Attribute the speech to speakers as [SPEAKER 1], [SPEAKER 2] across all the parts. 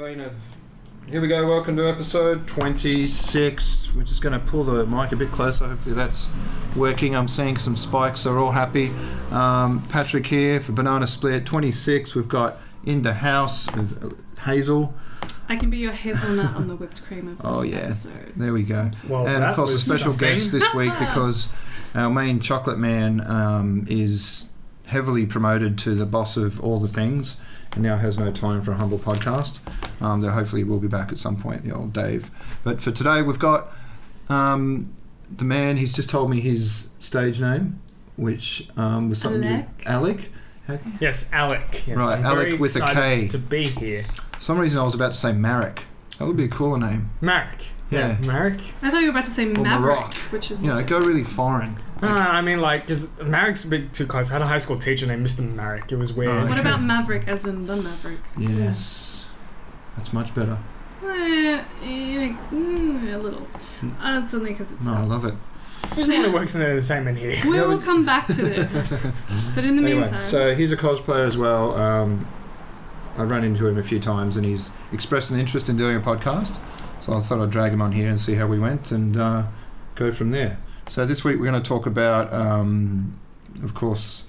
[SPEAKER 1] Of, here we go. Welcome to episode 26. We're just going to pull the mic a bit closer. Hopefully that's working. I'm seeing some spikes. They're all happy. Um, Patrick here for Banana Split 26. We've got in the house with Hazel.
[SPEAKER 2] I can be your hazelnut on the whipped cream of this
[SPEAKER 1] Oh, yeah.
[SPEAKER 2] episode.
[SPEAKER 1] There we go.
[SPEAKER 3] Well,
[SPEAKER 1] and of
[SPEAKER 3] Oh, that
[SPEAKER 1] course a
[SPEAKER 3] was
[SPEAKER 1] special
[SPEAKER 3] something.
[SPEAKER 1] guest this week because our main chocolate man um, is heavily promoted to the boss of all the things and now has no time for a humble podcast um, that hopefully will be back at some point the old dave but for today we've got um, the man he's just told me his stage name which um, was something
[SPEAKER 2] Alec.
[SPEAKER 1] to Alec
[SPEAKER 3] Yes, Alec. Yes,
[SPEAKER 1] Right,
[SPEAKER 3] I'm
[SPEAKER 1] Alec
[SPEAKER 3] very
[SPEAKER 1] with a
[SPEAKER 3] excited
[SPEAKER 1] K.
[SPEAKER 3] To be here,
[SPEAKER 1] For some reason I was about to say Marek that would be a cooler name
[SPEAKER 3] Marek.
[SPEAKER 1] Yeah.
[SPEAKER 3] Marek.
[SPEAKER 2] I thought you were about to say Maverick,
[SPEAKER 1] Maroc.
[SPEAKER 2] which is
[SPEAKER 1] you know
[SPEAKER 2] also-
[SPEAKER 1] go really foreign
[SPEAKER 3] Ah, I mean, like, because Marek's a bit too close. I had a high school teacher named Mr. Marek. It was weird.
[SPEAKER 1] Oh,
[SPEAKER 2] What
[SPEAKER 1] okay.
[SPEAKER 2] about Maverick as in the Maverick?
[SPEAKER 1] yes that's much better
[SPEAKER 2] Eh, eh, mm, a little. Uh, it's only because it's
[SPEAKER 1] no I love it
[SPEAKER 3] Who's the one who works in entertainment here?
[SPEAKER 2] We
[SPEAKER 1] Yeah,
[SPEAKER 2] will
[SPEAKER 1] but-
[SPEAKER 2] come back to this. But in the
[SPEAKER 1] anyway,
[SPEAKER 2] meantime, uh,
[SPEAKER 1] so he's a cosplayer as well. Um, I run into him a few times, and he's expressed an interest in doing a podcast. So I thought I'd drag him on here and see how we went, and uh, go from there. So this week we're going to talk about, um, of course,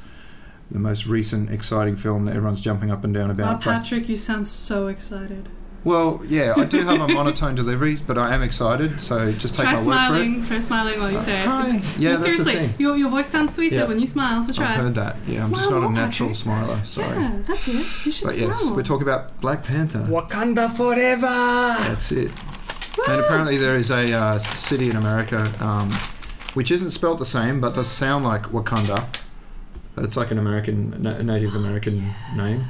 [SPEAKER 1] the most recent exciting film that everyone's jumping up and down
[SPEAKER 2] oh,
[SPEAKER 1] about. but-
[SPEAKER 2] Patrick, you sound so excited.
[SPEAKER 1] well, yeah, I do have a monotone delivery, but I am excited. So just take
[SPEAKER 2] try
[SPEAKER 1] my word
[SPEAKER 2] smiling. Try smiling while
[SPEAKER 1] for it.
[SPEAKER 2] you say it.
[SPEAKER 1] Hi.
[SPEAKER 2] It's-
[SPEAKER 1] Yeah,
[SPEAKER 2] no,
[SPEAKER 1] that's
[SPEAKER 2] seriously,
[SPEAKER 1] the thing.
[SPEAKER 2] Your, your voice sounds sweeter
[SPEAKER 1] Yeah.
[SPEAKER 2] when you smile, so try.
[SPEAKER 1] I've heard that. Yeah, I'm just
[SPEAKER 2] Smile
[SPEAKER 1] not a
[SPEAKER 2] more,
[SPEAKER 1] natural
[SPEAKER 2] Patrick.
[SPEAKER 1] smiler. Sorry.
[SPEAKER 2] Yeah, that's it. You should
[SPEAKER 1] But
[SPEAKER 2] smile.
[SPEAKER 1] yes, we're talking about Black Panther.
[SPEAKER 3] Wakanda forever.
[SPEAKER 1] That's it.
[SPEAKER 2] Woo!
[SPEAKER 1] And apparently there is a uh, city in America um, which isn't spelt the same, but does sound like Wakanda. It's like an American, na- Native American name.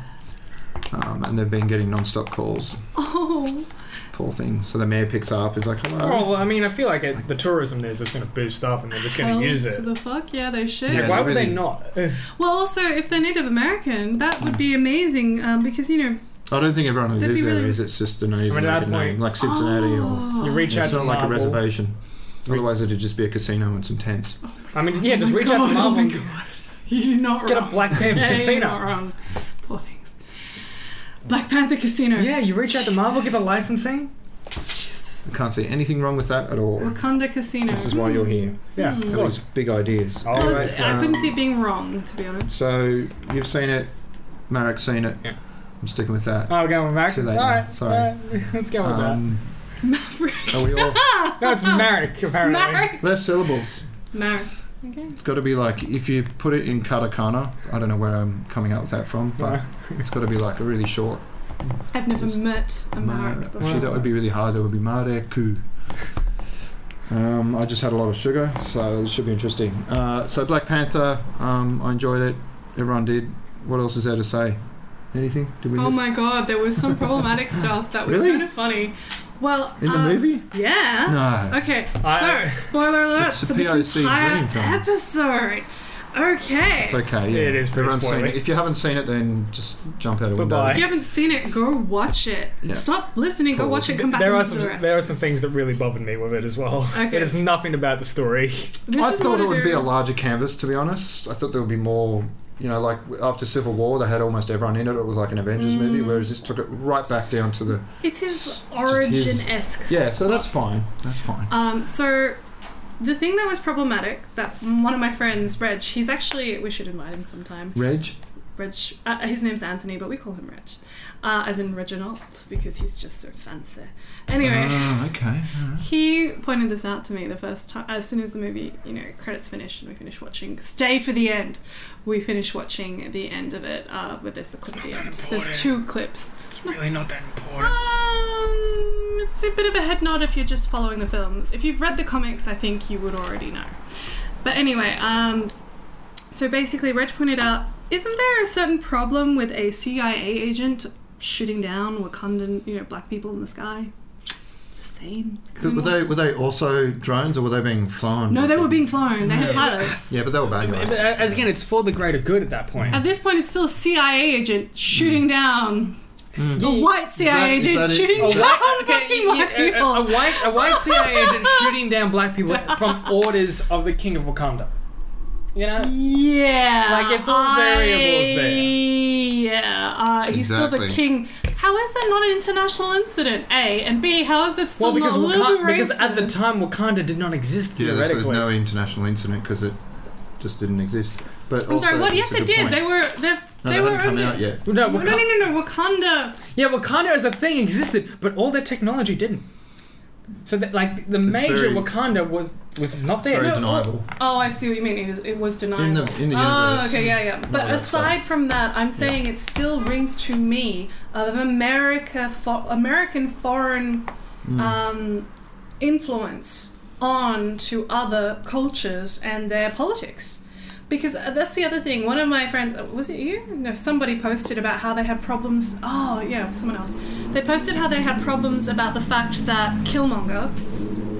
[SPEAKER 1] Um, and they've been getting non-stop calls,
[SPEAKER 2] Oh,
[SPEAKER 1] poor thing. So the mayor picks up, is like, hello.
[SPEAKER 3] Oh, Well, I mean, I feel like it, the tourism there is just going to boost up, and they're just going
[SPEAKER 2] hell
[SPEAKER 3] to use
[SPEAKER 2] to
[SPEAKER 3] it.
[SPEAKER 2] Oh, the fuck? Yeah, they should.
[SPEAKER 1] Yeah,
[SPEAKER 3] Like, why
[SPEAKER 1] they
[SPEAKER 3] would they
[SPEAKER 1] really-
[SPEAKER 3] not? Eh,
[SPEAKER 2] Well, also, if they're Native American, that would be amazing um, because, you know.
[SPEAKER 1] I don't think everyone who
[SPEAKER 2] That'd
[SPEAKER 1] lives
[SPEAKER 2] be
[SPEAKER 1] there
[SPEAKER 2] really-
[SPEAKER 1] is. It's just a Native
[SPEAKER 3] I mean, at that
[SPEAKER 1] American name,
[SPEAKER 3] point-
[SPEAKER 1] like Cincinnati or...
[SPEAKER 2] Oh.
[SPEAKER 3] You reach out
[SPEAKER 1] It's
[SPEAKER 3] to
[SPEAKER 1] not like a
[SPEAKER 3] Marvel.
[SPEAKER 1] reservation. Otherwise it'd just be a casino and some tents.
[SPEAKER 3] I mean, yeah,
[SPEAKER 2] Oh
[SPEAKER 3] just
[SPEAKER 2] my
[SPEAKER 3] reach
[SPEAKER 2] God,
[SPEAKER 3] out to
[SPEAKER 2] oh my
[SPEAKER 3] Marvel. and
[SPEAKER 2] God. You're not
[SPEAKER 3] Get a
[SPEAKER 2] wrong.
[SPEAKER 3] Black Panther
[SPEAKER 2] Yeah, You're
[SPEAKER 3] casino.
[SPEAKER 2] not wrong. Poor things. Black Panther Casino.
[SPEAKER 3] Yeah, you reach out to Marvel, get the licensing.
[SPEAKER 1] I can't see anything wrong with that at all.
[SPEAKER 2] Wakanda Casino.
[SPEAKER 1] This is why you're here.
[SPEAKER 3] Yeah, of
[SPEAKER 1] Got these
[SPEAKER 3] course.
[SPEAKER 1] big ideas.
[SPEAKER 3] Oh,
[SPEAKER 2] I,
[SPEAKER 3] Alright,
[SPEAKER 2] was, I
[SPEAKER 1] um,
[SPEAKER 2] couldn't see it being wrong, to be honest.
[SPEAKER 1] So you've seen it, Marek's seen it.
[SPEAKER 3] Yeah.
[SPEAKER 1] I'm sticking with that.
[SPEAKER 3] Oh, we're going with Marek.
[SPEAKER 1] Too
[SPEAKER 3] All
[SPEAKER 1] late now.
[SPEAKER 3] right,
[SPEAKER 1] Sorry.
[SPEAKER 3] all right, let's go with
[SPEAKER 1] Um, are we all?
[SPEAKER 2] Ah!
[SPEAKER 3] that. No, it's Marek apparently.
[SPEAKER 2] Marek.
[SPEAKER 1] Less syllables.
[SPEAKER 2] Marek. Okay.
[SPEAKER 1] It's got to be like if you put it in katakana. I don't know where I'm coming up with that from, but
[SPEAKER 3] Right.
[SPEAKER 1] it's got to be like a really short.
[SPEAKER 2] I've never
[SPEAKER 1] Just-
[SPEAKER 2] met a
[SPEAKER 1] Mar-
[SPEAKER 2] Marek.
[SPEAKER 1] Actually, that would be really hard. That would be mareku. Um, I just had a lot of sugar, so this should be interesting. Uh, so Black Panther, um, I enjoyed it. Everyone did. What else is there to say? Anything? Did we?
[SPEAKER 2] Oh
[SPEAKER 1] miss
[SPEAKER 2] my god, there was some problematic stuff that was
[SPEAKER 1] Really?
[SPEAKER 2] kind of funny. Well,
[SPEAKER 1] in the
[SPEAKER 2] um,
[SPEAKER 1] movie?
[SPEAKER 2] Yeah.
[SPEAKER 1] No.
[SPEAKER 2] Okay,
[SPEAKER 3] I-
[SPEAKER 2] so spoiler alert
[SPEAKER 1] It's a
[SPEAKER 2] for this
[SPEAKER 1] POC
[SPEAKER 2] entire
[SPEAKER 1] dream film.
[SPEAKER 2] episode. Okay.
[SPEAKER 1] It's okay. Yeah,
[SPEAKER 3] It is pretty
[SPEAKER 1] Everyone's seen
[SPEAKER 3] spoily.
[SPEAKER 1] it. If you haven't seen it, then just jump out a window.
[SPEAKER 3] Bye-bye.
[SPEAKER 2] if you haven't seen it, go watch it.
[SPEAKER 1] Yeah.
[SPEAKER 2] Stop listening. Go
[SPEAKER 1] Pause.
[SPEAKER 2] watch it. Come back
[SPEAKER 3] There
[SPEAKER 2] and
[SPEAKER 3] are
[SPEAKER 2] listen
[SPEAKER 3] some
[SPEAKER 2] to the rest.
[SPEAKER 3] there are some things that really bothered me with it as well.
[SPEAKER 2] Okay.
[SPEAKER 3] It is nothing about the story.
[SPEAKER 2] This
[SPEAKER 1] I
[SPEAKER 2] is
[SPEAKER 1] thought
[SPEAKER 2] what
[SPEAKER 1] it would
[SPEAKER 2] do.
[SPEAKER 1] be a larger canvas, to be honest. I thought there would be more. You know, like after Civil War, they had almost everyone in it. It was like an
[SPEAKER 2] Mm.
[SPEAKER 1] Avengers movie, whereas this took it right back down to the
[SPEAKER 2] It
[SPEAKER 1] Just
[SPEAKER 2] is
[SPEAKER 1] his-
[SPEAKER 2] origin esque.
[SPEAKER 1] yeah. So that's fine. That's fine.
[SPEAKER 2] Um, so the thing that was problematic that one of my friends, Reg, he's actually we should invite him sometime.
[SPEAKER 1] Reg,
[SPEAKER 2] Reg, uh, his name's Anthony, but we call him Reg, uh, as in Reginald because he's just so fancy. Anyway.
[SPEAKER 1] Ah, okay. alright.
[SPEAKER 2] He pointed this out to me the first time, as soon as the movie, you know, credits finished and we finished watching. Stay for the end. We finished watching the end of it. Uh, but there's the clip at the end. There's two clips.
[SPEAKER 3] It's really not that important.
[SPEAKER 2] Um, it's a bit of a head nod if you're just following the films. If you've read the comics, I think you would already know. But anyway, um, so basically, Reg pointed out, isn't there a certain problem with a CIA agent shooting down Wakandan, you know, black people in the sky? Just saying. 'Cause I'm
[SPEAKER 1] Were
[SPEAKER 2] not-
[SPEAKER 1] they were they also drones or were they being flown?
[SPEAKER 2] no, they were being flown. They had pilots.
[SPEAKER 1] Yeah, but they were bad guys.
[SPEAKER 3] uh, As again, it's for the greater good at that point.
[SPEAKER 2] At this point, it's still a CIA agent shooting down a white CIA
[SPEAKER 1] Is that- is
[SPEAKER 2] agent
[SPEAKER 1] that it?
[SPEAKER 2] shooting
[SPEAKER 1] Oh,
[SPEAKER 2] down fucking white
[SPEAKER 3] a,
[SPEAKER 2] people.
[SPEAKER 3] a white a white CIA agent shooting down black people from orders of the King of Wakanda. You know,
[SPEAKER 2] yeah,
[SPEAKER 3] Like, it's all variables there.
[SPEAKER 2] Yeah, uh, he's still the
[SPEAKER 1] Exactly.
[SPEAKER 2] king. How is that not an international incident? A and B. How is that still
[SPEAKER 3] Well, because
[SPEAKER 2] not a little
[SPEAKER 3] Wakanda,
[SPEAKER 2] bit
[SPEAKER 3] because at the
[SPEAKER 2] racist?
[SPEAKER 3] time Wakanda did not exist
[SPEAKER 1] Yeah, there's, there's
[SPEAKER 3] theoretically.
[SPEAKER 1] no international incident because it just didn't exist. But
[SPEAKER 2] I'm sorry. What? Yes, it did. They
[SPEAKER 1] were,
[SPEAKER 2] were. They're,
[SPEAKER 1] no,
[SPEAKER 2] they
[SPEAKER 1] they
[SPEAKER 2] were
[SPEAKER 1] hadn't come
[SPEAKER 2] only.
[SPEAKER 1] out yet.
[SPEAKER 3] No,
[SPEAKER 2] No,
[SPEAKER 3] Waka-
[SPEAKER 2] no, no, no. Wakanda.
[SPEAKER 3] yeah, Wakanda as a thing existed, but all their technology didn't. So that like the
[SPEAKER 1] It's
[SPEAKER 3] major
[SPEAKER 1] very-
[SPEAKER 3] Wakanda was was not
[SPEAKER 1] It's
[SPEAKER 3] there.
[SPEAKER 1] very
[SPEAKER 2] no,
[SPEAKER 1] deniable.
[SPEAKER 2] Oh, I see what you mean. It, is, it was denied.
[SPEAKER 1] In the- in the
[SPEAKER 2] oh,
[SPEAKER 1] universe.
[SPEAKER 2] okay, yeah, yeah. But
[SPEAKER 1] that
[SPEAKER 2] aside
[SPEAKER 1] side.
[SPEAKER 2] from that, I'm saying it still rings to me of America, fo- American foreign
[SPEAKER 1] Hmm.
[SPEAKER 2] um, influence on to other cultures and their politics. Because uh, that's the other thing. One of my friends, uh, was it you? No, somebody posted about how they had problems. Oh, yeah, someone else. They posted how they had problems about the fact that Killmonger,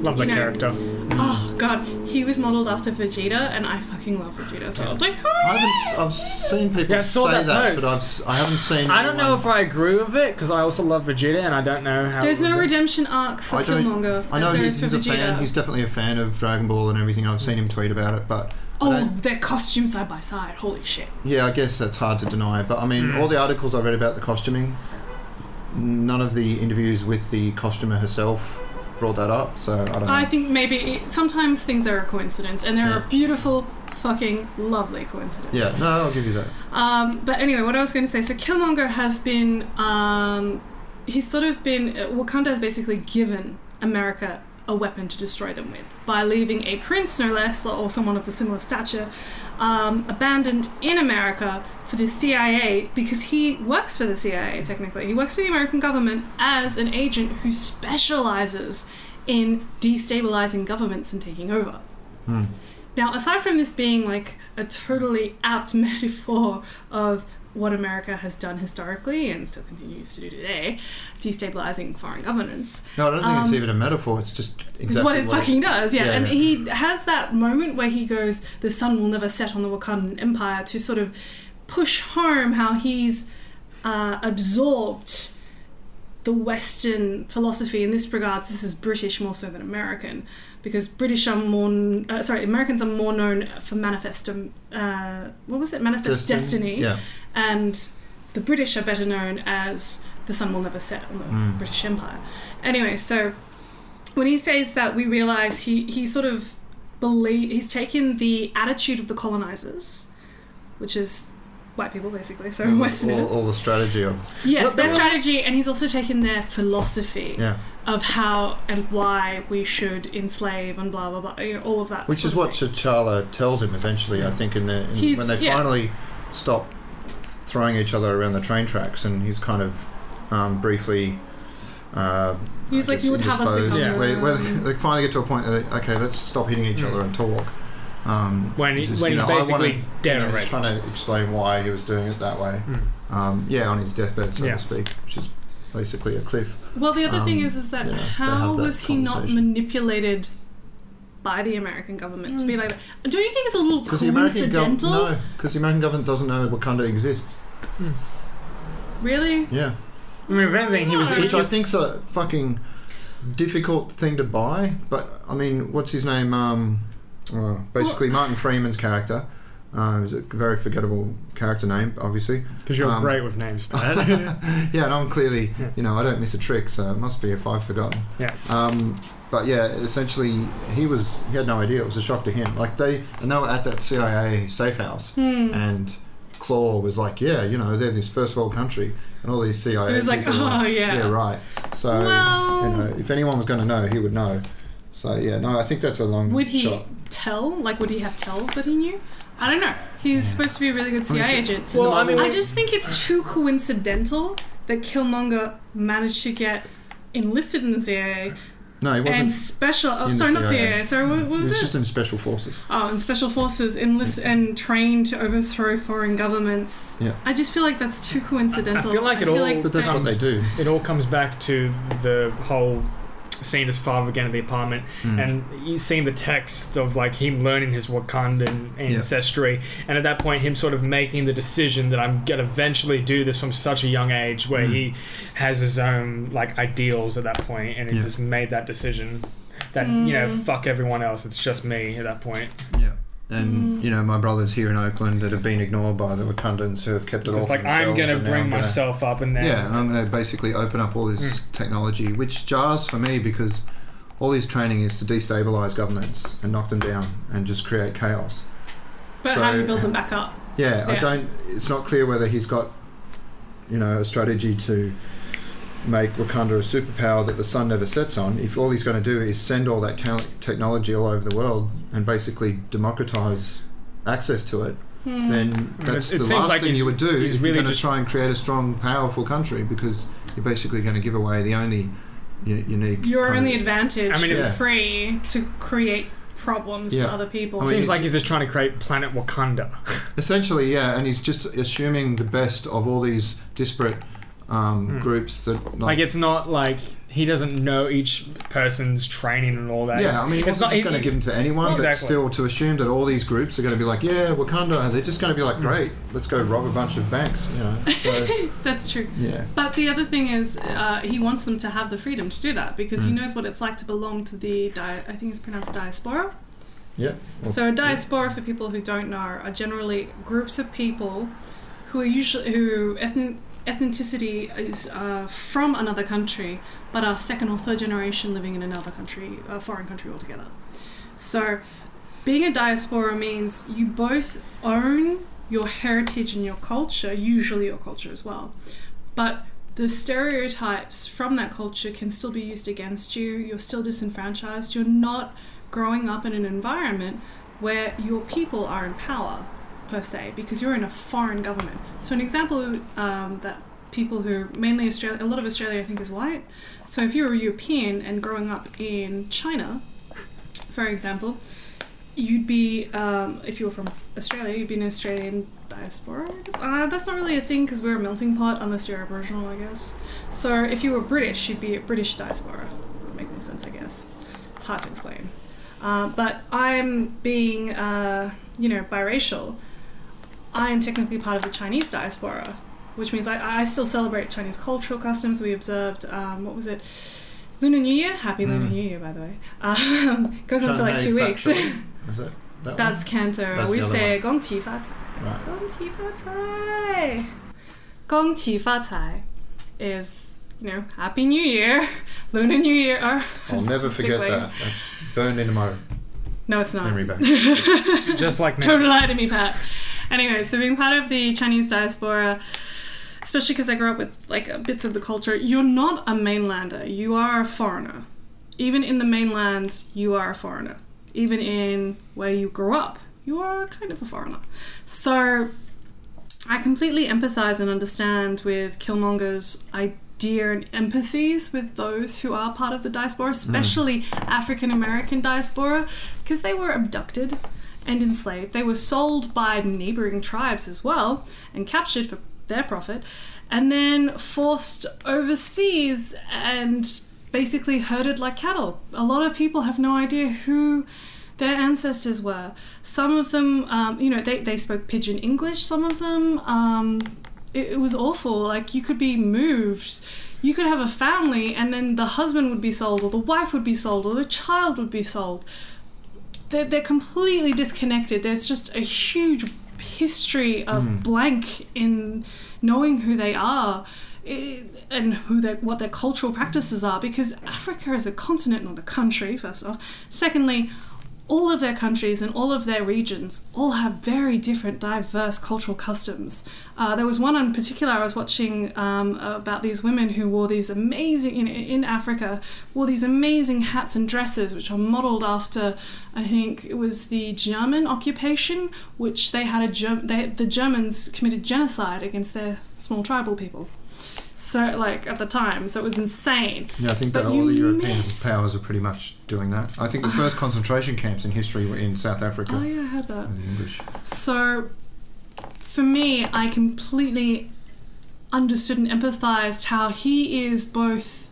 [SPEAKER 3] Love that
[SPEAKER 2] you know,
[SPEAKER 3] character.
[SPEAKER 2] Oh god, he was modeled after Vegeta, and I fucking love Vegeta. So I was like,
[SPEAKER 1] I
[SPEAKER 2] "Hi!"
[SPEAKER 1] haven't. s- I've seen people
[SPEAKER 3] Yeah, I saw
[SPEAKER 1] say
[SPEAKER 3] that
[SPEAKER 1] that,
[SPEAKER 3] post.
[SPEAKER 1] but I've, s- I haven't seen.
[SPEAKER 3] I don't know
[SPEAKER 1] anyone-
[SPEAKER 3] if I agree with it because I also love Vegeta and I don't know how.
[SPEAKER 2] There's
[SPEAKER 3] it
[SPEAKER 2] no
[SPEAKER 3] would be.
[SPEAKER 2] redemption arc for
[SPEAKER 1] I don't.
[SPEAKER 2] Killmonger.
[SPEAKER 1] I know
[SPEAKER 2] as there
[SPEAKER 1] he's,
[SPEAKER 2] is for
[SPEAKER 1] he's a
[SPEAKER 2] Vegeta.
[SPEAKER 1] fan. He's definitely a fan of Dragon Ball and everything. I've seen him tweet about it, but I
[SPEAKER 2] oh,
[SPEAKER 1] don't,
[SPEAKER 2] their costumes side by side. Holy shit.
[SPEAKER 1] yeah, I guess that's hard to deny. But I
[SPEAKER 3] Hmm.
[SPEAKER 1] mean, all the articles I read about the costuming, none of the interviews with the costumer herself brought that up. So I don't know.
[SPEAKER 2] I think maybe it- sometimes things are a coincidence, and they're
[SPEAKER 1] Yeah.
[SPEAKER 2] a beautiful, fucking lovely coincidence.
[SPEAKER 1] yeah, no, I'll give you that.
[SPEAKER 2] Um, but anyway, what I was going to say so Killmonger has been. Um, he's sort of been. uh, Wakanda has basically given America a weapon to destroy them with by leaving a prince, no less, or someone of the similar stature, um, abandoned in America for the CIA because he works for the CIA technically. He works for the American government as an agent who specializes in destabilizing governments and taking over. Now, aside from this being like a totally apt metaphor of what America has done historically and still continues to do today, destabilizing foreign governance,
[SPEAKER 1] No, I don't think
[SPEAKER 2] Um,
[SPEAKER 1] it's even a metaphor. It's just exactly
[SPEAKER 2] is what it fucking does. Yeah,
[SPEAKER 1] Yeah,
[SPEAKER 2] and
[SPEAKER 1] yeah.
[SPEAKER 2] he has that moment where he goes, "The sun will never set on the Wakandan Empire," to sort of push home how he's uh, absorbed the Western philosophy in this regards. This is British more so than American, because British are more uh, sorry, Americans are more known for manifest. um, Uh, what was it? Manifest destiny
[SPEAKER 1] Yeah.
[SPEAKER 2] and the British are better known as the sun will never set on the
[SPEAKER 1] Mm.
[SPEAKER 2] British Empire. Anyway, so when he says that, we realise he he sort of believe he's taken the attitude of the colonisers, which is white people basically, so
[SPEAKER 1] All,
[SPEAKER 2] Westerners.
[SPEAKER 1] all the strategy of
[SPEAKER 2] yes,
[SPEAKER 3] Well,
[SPEAKER 2] their
[SPEAKER 3] well-
[SPEAKER 2] strategy, and he's also taken their philosophy
[SPEAKER 1] yeah,
[SPEAKER 2] of how and why we should enslave and blah blah blah, you know, all of that.
[SPEAKER 1] which
[SPEAKER 2] sort
[SPEAKER 1] is
[SPEAKER 2] of
[SPEAKER 1] what
[SPEAKER 2] thing.
[SPEAKER 1] T'Challa tells him eventually. I think in the in,
[SPEAKER 2] Mm. He's-
[SPEAKER 1] when they
[SPEAKER 2] yeah.
[SPEAKER 1] finally stop throwing each other around the train tracks, and he's kind of um, briefly. Uh,
[SPEAKER 2] He's
[SPEAKER 1] I
[SPEAKER 2] like,
[SPEAKER 1] guess
[SPEAKER 2] "You would have us
[SPEAKER 1] indisposed."
[SPEAKER 2] become
[SPEAKER 3] Yeah.
[SPEAKER 1] Where, where
[SPEAKER 2] one."
[SPEAKER 1] they finally get to a point that they, okay, let's stop hitting each
[SPEAKER 3] Mm.
[SPEAKER 1] other and talk. Um,
[SPEAKER 3] When, he,
[SPEAKER 1] this is,
[SPEAKER 3] when
[SPEAKER 1] you
[SPEAKER 3] he's
[SPEAKER 1] know, I wanna-
[SPEAKER 3] basically dead
[SPEAKER 1] you know,
[SPEAKER 3] already.
[SPEAKER 1] he's trying to explain why he was doing it that way.
[SPEAKER 2] Hmm.
[SPEAKER 3] Mm.
[SPEAKER 1] Um, yeah, on his deathbed, so
[SPEAKER 3] Yeah.
[SPEAKER 1] to speak, which is basically a cliff.
[SPEAKER 2] Well, the other thing
[SPEAKER 1] Um,
[SPEAKER 2] is, is that
[SPEAKER 1] yeah, they
[SPEAKER 2] how
[SPEAKER 1] have that
[SPEAKER 2] was he not
[SPEAKER 1] conversation.
[SPEAKER 2] manipulated by the American government to be like that? Don't you think it's a little
[SPEAKER 1] Because the American government,
[SPEAKER 2] coincidental?
[SPEAKER 1] no, because the American government doesn't know Wakanda exists.
[SPEAKER 2] Really?
[SPEAKER 1] Yeah,
[SPEAKER 3] I mean, if anything, he was.
[SPEAKER 2] No.
[SPEAKER 3] he-
[SPEAKER 1] which I think's a fucking difficult thing to buy. But I mean, what's his name? Um, uh, basically, Martin Freeman's character. Uh, is a very forgettable character name, obviously.
[SPEAKER 3] Because you're
[SPEAKER 1] Um,
[SPEAKER 3] great with names, Pat.
[SPEAKER 1] Yeah, and I'm clearly, you know, I don't miss a trick, so it must be if I've forgotten.
[SPEAKER 3] yes.
[SPEAKER 1] Um, but yeah, essentially, he was he had no idea. It was a shock to him. Like they, and they were at that CIA safe house,
[SPEAKER 2] Hmm.
[SPEAKER 1] and Claw was like, yeah, you know, they're this first world country, and all these CIA.
[SPEAKER 2] He was like,
[SPEAKER 1] people are
[SPEAKER 2] "Oh, yeah."
[SPEAKER 1] yeah, right. So
[SPEAKER 2] Well-
[SPEAKER 1] you know, if anyone was going to know, he would know. So yeah, no, I think that's a long
[SPEAKER 2] Would he
[SPEAKER 1] shot.
[SPEAKER 2] tell? Like, would he have tells that he knew? I don't know. He's supposed to be a really good
[SPEAKER 1] I mean,
[SPEAKER 2] CIA
[SPEAKER 1] it's-
[SPEAKER 2] agent.
[SPEAKER 3] Well, I mean,
[SPEAKER 2] I just think it's too coincidental that Killmonger managed to get enlisted in the CIA
[SPEAKER 1] No, he wasn't.
[SPEAKER 2] and special. Oh,
[SPEAKER 1] in the
[SPEAKER 2] sorry, not
[SPEAKER 1] CIA.
[SPEAKER 2] CIA. Sorry, what, what
[SPEAKER 1] he
[SPEAKER 2] was
[SPEAKER 1] was
[SPEAKER 2] it?
[SPEAKER 1] just in special forces.
[SPEAKER 2] Oh, and special forces enlist and trained to overthrow foreign governments.
[SPEAKER 1] Yeah.
[SPEAKER 2] I just feel like that's too coincidental.
[SPEAKER 3] I feel like it all-
[SPEAKER 1] But that's what
[SPEAKER 3] Um,
[SPEAKER 1] they do.
[SPEAKER 3] it all comes back to the whole seeing his father again at the apartment
[SPEAKER 1] Mm.
[SPEAKER 3] and you seeing the text of like him learning his Wakandan ancestry and at that point him sort of making the decision that I'm gonna eventually do this from such a young age where
[SPEAKER 1] Mm.
[SPEAKER 3] he has his own like ideals at that point and he's
[SPEAKER 1] Yeah.
[SPEAKER 3] just made that decision that you know
[SPEAKER 2] Mm.
[SPEAKER 3] fuck everyone else it's just me at that point
[SPEAKER 1] Yeah. and
[SPEAKER 2] Hmm.
[SPEAKER 1] you know my brothers here in Oakland that have been ignored by the Wakandans who have kept it all
[SPEAKER 3] It's
[SPEAKER 1] for
[SPEAKER 3] like I'm
[SPEAKER 1] themselves
[SPEAKER 3] gonna
[SPEAKER 1] and now
[SPEAKER 3] bring
[SPEAKER 1] I'm gonna-
[SPEAKER 3] myself up and then
[SPEAKER 1] yeah, and I'm going to basically open up all this technology, which jars for me because all his training is to destabilize governments and knock them down and just create chaos.
[SPEAKER 2] But
[SPEAKER 1] So-
[SPEAKER 2] how do you build them back up?
[SPEAKER 1] Yeah, I
[SPEAKER 2] Yeah.
[SPEAKER 1] don't. It's not clear whether he's got, you know, a strategy to make Wakanda a superpower that the sun never sets on. If all he's going to do is send all that tal- technology all over the world and basically democratize access to it,
[SPEAKER 2] Hmm.
[SPEAKER 1] then that's
[SPEAKER 3] it
[SPEAKER 1] the
[SPEAKER 3] seems
[SPEAKER 1] last
[SPEAKER 3] like
[SPEAKER 1] thing
[SPEAKER 3] he's-
[SPEAKER 1] you would do
[SPEAKER 3] he's
[SPEAKER 1] if
[SPEAKER 3] really
[SPEAKER 1] you're going to
[SPEAKER 3] just-
[SPEAKER 1] try and create a strong, powerful country because you're basically going to give away the only u- unique.
[SPEAKER 2] Your
[SPEAKER 1] kind of-
[SPEAKER 2] only advantage
[SPEAKER 3] I mean,
[SPEAKER 2] you're
[SPEAKER 1] Yeah.
[SPEAKER 2] free to create problems
[SPEAKER 1] Yeah.
[SPEAKER 2] for other people.
[SPEAKER 1] I mean,
[SPEAKER 3] Seems
[SPEAKER 1] it's-
[SPEAKER 3] like he's just trying to create planet Wakanda.
[SPEAKER 1] Essentially, yeah, and he's just assuming the best of all these disparate um,
[SPEAKER 3] Hmm.
[SPEAKER 1] groups that.
[SPEAKER 3] Like it's not like he doesn't know each person's training and all that.
[SPEAKER 1] yeah, I mean,
[SPEAKER 3] it's,
[SPEAKER 1] it's not just going to give them to anyone, but
[SPEAKER 3] Exactly.
[SPEAKER 1] still to assume that all these groups are going to be like, yeah, Wakanda, they're just going to be
[SPEAKER 3] Hmm.
[SPEAKER 1] like, great, let's go rob a bunch of banks, you know. So,
[SPEAKER 2] That's true.
[SPEAKER 1] yeah.
[SPEAKER 2] But the other thing is, uh, he wants them to have the freedom to do that because he knows what it's like to belong to the, di- I think it's pronounced diaspora.
[SPEAKER 1] Yeah.
[SPEAKER 2] So a diaspora, for people who don't know, are generally groups of people who are usually who ethnic, ethnicity is uh, from another country, but are second or third generation living in another country, a foreign country altogether. So being a diaspora means you both own your heritage and your culture, usually your culture as well, but the stereotypes from that culture can still be used against you. You're still disenfranchised. You're not growing up in an environment where your people are in power, per se, because you're in a foreign government. So, an example um, that people who mainly Australia, a lot of Australia, I think, is white. So, if you're a European and growing up in China, for example, you'd be, um, if you were from Australia, you'd be an Australian diaspora. Uh, that's not really a thing because we're a melting pot unless you're Aboriginal, I guess. So if you were British, you'd be a British diaspora. Would make more sense, I guess. It's hard to explain. Uh, but I'm being, uh, you know, biracial. I am technically part of the Chinese diaspora, which means I, I still celebrate Chinese cultural customs. We observed, um, what was it? Lunar New Year? Happy Lunar
[SPEAKER 1] Mm.
[SPEAKER 2] New Year, by the way. Um, goes on for like two
[SPEAKER 1] Shanghai
[SPEAKER 2] weeks.
[SPEAKER 1] Factory. Is that that
[SPEAKER 2] That's Canto.
[SPEAKER 1] That's
[SPEAKER 2] we
[SPEAKER 1] the other
[SPEAKER 2] say Gong Qi Fa
[SPEAKER 1] one? Right.
[SPEAKER 2] Gong Qi Fa Cai. Gong Qi Fa Cai is, you know, Happy New Year, Lunar New Year. Or
[SPEAKER 1] I'll never forget
[SPEAKER 2] specifically-
[SPEAKER 1] that. That's burned into my
[SPEAKER 2] No, it's not.
[SPEAKER 1] memory bank.
[SPEAKER 3] just like
[SPEAKER 2] Don't
[SPEAKER 3] Max.
[SPEAKER 2] lie to me, Pat. Anyway, so being part of the Chinese diaspora, especially because I grew up with like uh, bits of the culture, you're not a mainlander. You are a foreigner. Even in the mainland, you are a foreigner. Even in where you grew up, you are kind of a foreigner. So I completely empathize and understand with Killmonger's idea and empathies with those who are part of the diaspora, especially African American diaspora, because they were abducted and enslaved. They were sold by neighboring tribes as well and captured for their profit, and then forced overseas and basically herded like cattle. A lot of people have no idea who their ancestors were. Some of them, um, you know, they, they spoke pidgin English, some of them. Um, it, it was awful. Like, you could be moved. You could have a family, and then the husband would be sold, or the wife would be sold, or the child would be sold. They're, they're completely disconnected. There's just a huge history of blank in knowing who they are eh, and who their what their cultural practices are because Africa is a continent not a country first off secondly all of their countries and all of their regions all have very different, diverse cultural customs. Uh, there was one in particular I was watching um, about these women who wore these amazing in, in Africa wore these amazing hats and dresses, which are modelled after I think it was the German occupation, which they had a Germ- they, the Germans committed genocide against their small tribal people. So like at the time, so it was insane.
[SPEAKER 1] Yeah, I think
[SPEAKER 2] But
[SPEAKER 1] that all the
[SPEAKER 2] you
[SPEAKER 1] European
[SPEAKER 2] miss- Ah.
[SPEAKER 1] powers are pretty much doing that. I think the first concentration camps in history were in South
[SPEAKER 2] Oh
[SPEAKER 1] Africa.
[SPEAKER 2] yeah, I heard that.
[SPEAKER 1] and the English.
[SPEAKER 2] So, for me, I completely understood and empathized how he is both.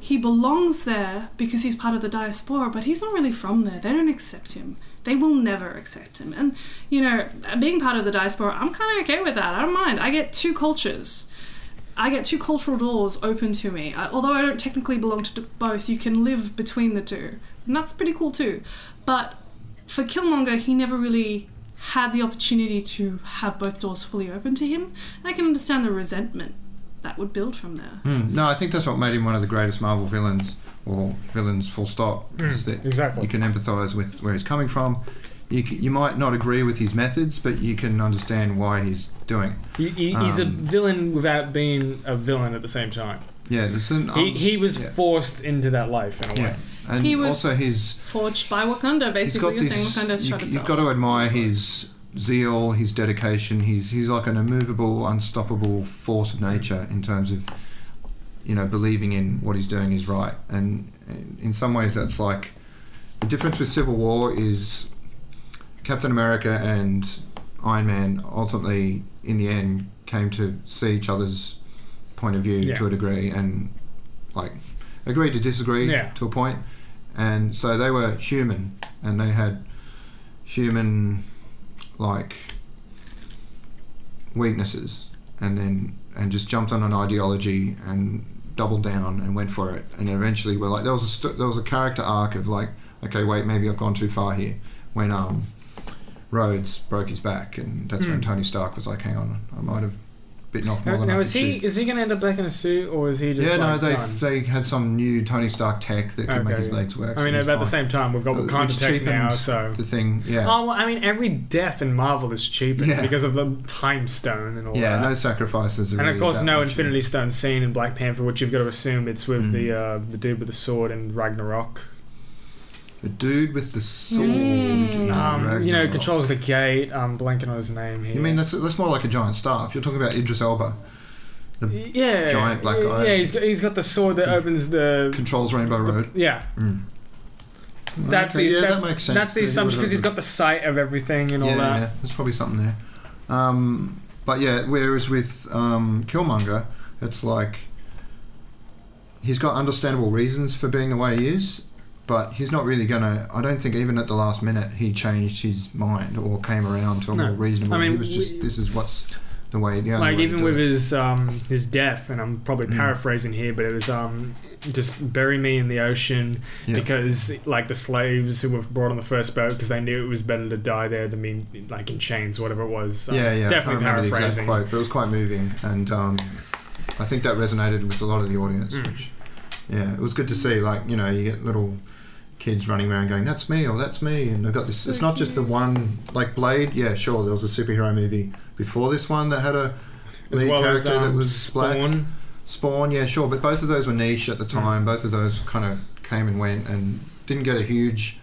[SPEAKER 2] He belongs there because he's part of the diaspora, but he's not really from there. They don't accept him. They will never accept him. And, you know, being part of the diaspora, I'm kind of okay with that. I don't mind. I get two cultures. I get two cultural doors open to me. I, although I don't technically belong to both, you can live between the two. And that's pretty cool too. But for Killmonger, he never really had the opportunity to have both doors fully open to him. I can understand the resentment that would build from there.
[SPEAKER 1] Mm. No, I think that's what made him one of the greatest Marvel villains, or villains full stop.
[SPEAKER 3] Hmm.
[SPEAKER 1] is that
[SPEAKER 3] Mm, exactly.
[SPEAKER 1] You can empathise with where he's coming from. You, c- you might not agree with his methods, but you can understand why he's doing it.
[SPEAKER 3] He, he- he's a
[SPEAKER 1] Um,
[SPEAKER 3] villain without being a villain at the same time.
[SPEAKER 1] Yeah, there's an,
[SPEAKER 3] He, he was
[SPEAKER 1] yeah.
[SPEAKER 3] forced into that life in a way.
[SPEAKER 1] yeah, and
[SPEAKER 2] He was-
[SPEAKER 1] also his
[SPEAKER 2] Forged by Wakanda,
[SPEAKER 1] he's
[SPEAKER 2] basically.
[SPEAKER 1] got
[SPEAKER 2] You're saying Wakanda
[SPEAKER 1] this. You,
[SPEAKER 2] shot
[SPEAKER 1] you've
[SPEAKER 2] itself.
[SPEAKER 1] got to admire his zeal, his dedication. He's he's like an immovable, unstoppable force of nature in terms of you know believing in what he's doing is right. And and in some ways, that's like the difference with Civil War is Captain America and Iron Man ultimately, in the end, came to see each other's point of view
[SPEAKER 3] Yeah.
[SPEAKER 1] to a degree and like agreed to disagree
[SPEAKER 3] Yeah.
[SPEAKER 1] to a point. And so they were human and they had human like weaknesses and then and just jumped on an ideology and doubled down and went for it and eventually we're like there was a st- there was a character arc of like okay wait maybe I've gone too far here when um Rhodes broke his back and that's when
[SPEAKER 3] Mm.
[SPEAKER 1] Tony Stark was like hang on I might have bitten off more
[SPEAKER 3] Now,
[SPEAKER 1] than
[SPEAKER 3] now
[SPEAKER 1] I
[SPEAKER 3] is
[SPEAKER 1] could
[SPEAKER 3] he
[SPEAKER 1] chew."
[SPEAKER 3] is he going to end up back in a suit or is he just
[SPEAKER 1] yeah
[SPEAKER 3] like,
[SPEAKER 1] no they
[SPEAKER 3] done?
[SPEAKER 1] they had some new Tony Stark tech that could make
[SPEAKER 3] Okay,
[SPEAKER 1] his
[SPEAKER 3] yeah.
[SPEAKER 1] legs work
[SPEAKER 3] I mean,
[SPEAKER 1] so
[SPEAKER 3] at
[SPEAKER 1] he's
[SPEAKER 3] the
[SPEAKER 1] fine.
[SPEAKER 3] same time, we've got
[SPEAKER 1] Uh,
[SPEAKER 3] Wakanda
[SPEAKER 1] which
[SPEAKER 3] Tech now,
[SPEAKER 1] cheapens
[SPEAKER 3] so.
[SPEAKER 1] the thing yeah
[SPEAKER 3] Oh, well, I mean, every death in Marvel is cheapened
[SPEAKER 1] Yeah.
[SPEAKER 3] because of the time stone and all
[SPEAKER 1] yeah
[SPEAKER 3] that.
[SPEAKER 1] no sacrifices are
[SPEAKER 3] Oh. and
[SPEAKER 1] really
[SPEAKER 3] of course,
[SPEAKER 1] that
[SPEAKER 3] no
[SPEAKER 1] much, yeah.
[SPEAKER 3] Infinity Stone scene in Black Panther, which you've got to assume it's with
[SPEAKER 1] Mm.
[SPEAKER 3] the uh, the dude with the sword in Ragnarok.
[SPEAKER 1] The dude with the sword.
[SPEAKER 2] Mm.
[SPEAKER 1] in
[SPEAKER 3] Um, you know,
[SPEAKER 1] Ragnarok.
[SPEAKER 3] controls the gate. I'm blanking on his name here.
[SPEAKER 1] You mean that's that's more like a giant staff? You're talking about Idris Elba
[SPEAKER 3] yeah,
[SPEAKER 1] giant black guy?
[SPEAKER 3] Yeah, he's got, he's got the sword that
[SPEAKER 1] Con-
[SPEAKER 3] opens the.
[SPEAKER 1] controls Rainbow
[SPEAKER 3] the-
[SPEAKER 1] Road.
[SPEAKER 3] yeah,
[SPEAKER 1] Mm.
[SPEAKER 3] So that's
[SPEAKER 1] Okay,
[SPEAKER 3] the
[SPEAKER 1] yeah, that
[SPEAKER 3] that's,
[SPEAKER 1] makes sense.
[SPEAKER 3] that's the
[SPEAKER 1] Yeah, he
[SPEAKER 3] assumption
[SPEAKER 1] would've
[SPEAKER 3] because he's
[SPEAKER 1] been-
[SPEAKER 3] got the sight of everything and all
[SPEAKER 1] yeah,
[SPEAKER 3] that.
[SPEAKER 1] yeah, there's probably something there. Um, but yeah, whereas with um, Killmonger, it's like he's got understandable reasons for being the way he is, but he's not really gonna. I don't think even at the last minute he changed his mind or came around to a
[SPEAKER 3] No.
[SPEAKER 1] more reasonable.
[SPEAKER 3] I mean,
[SPEAKER 1] he was just
[SPEAKER 3] we-
[SPEAKER 1] this is what's the way. The only
[SPEAKER 3] like
[SPEAKER 1] way
[SPEAKER 3] even
[SPEAKER 1] to do
[SPEAKER 3] with
[SPEAKER 1] it.
[SPEAKER 3] his um his death and i'm probably
[SPEAKER 1] Mm.
[SPEAKER 3] paraphrasing here but it was um just bury me in the ocean
[SPEAKER 1] Yeah.
[SPEAKER 3] because like the slaves who were brought on the first boat because they knew it was better to die there than being like in chains whatever it was Um,
[SPEAKER 1] yeah, yeah,
[SPEAKER 3] definitely
[SPEAKER 1] I can't remember the
[SPEAKER 3] paraphrasing
[SPEAKER 1] exact quote, but it was quite moving, and um, I think that resonated with a lot of the audience.
[SPEAKER 3] Mm.
[SPEAKER 1] Which, yeah, it was good to see. Like you know, you get little kids running around going, "That's me," or "That's me," and they've got this. It's not just the one like Blade. Yeah, sure, there was a superhero movie before this one that had a
[SPEAKER 3] as
[SPEAKER 1] lead
[SPEAKER 3] well as
[SPEAKER 1] character that
[SPEAKER 3] um,
[SPEAKER 1] was black.
[SPEAKER 3] spawn Mm.
[SPEAKER 1] Spawn, yeah, sure, but both of those were niche at the time. Both of those kind of came and went and didn't get a huge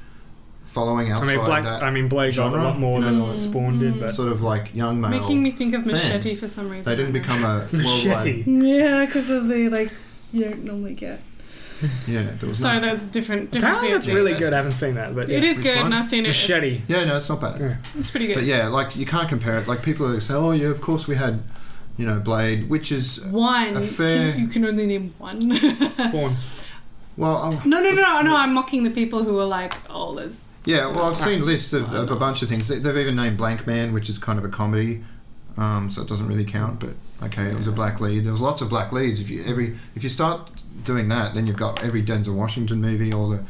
[SPEAKER 1] following
[SPEAKER 3] i
[SPEAKER 1] outside
[SPEAKER 3] mean black
[SPEAKER 1] that.
[SPEAKER 3] i mean blake got a
[SPEAKER 1] genre,
[SPEAKER 3] lot more
[SPEAKER 1] you know,
[SPEAKER 3] than spawn did but
[SPEAKER 1] sort of like young male.
[SPEAKER 2] Making me think of
[SPEAKER 1] fans.
[SPEAKER 2] Machete for some reason.
[SPEAKER 1] they didn't become a worldwide
[SPEAKER 3] machete
[SPEAKER 2] Yeah, because of the, like, you don't normally get.
[SPEAKER 1] Yeah, there was
[SPEAKER 2] Sorry,
[SPEAKER 1] no.
[SPEAKER 2] that's different. different
[SPEAKER 3] apparently
[SPEAKER 2] theory,
[SPEAKER 3] that's really
[SPEAKER 2] but-
[SPEAKER 3] good i haven't seen that but yeah.
[SPEAKER 2] It is
[SPEAKER 1] Which
[SPEAKER 2] good,
[SPEAKER 1] one?
[SPEAKER 2] and I've seen it. It's-
[SPEAKER 3] machete
[SPEAKER 1] Yeah, no, it's not bad.
[SPEAKER 3] Yeah.
[SPEAKER 2] It's, pretty good.
[SPEAKER 1] But yeah, like you can't compare it. Like people say, oh yeah, of course we had, you know, Blade, which is
[SPEAKER 2] One.
[SPEAKER 1] A fair-
[SPEAKER 2] Can- you can only name one. no,
[SPEAKER 3] spawn
[SPEAKER 1] well, oh,
[SPEAKER 2] no, no, no, no. I'm mocking the people who are like, oh, there's.
[SPEAKER 1] yeah, well I've seen lists of, of a bunch of things. They- They've even named Blank Man, which is kind of a comedy, um, so it doesn't really count. But okay, it was a black lead. There was lots of black leads. If you every if you start doing that, then you've got every Denzel Washington movie, all the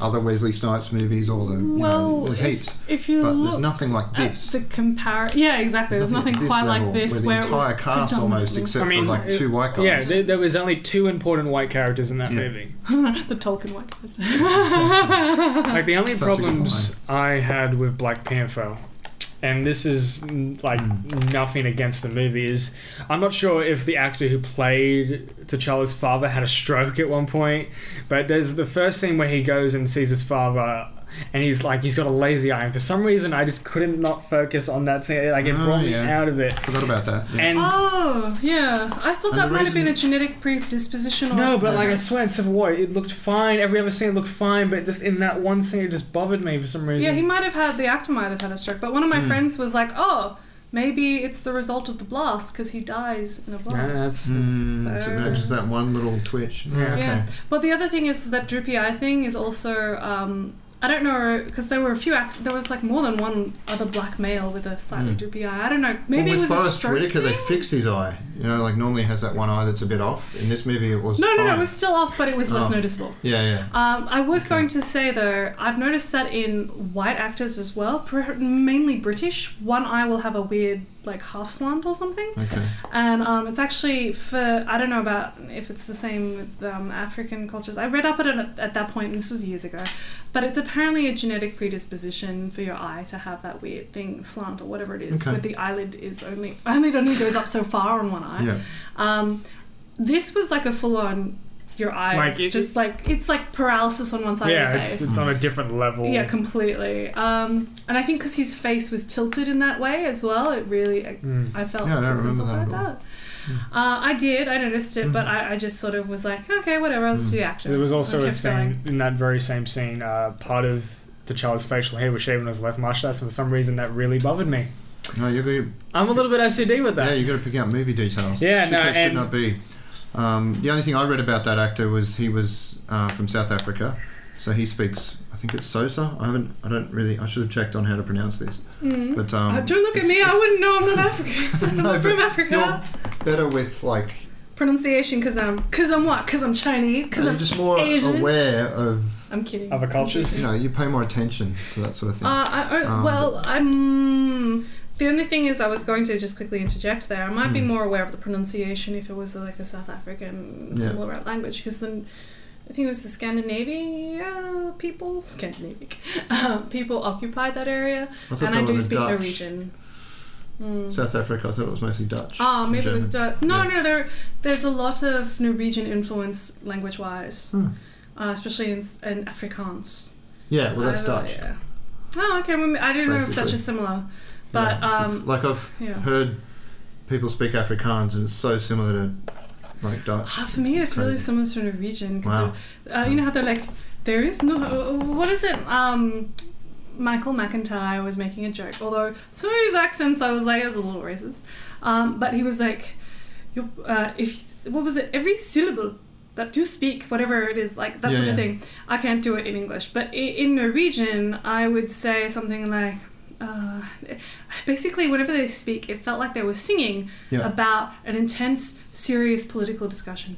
[SPEAKER 1] other Wesley Snipes movies, all the you
[SPEAKER 2] well,
[SPEAKER 1] know, there's
[SPEAKER 2] if,
[SPEAKER 1] heaps.
[SPEAKER 2] If you
[SPEAKER 1] But
[SPEAKER 2] look
[SPEAKER 1] there's nothing like
[SPEAKER 2] at
[SPEAKER 1] this.
[SPEAKER 2] the comparison, yeah, exactly. There's, nothing,
[SPEAKER 1] at this
[SPEAKER 2] quite like
[SPEAKER 1] level
[SPEAKER 2] this
[SPEAKER 1] with
[SPEAKER 2] where
[SPEAKER 1] the
[SPEAKER 2] it was
[SPEAKER 1] entire cast almost,
[SPEAKER 2] predominantly-
[SPEAKER 1] except
[SPEAKER 3] I mean,
[SPEAKER 1] for like
[SPEAKER 3] it's-
[SPEAKER 1] two white guys.
[SPEAKER 3] yeah there, there was only two important white characters in that
[SPEAKER 1] Yeah.
[SPEAKER 3] movie
[SPEAKER 2] the Tolkien white guys.
[SPEAKER 1] Mm.
[SPEAKER 3] like the only
[SPEAKER 1] Such a good
[SPEAKER 3] problems I had with Black Panther, and this is n- like
[SPEAKER 1] Hmm.
[SPEAKER 3] nothing against the movie, is I'm not sure if the actor who played T'Challa's father had a stroke at one point, but there's the first scene where he goes and sees his father. And he's like, he's got a lazy eye, and for some reason, I just couldn't not focus on that scene. Like, it
[SPEAKER 1] Oh,
[SPEAKER 3] brought me
[SPEAKER 1] yeah.
[SPEAKER 3] out of it.
[SPEAKER 1] Forgot about that. Yeah.
[SPEAKER 3] And
[SPEAKER 2] oh, yeah. I thought
[SPEAKER 1] And
[SPEAKER 2] that
[SPEAKER 1] the
[SPEAKER 2] might have been a
[SPEAKER 1] reason-
[SPEAKER 2] genetic predisposition. Or
[SPEAKER 3] no, but like, I swear, in Civil War, it looked fine. Every other scene looked fine, but just in that one scene, it just bothered me for some reason.
[SPEAKER 2] Yeah, he might have had the actor might have had a stroke, but one of my
[SPEAKER 1] Mm.
[SPEAKER 2] friends was like, "Oh, maybe it's the result of the blast because he dies in a blast."
[SPEAKER 3] Yeah, that's-
[SPEAKER 1] Mm, so that- just that one little twitch. Yeah,
[SPEAKER 3] Yeah.
[SPEAKER 1] okay.
[SPEAKER 2] Yeah. But the other thing is that droopy eye thing is also um, I don't know because there were a few act- there was like more than one other black male with a slightly
[SPEAKER 1] Mm.
[SPEAKER 2] droopy eye. I don't know. Maybe
[SPEAKER 1] well,
[SPEAKER 2] it
[SPEAKER 1] with
[SPEAKER 2] was a
[SPEAKER 1] Forrest
[SPEAKER 2] stroke.
[SPEAKER 1] Whitaker, they
[SPEAKER 2] thing?
[SPEAKER 1] fixed his eye. You know, like normally it has that one eye that's a bit off. In this movie, it was
[SPEAKER 2] No, no, no,
[SPEAKER 1] fine.
[SPEAKER 2] it was still off, but it was less
[SPEAKER 1] Oh.
[SPEAKER 2] noticeable.
[SPEAKER 1] Yeah, yeah.
[SPEAKER 2] Um, I was going to say though, I've noticed that in white actors as well, per- mainly British, one eye will have a weird like half slant or something.
[SPEAKER 1] Okay.
[SPEAKER 2] And um, it's actually for I don't know about if it's the same with um, African cultures. I read up at it at that point, and this was years ago, but it's apparently a genetic predisposition for your eye to have that weird thing slant or whatever it is,
[SPEAKER 1] Okay.
[SPEAKER 2] where the eyelid is only eyelid only goes up so far on one eye.
[SPEAKER 1] Yeah.
[SPEAKER 2] Um, this was like a full on your eye.
[SPEAKER 3] Like,
[SPEAKER 2] it's
[SPEAKER 3] it-
[SPEAKER 2] just like it's like paralysis on one side
[SPEAKER 3] yeah,
[SPEAKER 2] of your face.
[SPEAKER 3] it's, it's on a different level.
[SPEAKER 2] Yeah, completely. Um, and I think because his face was tilted in that way as well, it really I,
[SPEAKER 3] Mm.
[SPEAKER 2] I felt
[SPEAKER 1] Yeah, I don't remember that
[SPEAKER 2] exemplified
[SPEAKER 1] at all.
[SPEAKER 2] Uh, I did, I noticed it, but I, I just sort of was like, okay, whatever, let's do action.
[SPEAKER 3] There Hmm. was also
[SPEAKER 2] I
[SPEAKER 3] a
[SPEAKER 2] kept
[SPEAKER 3] scene
[SPEAKER 2] going.
[SPEAKER 3] in that very same scene. Uh, part of the child's facial hair was shaving his left mustache, and for some reason that really bothered me.
[SPEAKER 1] No, you're good.
[SPEAKER 3] I'm a little bit OCD with
[SPEAKER 1] Yeah,
[SPEAKER 3] that.
[SPEAKER 1] you got to pick out movie details.
[SPEAKER 3] Yeah,
[SPEAKER 1] should
[SPEAKER 3] no,
[SPEAKER 1] or should
[SPEAKER 3] and-
[SPEAKER 1] not be. Um, the only thing I read about that actor was he was uh, from South Africa, so he speaks. I think it's Sosa. I haven't. I don't really. I should have checked on how to pronounce this.
[SPEAKER 2] Mhm.
[SPEAKER 1] But um,
[SPEAKER 2] Uh, don't look at
[SPEAKER 1] it's-
[SPEAKER 2] me, I
[SPEAKER 1] it's-
[SPEAKER 2] wouldn't know I'm not African. I'm
[SPEAKER 1] No,
[SPEAKER 2] not from
[SPEAKER 1] but
[SPEAKER 2] Africa.
[SPEAKER 1] You're better with like.
[SPEAKER 2] Pronunciation, because I'm, because I'm what? Because I'm Chinese? Because
[SPEAKER 1] Uh, You're
[SPEAKER 2] I'm,
[SPEAKER 1] just more
[SPEAKER 2] Asian.
[SPEAKER 1] aware of.
[SPEAKER 2] I'm kidding.
[SPEAKER 3] Other cultures.
[SPEAKER 1] You know, you pay more attention to that sort of thing.
[SPEAKER 2] Uh, I, I,
[SPEAKER 1] Um,
[SPEAKER 2] well, I'm. The only thing is, I was going to just quickly interject there. I might be
[SPEAKER 1] Hmm.
[SPEAKER 2] more aware of the pronunciation if it was like a South African
[SPEAKER 1] Yeah.
[SPEAKER 2] similar language, because then I think it was the Scandinavia people, Scandinavic uh, people occupied that area,
[SPEAKER 1] I thought
[SPEAKER 2] and
[SPEAKER 1] they
[SPEAKER 2] I
[SPEAKER 1] were
[SPEAKER 2] do
[SPEAKER 1] the
[SPEAKER 2] speak
[SPEAKER 1] Dutch.
[SPEAKER 2] Norwegian. Mm.
[SPEAKER 1] South Africa. I thought it was mostly Dutch.
[SPEAKER 2] Ah,
[SPEAKER 1] and
[SPEAKER 2] maybe it was
[SPEAKER 1] German.
[SPEAKER 2] Dutch. No,
[SPEAKER 1] Yeah.
[SPEAKER 2] no, there, there's a lot of Norwegian influence language-wise,
[SPEAKER 1] Hmm.
[SPEAKER 2] uh, especially in, in Afrikaans.
[SPEAKER 1] Yeah, well, that's
[SPEAKER 2] I don't-
[SPEAKER 1] Dutch.
[SPEAKER 2] yeah. Oh, okay. Well, I didn't know if Dutch
[SPEAKER 1] Basically.
[SPEAKER 2] is similar, but
[SPEAKER 1] Yeah, it's just-
[SPEAKER 2] um,
[SPEAKER 1] like I've
[SPEAKER 2] yeah.
[SPEAKER 1] heard people speak Afrikaans, and it's so similar to like Dutch.
[SPEAKER 2] Ah, for me, it's really similar to Norwegian. 'cause
[SPEAKER 1] Wow.
[SPEAKER 2] it- uh, you know how they're like, there is no. What is it? Um, Michael McIntyre was making a joke, although some of his accents I was like, that's a little racist. Um, but he was like, you- uh, if what was it? Every syllable that you speak, whatever it is, like that
[SPEAKER 1] Yeah,
[SPEAKER 2] sort of
[SPEAKER 1] yeah.
[SPEAKER 2] thing. I can't do it in English, but i- in Norwegian, I would say something like. Uh, basically, whenever they speak, it felt like they were singing
[SPEAKER 1] Yeah.
[SPEAKER 2] about an intense, serious political discussion.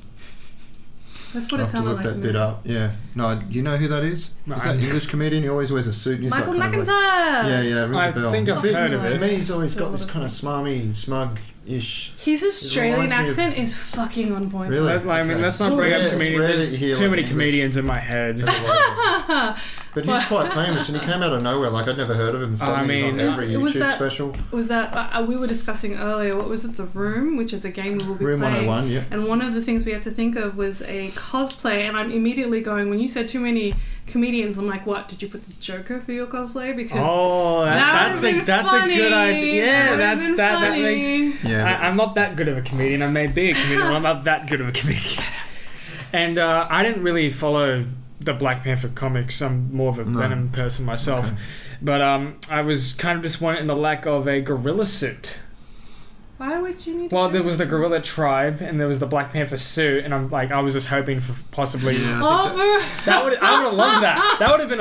[SPEAKER 2] That's what
[SPEAKER 1] I
[SPEAKER 2] it
[SPEAKER 1] have to
[SPEAKER 2] sounded
[SPEAKER 1] look
[SPEAKER 2] like
[SPEAKER 1] that
[SPEAKER 2] to me.
[SPEAKER 1] bit up. Yeah. No, you know who that is?
[SPEAKER 3] No,
[SPEAKER 1] is that
[SPEAKER 3] I-
[SPEAKER 1] English comedian? He always wears a suit. And he's
[SPEAKER 2] Michael
[SPEAKER 1] got kind of like-
[SPEAKER 2] McIntyre.
[SPEAKER 1] yeah, yeah. Rings
[SPEAKER 3] I
[SPEAKER 1] a bell.
[SPEAKER 3] think I've
[SPEAKER 2] Something
[SPEAKER 3] heard of
[SPEAKER 2] like-
[SPEAKER 1] to
[SPEAKER 3] it.
[SPEAKER 1] me, he's Um, always got this kind of smarmy, smug-ish.
[SPEAKER 2] His Australian
[SPEAKER 1] reminds me of-
[SPEAKER 2] accent is fucking on point.
[SPEAKER 1] Really?
[SPEAKER 3] Let- I mean, let's not
[SPEAKER 2] So
[SPEAKER 3] bring
[SPEAKER 2] rare-
[SPEAKER 3] up
[SPEAKER 2] it's
[SPEAKER 3] comedians.
[SPEAKER 1] rare
[SPEAKER 3] There's
[SPEAKER 1] that you hear,
[SPEAKER 3] too
[SPEAKER 1] like,
[SPEAKER 3] many
[SPEAKER 1] English.
[SPEAKER 3] comedians in my head.
[SPEAKER 1] But he's quite famous, and he came out of nowhere. Like I'd never heard of him. Suddenly he's on
[SPEAKER 3] mean-
[SPEAKER 1] every
[SPEAKER 2] It was
[SPEAKER 1] YouTube
[SPEAKER 2] that-
[SPEAKER 1] special.
[SPEAKER 2] was that uh, we were discussing earlier? What was it? The Room, which is a game we will be
[SPEAKER 1] Room
[SPEAKER 2] playing.
[SPEAKER 1] 101. Yeah.
[SPEAKER 2] And one of the things we had to think of was a cosplay, and I'm immediately going, when you said too many comedians, I'm like, what? Did you put the Joker for your cosplay? Because
[SPEAKER 3] Oh, that,
[SPEAKER 2] that
[SPEAKER 3] that's
[SPEAKER 2] would've
[SPEAKER 3] a
[SPEAKER 2] been
[SPEAKER 3] that's
[SPEAKER 2] funny.
[SPEAKER 3] a good
[SPEAKER 2] That
[SPEAKER 3] idea. Yeah,
[SPEAKER 2] would've
[SPEAKER 3] that's
[SPEAKER 2] been
[SPEAKER 3] that that
[SPEAKER 2] funny.
[SPEAKER 3] makes.
[SPEAKER 1] Yeah.
[SPEAKER 3] I, I'm not that good of a comedian. I may be a comedian, but I'm not that good of a comedian. And uh, I didn't really follow the Black Panther comics. I'm more of a
[SPEAKER 1] No.
[SPEAKER 3] Venom person myself.
[SPEAKER 1] Okay.
[SPEAKER 3] But um, I was kind of disappointed in the lack of a gorilla suit.
[SPEAKER 2] Why would you need?
[SPEAKER 3] Well,
[SPEAKER 2] to
[SPEAKER 3] there was the gorilla tribe, and there was the Black Panther suit, and I'm like, I was just hoping for possibly
[SPEAKER 1] Yeah, I think that-
[SPEAKER 2] Over.
[SPEAKER 3] that would I would have loved that. That would have been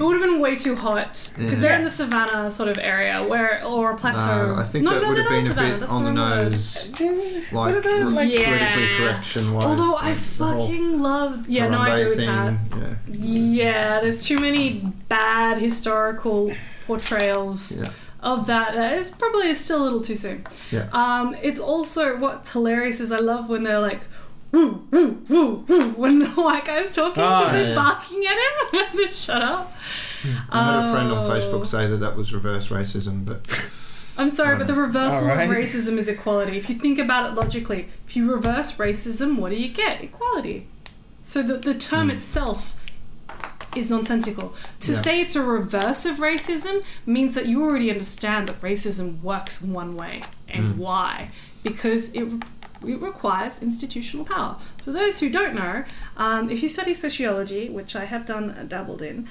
[SPEAKER 2] It would have been way too hot because
[SPEAKER 1] Yeah.
[SPEAKER 2] they're in the savannah sort of area where or a plateau.
[SPEAKER 1] No, I think
[SPEAKER 2] no,
[SPEAKER 1] that
[SPEAKER 2] no,
[SPEAKER 1] would
[SPEAKER 2] they're
[SPEAKER 1] have
[SPEAKER 2] not
[SPEAKER 1] been a
[SPEAKER 2] savannah,
[SPEAKER 1] bit
[SPEAKER 2] that's
[SPEAKER 1] on the
[SPEAKER 2] one-
[SPEAKER 1] nose, like,
[SPEAKER 3] What are they, like-
[SPEAKER 2] Yeah.
[SPEAKER 1] politically correction wise.
[SPEAKER 2] Although I fucking loved, yeah, no, I agree with
[SPEAKER 1] thing,
[SPEAKER 2] that.
[SPEAKER 1] Yeah.
[SPEAKER 2] Yeah, there's too many bad historical portrayals
[SPEAKER 1] Yeah.
[SPEAKER 2] of that. That is probably still a little too soon.
[SPEAKER 1] Yeah.
[SPEAKER 2] Um, it's also what's hilarious is I love when they're like, woo, woo, woo, woo, when the white guy's talking
[SPEAKER 3] Ah,
[SPEAKER 2] to them,
[SPEAKER 1] yeah. Hmm.
[SPEAKER 2] barking at him, and they shut up.
[SPEAKER 1] I had a friend on
[SPEAKER 2] Oh.
[SPEAKER 1] Facebook say that that was reverse racism, but
[SPEAKER 2] I'm sorry,
[SPEAKER 1] Um,
[SPEAKER 2] but the reversal
[SPEAKER 3] Alright.
[SPEAKER 2] of racism is equality. If you think about it logically, if you reverse racism, what do you get? Equality. So the, the term itself is nonsensical. To
[SPEAKER 1] Hmm. Yeah.
[SPEAKER 2] say it's a reverse of racism means that you already understand that racism works one way
[SPEAKER 1] Hmm.
[SPEAKER 2] and why. Because it, it requires institutional power. For those who don't know, um, if you study sociology, which I have done uh, dabbled in,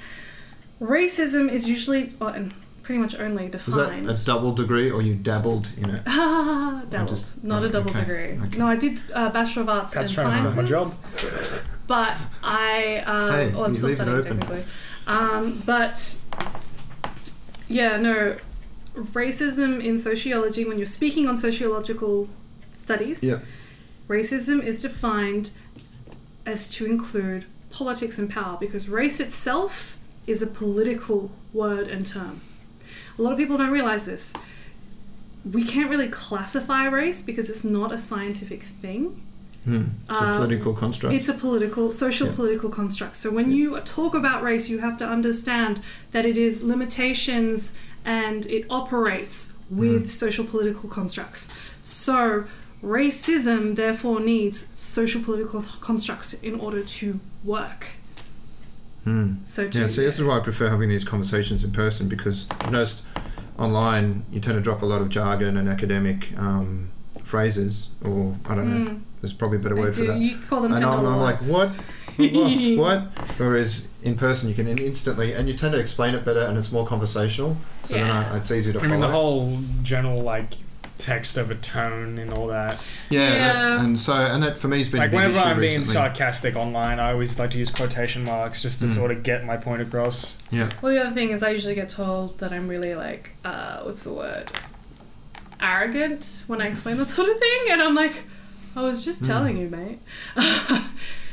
[SPEAKER 2] racism is usually, or, and pretty much only
[SPEAKER 1] was
[SPEAKER 2] defined.
[SPEAKER 1] that a double degree or you dabbled in it?
[SPEAKER 2] Ah, doubled.
[SPEAKER 1] just-
[SPEAKER 2] not a
[SPEAKER 1] okay,
[SPEAKER 2] double
[SPEAKER 1] okay,
[SPEAKER 2] degree.
[SPEAKER 1] okay.
[SPEAKER 2] No, I did uh, Bachelor of Arts
[SPEAKER 3] That's
[SPEAKER 2] and
[SPEAKER 3] trying
[SPEAKER 2] Sciences.
[SPEAKER 3] to stop my job.
[SPEAKER 2] But I, um,
[SPEAKER 1] Hey,
[SPEAKER 2] well, I'm
[SPEAKER 1] you
[SPEAKER 2] still
[SPEAKER 1] leave it
[SPEAKER 2] studying
[SPEAKER 1] open.
[SPEAKER 2] technically. Um, but yeah, no, racism in sociology. When you're speaking on sociological Studies,
[SPEAKER 1] Yeah.
[SPEAKER 2] racism is defined as to include politics and power because race itself is a political word and term. A lot of people don't realize this. We can't really classify race because it's not a scientific thing.
[SPEAKER 1] Hmm. It's a
[SPEAKER 2] Um,
[SPEAKER 1] political construct.
[SPEAKER 2] It's a political, social
[SPEAKER 1] Yeah.
[SPEAKER 2] political construct. So when you talk about race, you have to understand that it is limitations and it operates
[SPEAKER 1] Mm.
[SPEAKER 2] with social political constructs. So racism therefore needs social political constructs in order to work.
[SPEAKER 1] Hmm.
[SPEAKER 2] So to
[SPEAKER 1] Yeah, so this is why I prefer having these conversations in person because I've noticed online you tend to drop a lot of jargon and academic um, phrases, or I don't know,
[SPEAKER 2] Mm,
[SPEAKER 1] there's probably a better
[SPEAKER 2] I
[SPEAKER 1] word for
[SPEAKER 2] do-
[SPEAKER 1] that.
[SPEAKER 2] You call them
[SPEAKER 1] and I'm,
[SPEAKER 2] technical
[SPEAKER 1] I'm like,
[SPEAKER 2] words.
[SPEAKER 1] what? I'm lost. what? Whereas in person, you can in- instantly, and you tend to explain it better, and it's more conversational. So then
[SPEAKER 2] Yeah.
[SPEAKER 1] I, it's easier to
[SPEAKER 3] I
[SPEAKER 1] follow.
[SPEAKER 3] mean, the whole general like text over tone and all that.
[SPEAKER 1] yeah, that-
[SPEAKER 2] Yeah.
[SPEAKER 1] and so and that for me has been
[SPEAKER 3] like
[SPEAKER 1] a big
[SPEAKER 3] whenever
[SPEAKER 1] issue
[SPEAKER 3] I'm being
[SPEAKER 1] recently.
[SPEAKER 3] sarcastic online, I always like to use quotation marks just to
[SPEAKER 1] Mm.
[SPEAKER 3] sort of get my point across.
[SPEAKER 1] yeah,
[SPEAKER 2] Well, the other thing is, I usually get told that I'm really like, uh, what's the word? Arrogant when I explain that sort of thing, and I'm like, I was just
[SPEAKER 1] Mm.
[SPEAKER 2] telling you, mate.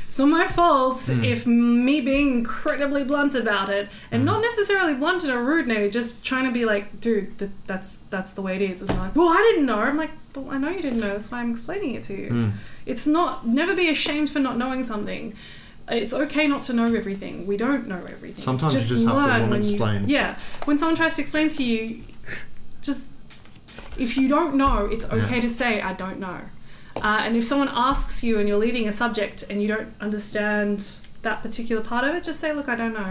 [SPEAKER 2] it's not my fault
[SPEAKER 1] Mm.
[SPEAKER 2] if me being incredibly blunt about it, and
[SPEAKER 1] Mm.
[SPEAKER 2] not necessarily blunt in a rude way, just trying to be like, dude, th- that's that's the way it is. It's like, well, I didn't know. I'm like, well, I know you didn't know. That's why I'm explaining it to you.
[SPEAKER 1] Mm.
[SPEAKER 2] It's not never be ashamed for not knowing something. It's okay not to know everything. We don't know everything.
[SPEAKER 1] Sometimes you just have to
[SPEAKER 2] learn
[SPEAKER 1] wanna
[SPEAKER 2] when you-
[SPEAKER 1] explain.
[SPEAKER 2] yeah, when someone tries to explain to you, just if you don't know, it's
[SPEAKER 1] Yeah.
[SPEAKER 2] okay to say I don't know. Uh, and if someone asks you and you're leading a subject and you don't understand that particular part of it, just say, look, I don't know.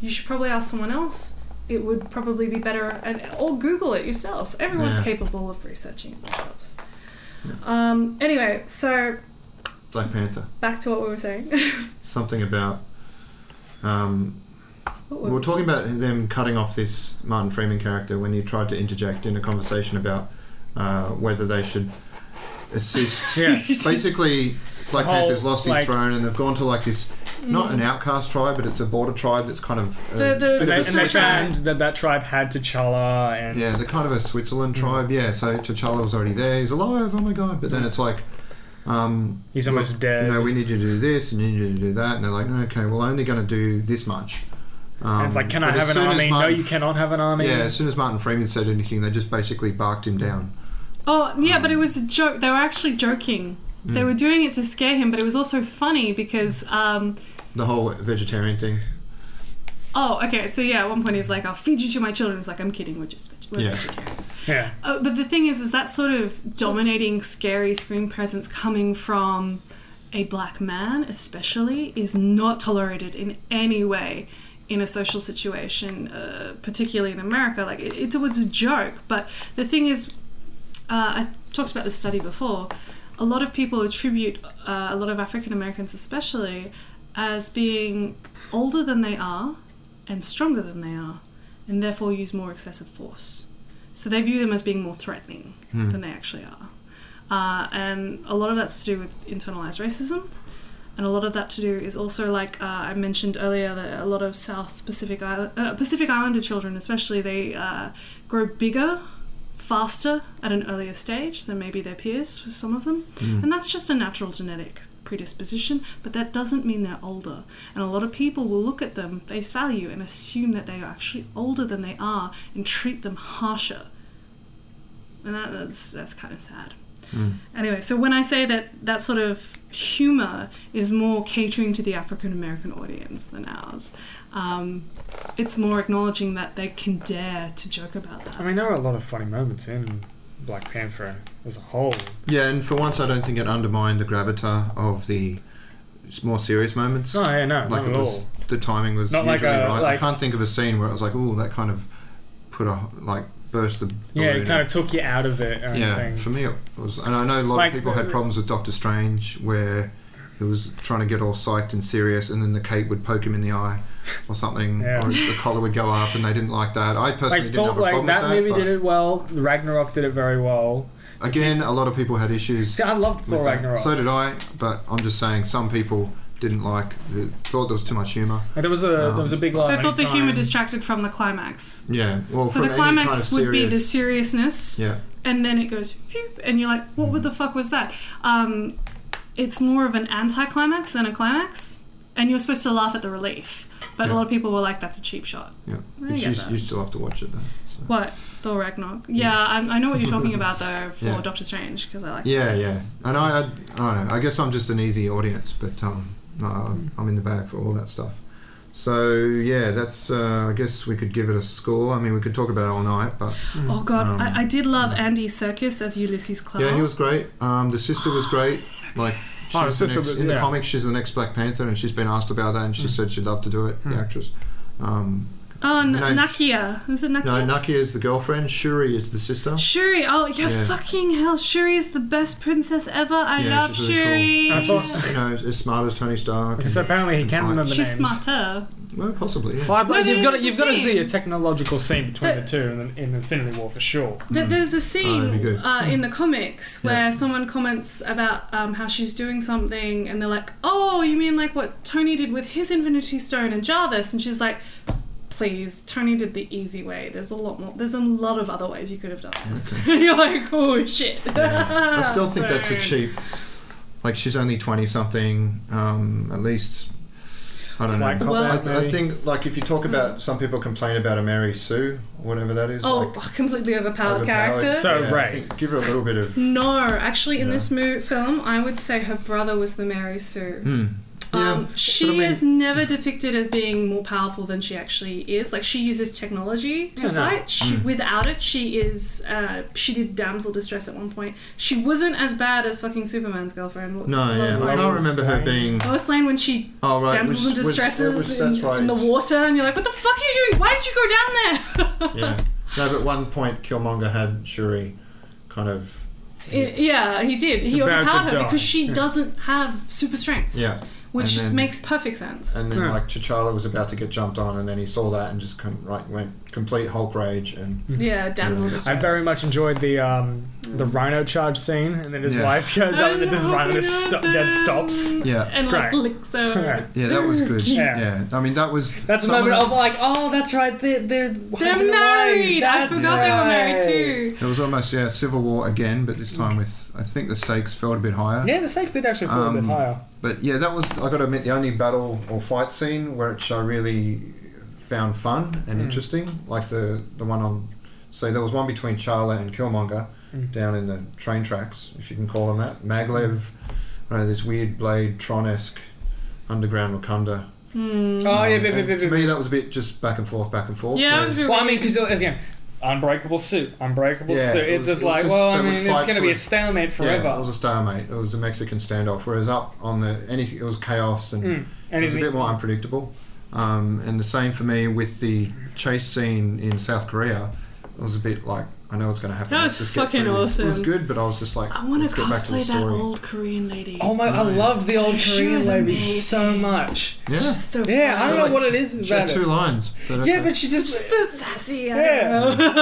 [SPEAKER 2] You should probably ask someone else. It would probably be better, and or Google it yourself. Everyone's
[SPEAKER 1] Yeah.
[SPEAKER 2] capable of researching it themselves. Um, anyway, so
[SPEAKER 1] Black Panther.
[SPEAKER 2] back to what we were saying.
[SPEAKER 1] Something about. Um,
[SPEAKER 2] What
[SPEAKER 1] We
[SPEAKER 2] were-
[SPEAKER 1] were talking about them cutting off this Martin Freeman character when he tried to interject in a conversation about uh, whether they should assist.
[SPEAKER 3] Yeah.
[SPEAKER 1] Basically, Black
[SPEAKER 3] The whole,
[SPEAKER 1] Panther's lost his
[SPEAKER 3] like- Mm.
[SPEAKER 1] throne and they've gone to like this not an outcast tribe, but it's a border tribe that's kind of a
[SPEAKER 2] The- the-
[SPEAKER 1] bit
[SPEAKER 3] And they,
[SPEAKER 1] of a
[SPEAKER 3] and they
[SPEAKER 2] switch
[SPEAKER 1] Switzerland.
[SPEAKER 3] found that that tribe had T'Challa and
[SPEAKER 1] Yeah, they're kind of a Switzerland
[SPEAKER 3] Mm.
[SPEAKER 1] tribe. Yeah, so T'Challa was already there. He's alive. Oh my god! But then it's like. Um,
[SPEAKER 3] Mm. he's
[SPEAKER 1] look,
[SPEAKER 3] almost dead.
[SPEAKER 1] You know, we need you to do this and you need you to do that, and they're like, okay, we're only going to do this much. Um,
[SPEAKER 3] and it's like, can I
[SPEAKER 1] but as
[SPEAKER 3] have an
[SPEAKER 1] soon as
[SPEAKER 3] army? No,
[SPEAKER 1] Martin
[SPEAKER 3] you cannot have an army.
[SPEAKER 1] Yeah, as soon as Martin Freeman said anything, they just basically barked him down.
[SPEAKER 2] Oh, yeah, but it was a joke. They were actually joking. They
[SPEAKER 1] Mm.
[SPEAKER 2] were doing it to scare him, but it was also funny because, um,
[SPEAKER 1] The whole vegetarian thing.
[SPEAKER 2] oh, okay, so yeah, at one point he's like, I'll feed you to my children. He's like, I'm kidding, we're just veg- we're
[SPEAKER 1] Yeah.
[SPEAKER 2] vegetarians.
[SPEAKER 3] Yeah.
[SPEAKER 2] Oh, but the thing is, is that sort of dominating, scary screen presence coming from a black man, especially, is not tolerated in any way in a social situation, uh, particularly in America. Like, it, it was a joke, but the thing is, uh, I talked about this study before. A lot of people attribute, uh, a lot of African Americans especially, as being older than they are and stronger than they are, and therefore use more excessive force. So they view them as being more threatening
[SPEAKER 1] Hmm.
[SPEAKER 2] than they actually are. Uh, and a lot of that's to do with internalized racism. And a lot of that to do is also like uh, I mentioned earlier that a lot of South Pacific Island, uh, Pacific Islander children, especially, they uh, grow bigger faster at an earlier stage than maybe their peers for some of them. And that's just a natural genetic predisposition, but that doesn't mean they're older. And a lot of people will look at them face value and assume that they are actually older than they are and treat them harsher. And that, that's, that's kind of sad.
[SPEAKER 1] Mm.
[SPEAKER 2] Anyway, so when I say that that sort of humor is more catering to the African American audience than ours, um, it's more acknowledging that they can dare to joke about that.
[SPEAKER 3] I mean, there are a lot of funny moments in Black Panther as a whole.
[SPEAKER 1] Yeah, and for once, I don't think it undermined the gravitas of the s- more serious moments.
[SPEAKER 3] No, yeah, no,
[SPEAKER 1] like
[SPEAKER 3] not
[SPEAKER 1] it
[SPEAKER 3] at
[SPEAKER 1] was,
[SPEAKER 3] all.
[SPEAKER 1] the timing was
[SPEAKER 3] Not
[SPEAKER 1] usually
[SPEAKER 3] like a-
[SPEAKER 1] right. I
[SPEAKER 3] like-
[SPEAKER 1] can't think of a scene where it was like, oh, that kind of put a like burst the.
[SPEAKER 3] Yeah,
[SPEAKER 1] balloon.
[SPEAKER 3] it kind of took you out of it or
[SPEAKER 1] Yeah,
[SPEAKER 3] anything.
[SPEAKER 1] for me it was, and I know a lot
[SPEAKER 3] Like-
[SPEAKER 1] of people had problems with Doctor Strange where he was trying to get all psyched and serious, and then the cape would poke him in the eye or something,
[SPEAKER 3] Yeah.
[SPEAKER 1] or the collar would go up, and they didn't like that. I personally
[SPEAKER 3] Like,
[SPEAKER 1] didn't
[SPEAKER 3] felt
[SPEAKER 1] have a
[SPEAKER 3] like
[SPEAKER 1] problem
[SPEAKER 3] that,
[SPEAKER 1] with
[SPEAKER 3] movie
[SPEAKER 1] that.
[SPEAKER 3] did it well. Ragnarok did it very well.
[SPEAKER 1] but Again, a lot of people had issues.
[SPEAKER 3] See, I loved
[SPEAKER 1] with
[SPEAKER 3] Thor
[SPEAKER 1] that.
[SPEAKER 3] Ragnarok.
[SPEAKER 1] So did I, but I'm just saying some people didn't like, the, thought there was too much humour.
[SPEAKER 3] Like, there was a
[SPEAKER 1] Um,
[SPEAKER 3] there was a big line.
[SPEAKER 2] I thought the
[SPEAKER 3] anytime-
[SPEAKER 2] humor distracted from the climax.
[SPEAKER 1] Yeah, well,
[SPEAKER 2] so
[SPEAKER 1] from
[SPEAKER 2] the
[SPEAKER 1] any
[SPEAKER 2] climax
[SPEAKER 1] kind of
[SPEAKER 2] would be the
[SPEAKER 1] serious-
[SPEAKER 2] seriousness
[SPEAKER 1] Yeah,
[SPEAKER 2] and then it goes whoop, and you're like, what the fuck was that? Um, it's more of an anticlimax than a climax, and you're supposed to laugh at the relief. But
[SPEAKER 1] Yeah.
[SPEAKER 2] a lot of people were like, that's a cheap shot.
[SPEAKER 1] Yeah,
[SPEAKER 2] I
[SPEAKER 1] but
[SPEAKER 2] get
[SPEAKER 1] you,
[SPEAKER 2] that.
[SPEAKER 1] you still have to watch it though. so.
[SPEAKER 2] What? Thor Ragnarok? Yeah, I, I know what you're talking about though for
[SPEAKER 1] Yeah.
[SPEAKER 2] Doctor Strange because I like.
[SPEAKER 1] Yeah, yeah, and I, I, I don't know. I guess I'm just an easy audience, but um, no, I'm- I'm in the bag for all that stuff. So yeah, that's. Uh, I guess we could give it a score. I mean, we could talk about it all night, but
[SPEAKER 2] Oh god,
[SPEAKER 1] Um,
[SPEAKER 2] I, I did love
[SPEAKER 1] yeah.
[SPEAKER 2] Andy Serkis as Ulysses Clark.
[SPEAKER 1] yeah, he was great. Um, the sister was great.
[SPEAKER 2] So
[SPEAKER 1] Like she's
[SPEAKER 3] Oh, the
[SPEAKER 1] the
[SPEAKER 3] sister
[SPEAKER 1] next-
[SPEAKER 3] was-
[SPEAKER 1] in
[SPEAKER 3] yeah.
[SPEAKER 1] the comics, she's the next Black Panther, and she's been asked about that, and she
[SPEAKER 3] Mm.
[SPEAKER 1] said she'd love to do it. The
[SPEAKER 3] Mm.
[SPEAKER 1] actress. Um,
[SPEAKER 2] Oh, N-
[SPEAKER 1] Her name's-
[SPEAKER 2] Nakia. Is it Nakia?
[SPEAKER 1] no, Naki is the girlfriend. Shuri is the sister.
[SPEAKER 2] Shuri. Oh, yeah,
[SPEAKER 1] Yeah.
[SPEAKER 2] fucking hell. Shuri is the best princess ever. I
[SPEAKER 1] Yeah,
[SPEAKER 2] love
[SPEAKER 1] she's really
[SPEAKER 2] Shuri.
[SPEAKER 3] cool. I thought-
[SPEAKER 1] You know, as smart as Tony Stark.
[SPEAKER 3] Because apparently he can
[SPEAKER 1] Fine.
[SPEAKER 3] remember
[SPEAKER 2] She's
[SPEAKER 3] names.
[SPEAKER 2] smarter.
[SPEAKER 1] Well, possibly. Yeah.
[SPEAKER 3] Well, I believe
[SPEAKER 2] No,
[SPEAKER 3] you've got to,
[SPEAKER 2] it's the
[SPEAKER 3] you've got to
[SPEAKER 2] same.
[SPEAKER 3] see a technological scene between
[SPEAKER 2] But-
[SPEAKER 3] the two in, in Infinity War for sure.
[SPEAKER 2] Th- There's a
[SPEAKER 1] Mm. Oh, that'd be
[SPEAKER 2] scene
[SPEAKER 1] good.
[SPEAKER 2] uh, in the comics
[SPEAKER 1] Yeah.
[SPEAKER 2] where someone comments about um, how she's doing something, and they're like, "Oh, you mean like what Tony did with his Infinity Stone and Jarvis?" And she's like, "Please, Tony did the easy way. There's a lot more. There's a lot of other ways you could have done this." You're like, "Oh shit."
[SPEAKER 1] Yeah.
[SPEAKER 3] Ah,
[SPEAKER 1] I still think that's a
[SPEAKER 2] Sorry.
[SPEAKER 1] cheap. Like she's only twenty something, um, at least. I don't
[SPEAKER 3] Like,
[SPEAKER 1] know.
[SPEAKER 2] Well-
[SPEAKER 1] I,
[SPEAKER 3] maybe. Hmm.
[SPEAKER 1] I think like if you talk about some people complain about a Mary Sue, whatever that is.
[SPEAKER 2] Oh,
[SPEAKER 1] like,
[SPEAKER 2] completely overpowered,
[SPEAKER 1] overpowered.
[SPEAKER 2] character.
[SPEAKER 3] So,
[SPEAKER 1] I
[SPEAKER 3] right.
[SPEAKER 1] think Give her a little bit of.
[SPEAKER 2] no, actually, in
[SPEAKER 1] Yeah.
[SPEAKER 2] this mo- film, I would say her brother was the Mary Sue.
[SPEAKER 1] Hmm. Yeah,
[SPEAKER 2] Um, she
[SPEAKER 1] but I mean-
[SPEAKER 2] is never depicted as being more powerful than she actually is. Like she uses technology to
[SPEAKER 3] Yeah, no.
[SPEAKER 2] fight. She,
[SPEAKER 1] Mm.
[SPEAKER 2] Without it, she is. Uh, she did damsel distress at one point. She wasn't as bad as fucking Superman's girlfriend. What-
[SPEAKER 1] No,
[SPEAKER 2] Lois
[SPEAKER 1] yeah, I
[SPEAKER 2] Lane.
[SPEAKER 1] can't remember her
[SPEAKER 3] Lane.
[SPEAKER 1] being.
[SPEAKER 2] Lois Lane when she
[SPEAKER 1] Oh right, which-
[SPEAKER 2] damsels and
[SPEAKER 1] which-
[SPEAKER 2] distresses
[SPEAKER 1] that was- that's
[SPEAKER 2] in,
[SPEAKER 1] right.
[SPEAKER 2] in the water, and you're like, "What the fuck are you doing? Why did you go down there?"
[SPEAKER 1] Yeah. No, but at one point Killmonger had Shuri, kind of.
[SPEAKER 2] I- yeah, he did. He
[SPEAKER 3] About to
[SPEAKER 2] overpowered her
[SPEAKER 3] die.
[SPEAKER 2] because she
[SPEAKER 3] Yeah.
[SPEAKER 2] doesn't have super strength.
[SPEAKER 1] Yeah.
[SPEAKER 2] which
[SPEAKER 1] And then-
[SPEAKER 2] makes perfect sense.
[SPEAKER 1] And then
[SPEAKER 3] Yeah.
[SPEAKER 1] like T'Challa was about to get jumped on, and then he saw that and just come, right went complete Hulk rage and.
[SPEAKER 2] yeah, damsel
[SPEAKER 1] Yeah.
[SPEAKER 3] I
[SPEAKER 2] distress.
[SPEAKER 3] very much enjoyed the um, the Rhino charge scene, and then his
[SPEAKER 1] Yeah.
[SPEAKER 3] wife shows up, and then this
[SPEAKER 2] I
[SPEAKER 3] Rhino
[SPEAKER 2] love
[SPEAKER 3] just sto-
[SPEAKER 2] Wilson.
[SPEAKER 3] dead stops.
[SPEAKER 1] Yeah.
[SPEAKER 2] and like
[SPEAKER 3] great.
[SPEAKER 2] licks her.
[SPEAKER 1] Yeah, that was good.
[SPEAKER 3] Yeah.
[SPEAKER 1] Yeah, I mean that was.
[SPEAKER 3] That's a
[SPEAKER 1] some
[SPEAKER 3] moment
[SPEAKER 1] the-
[SPEAKER 3] of like, oh, that's right, they're they're,
[SPEAKER 2] They're married. I forgot they were married too.
[SPEAKER 1] It was almost yeah, civil war again, but this time with I think the stakes felt a bit higher.
[SPEAKER 3] Yeah, the stakes did actually fall a
[SPEAKER 1] Um,
[SPEAKER 3] bit higher.
[SPEAKER 1] But yeah, that was I got to admit the only battle or fight scene which I really found fun and
[SPEAKER 3] Mm.
[SPEAKER 1] interesting, like the the one on. So there was one between Charla and Killmonger
[SPEAKER 3] Mm.
[SPEAKER 1] down in the train tracks, if you can call them that. Maglev, I know, this weird blade Tron esque underground Wakanda.
[SPEAKER 2] Hmm.
[SPEAKER 3] Oh yeah,
[SPEAKER 1] Um, and
[SPEAKER 3] bit, bit, bit,
[SPEAKER 1] to
[SPEAKER 3] bit,
[SPEAKER 1] me
[SPEAKER 3] bit.
[SPEAKER 1] that was a bit just back and forth, back and forth.
[SPEAKER 2] Yeah, it was a
[SPEAKER 1] whereas-
[SPEAKER 2] bit-
[SPEAKER 3] Well, I mean, because again, unbreakable suit, unbreakable
[SPEAKER 1] Yeah,
[SPEAKER 3] suit.
[SPEAKER 1] it
[SPEAKER 3] It's
[SPEAKER 1] was-
[SPEAKER 3] just
[SPEAKER 1] it was
[SPEAKER 3] like,
[SPEAKER 1] just-
[SPEAKER 3] well, I
[SPEAKER 1] they would
[SPEAKER 3] mean, it's
[SPEAKER 1] fight
[SPEAKER 3] going to
[SPEAKER 1] to
[SPEAKER 3] be
[SPEAKER 1] a-
[SPEAKER 3] a stalemate
[SPEAKER 1] Yeah, it
[SPEAKER 3] forever.
[SPEAKER 1] was a stalemate. It was a Mexican standoff. Whereas up on the anything, it was chaos and
[SPEAKER 3] Mm,
[SPEAKER 1] it was a
[SPEAKER 3] anything-
[SPEAKER 1] bit more unpredictable. Um, and the same for me with the chase scene in South Korea. It was a bit like I know what's going to happen.
[SPEAKER 2] That
[SPEAKER 1] Let's
[SPEAKER 2] was
[SPEAKER 1] just get
[SPEAKER 2] fucking
[SPEAKER 1] through this. It was
[SPEAKER 2] awesome.
[SPEAKER 1] good, but I was just like,
[SPEAKER 2] I want
[SPEAKER 1] let's
[SPEAKER 2] to
[SPEAKER 1] get back to the
[SPEAKER 2] cosplay that
[SPEAKER 1] story.
[SPEAKER 2] old Korean lady.
[SPEAKER 3] Oh my! I
[SPEAKER 1] Oh, yeah.
[SPEAKER 3] love the old
[SPEAKER 2] She
[SPEAKER 3] Korean
[SPEAKER 2] was
[SPEAKER 3] lady so
[SPEAKER 2] amazing.
[SPEAKER 3] much.
[SPEAKER 1] Yeah,
[SPEAKER 2] She's so
[SPEAKER 3] Yeah, I
[SPEAKER 2] funny.
[SPEAKER 3] don't know what it is
[SPEAKER 1] she had
[SPEAKER 3] about
[SPEAKER 1] two
[SPEAKER 3] it.
[SPEAKER 1] lines. But
[SPEAKER 3] Yeah,
[SPEAKER 1] okay.
[SPEAKER 3] but she
[SPEAKER 2] She's
[SPEAKER 3] just
[SPEAKER 2] so sassy. I
[SPEAKER 3] Yeah.
[SPEAKER 2] don't know.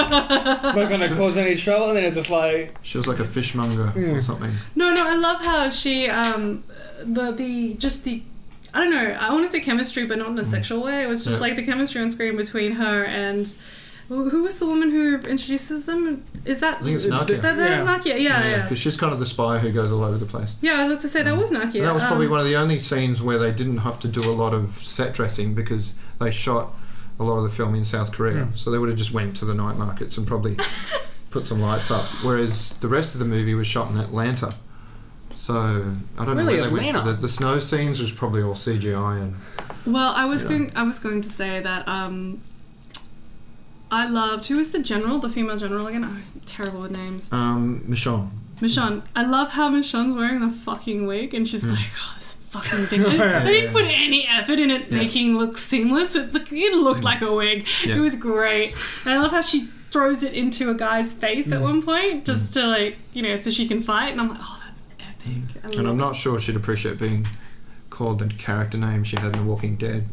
[SPEAKER 3] not going to cause any trouble, and then it's just like,
[SPEAKER 1] she was like a fishmonger
[SPEAKER 3] Yeah.
[SPEAKER 1] or something.
[SPEAKER 2] no, no, I love how she um the the just the. I don't know. I want to say chemistry, but not in a sexual way. It was just
[SPEAKER 1] Mm. Yeah.
[SPEAKER 2] like the chemistry on screen between her and who who was the woman who introduces them? Is that
[SPEAKER 1] I think it's
[SPEAKER 3] It's the-
[SPEAKER 1] Nakia.
[SPEAKER 2] that, that is
[SPEAKER 3] Yeah.
[SPEAKER 2] Nakia? Yeah, Oh, yeah.
[SPEAKER 1] because she's kind of the spy who goes all over the place.
[SPEAKER 2] Yeah, I was about to say that was Nakia.
[SPEAKER 1] And that was probably
[SPEAKER 2] Um,
[SPEAKER 1] one of the only scenes where they didn't have to do a lot of set dressing because they shot a lot of the film in South Korea.
[SPEAKER 3] Hmm.
[SPEAKER 1] So they would have just went to the night markets and probably put some lights up. Whereas the rest of the movie was shot in Atlanta. So I don't
[SPEAKER 3] Really,
[SPEAKER 1] know where they went.
[SPEAKER 3] Atlanta?
[SPEAKER 1] for The, the snow scenes was probably all CGI and
[SPEAKER 2] Well, I was
[SPEAKER 1] Yeah.
[SPEAKER 2] going. I was going to say that. Um, I loved who was the general, the female general again. I was terrible with names.
[SPEAKER 1] um, Michonne.
[SPEAKER 2] Michonne. I love how Michonne's wearing the fucking wig, and she's
[SPEAKER 1] Mm.
[SPEAKER 2] like, "Oh, this fucking thing." I didn't, I
[SPEAKER 1] Yeah.
[SPEAKER 2] didn't put any effort in it
[SPEAKER 1] Yeah.
[SPEAKER 2] making look seamless. It, look- it looked
[SPEAKER 1] Mm.
[SPEAKER 2] like a wig.
[SPEAKER 1] Yeah.
[SPEAKER 2] It was great, and I love how she throws it into a guy's face at
[SPEAKER 1] Hmm.
[SPEAKER 3] Mm.
[SPEAKER 2] one point just to like you know so she can fight. And I'm like, "Oh, that's epic." I
[SPEAKER 1] And
[SPEAKER 2] love
[SPEAKER 1] I'm not sure she'd appreciate being called the character name she had in The Walking Dead.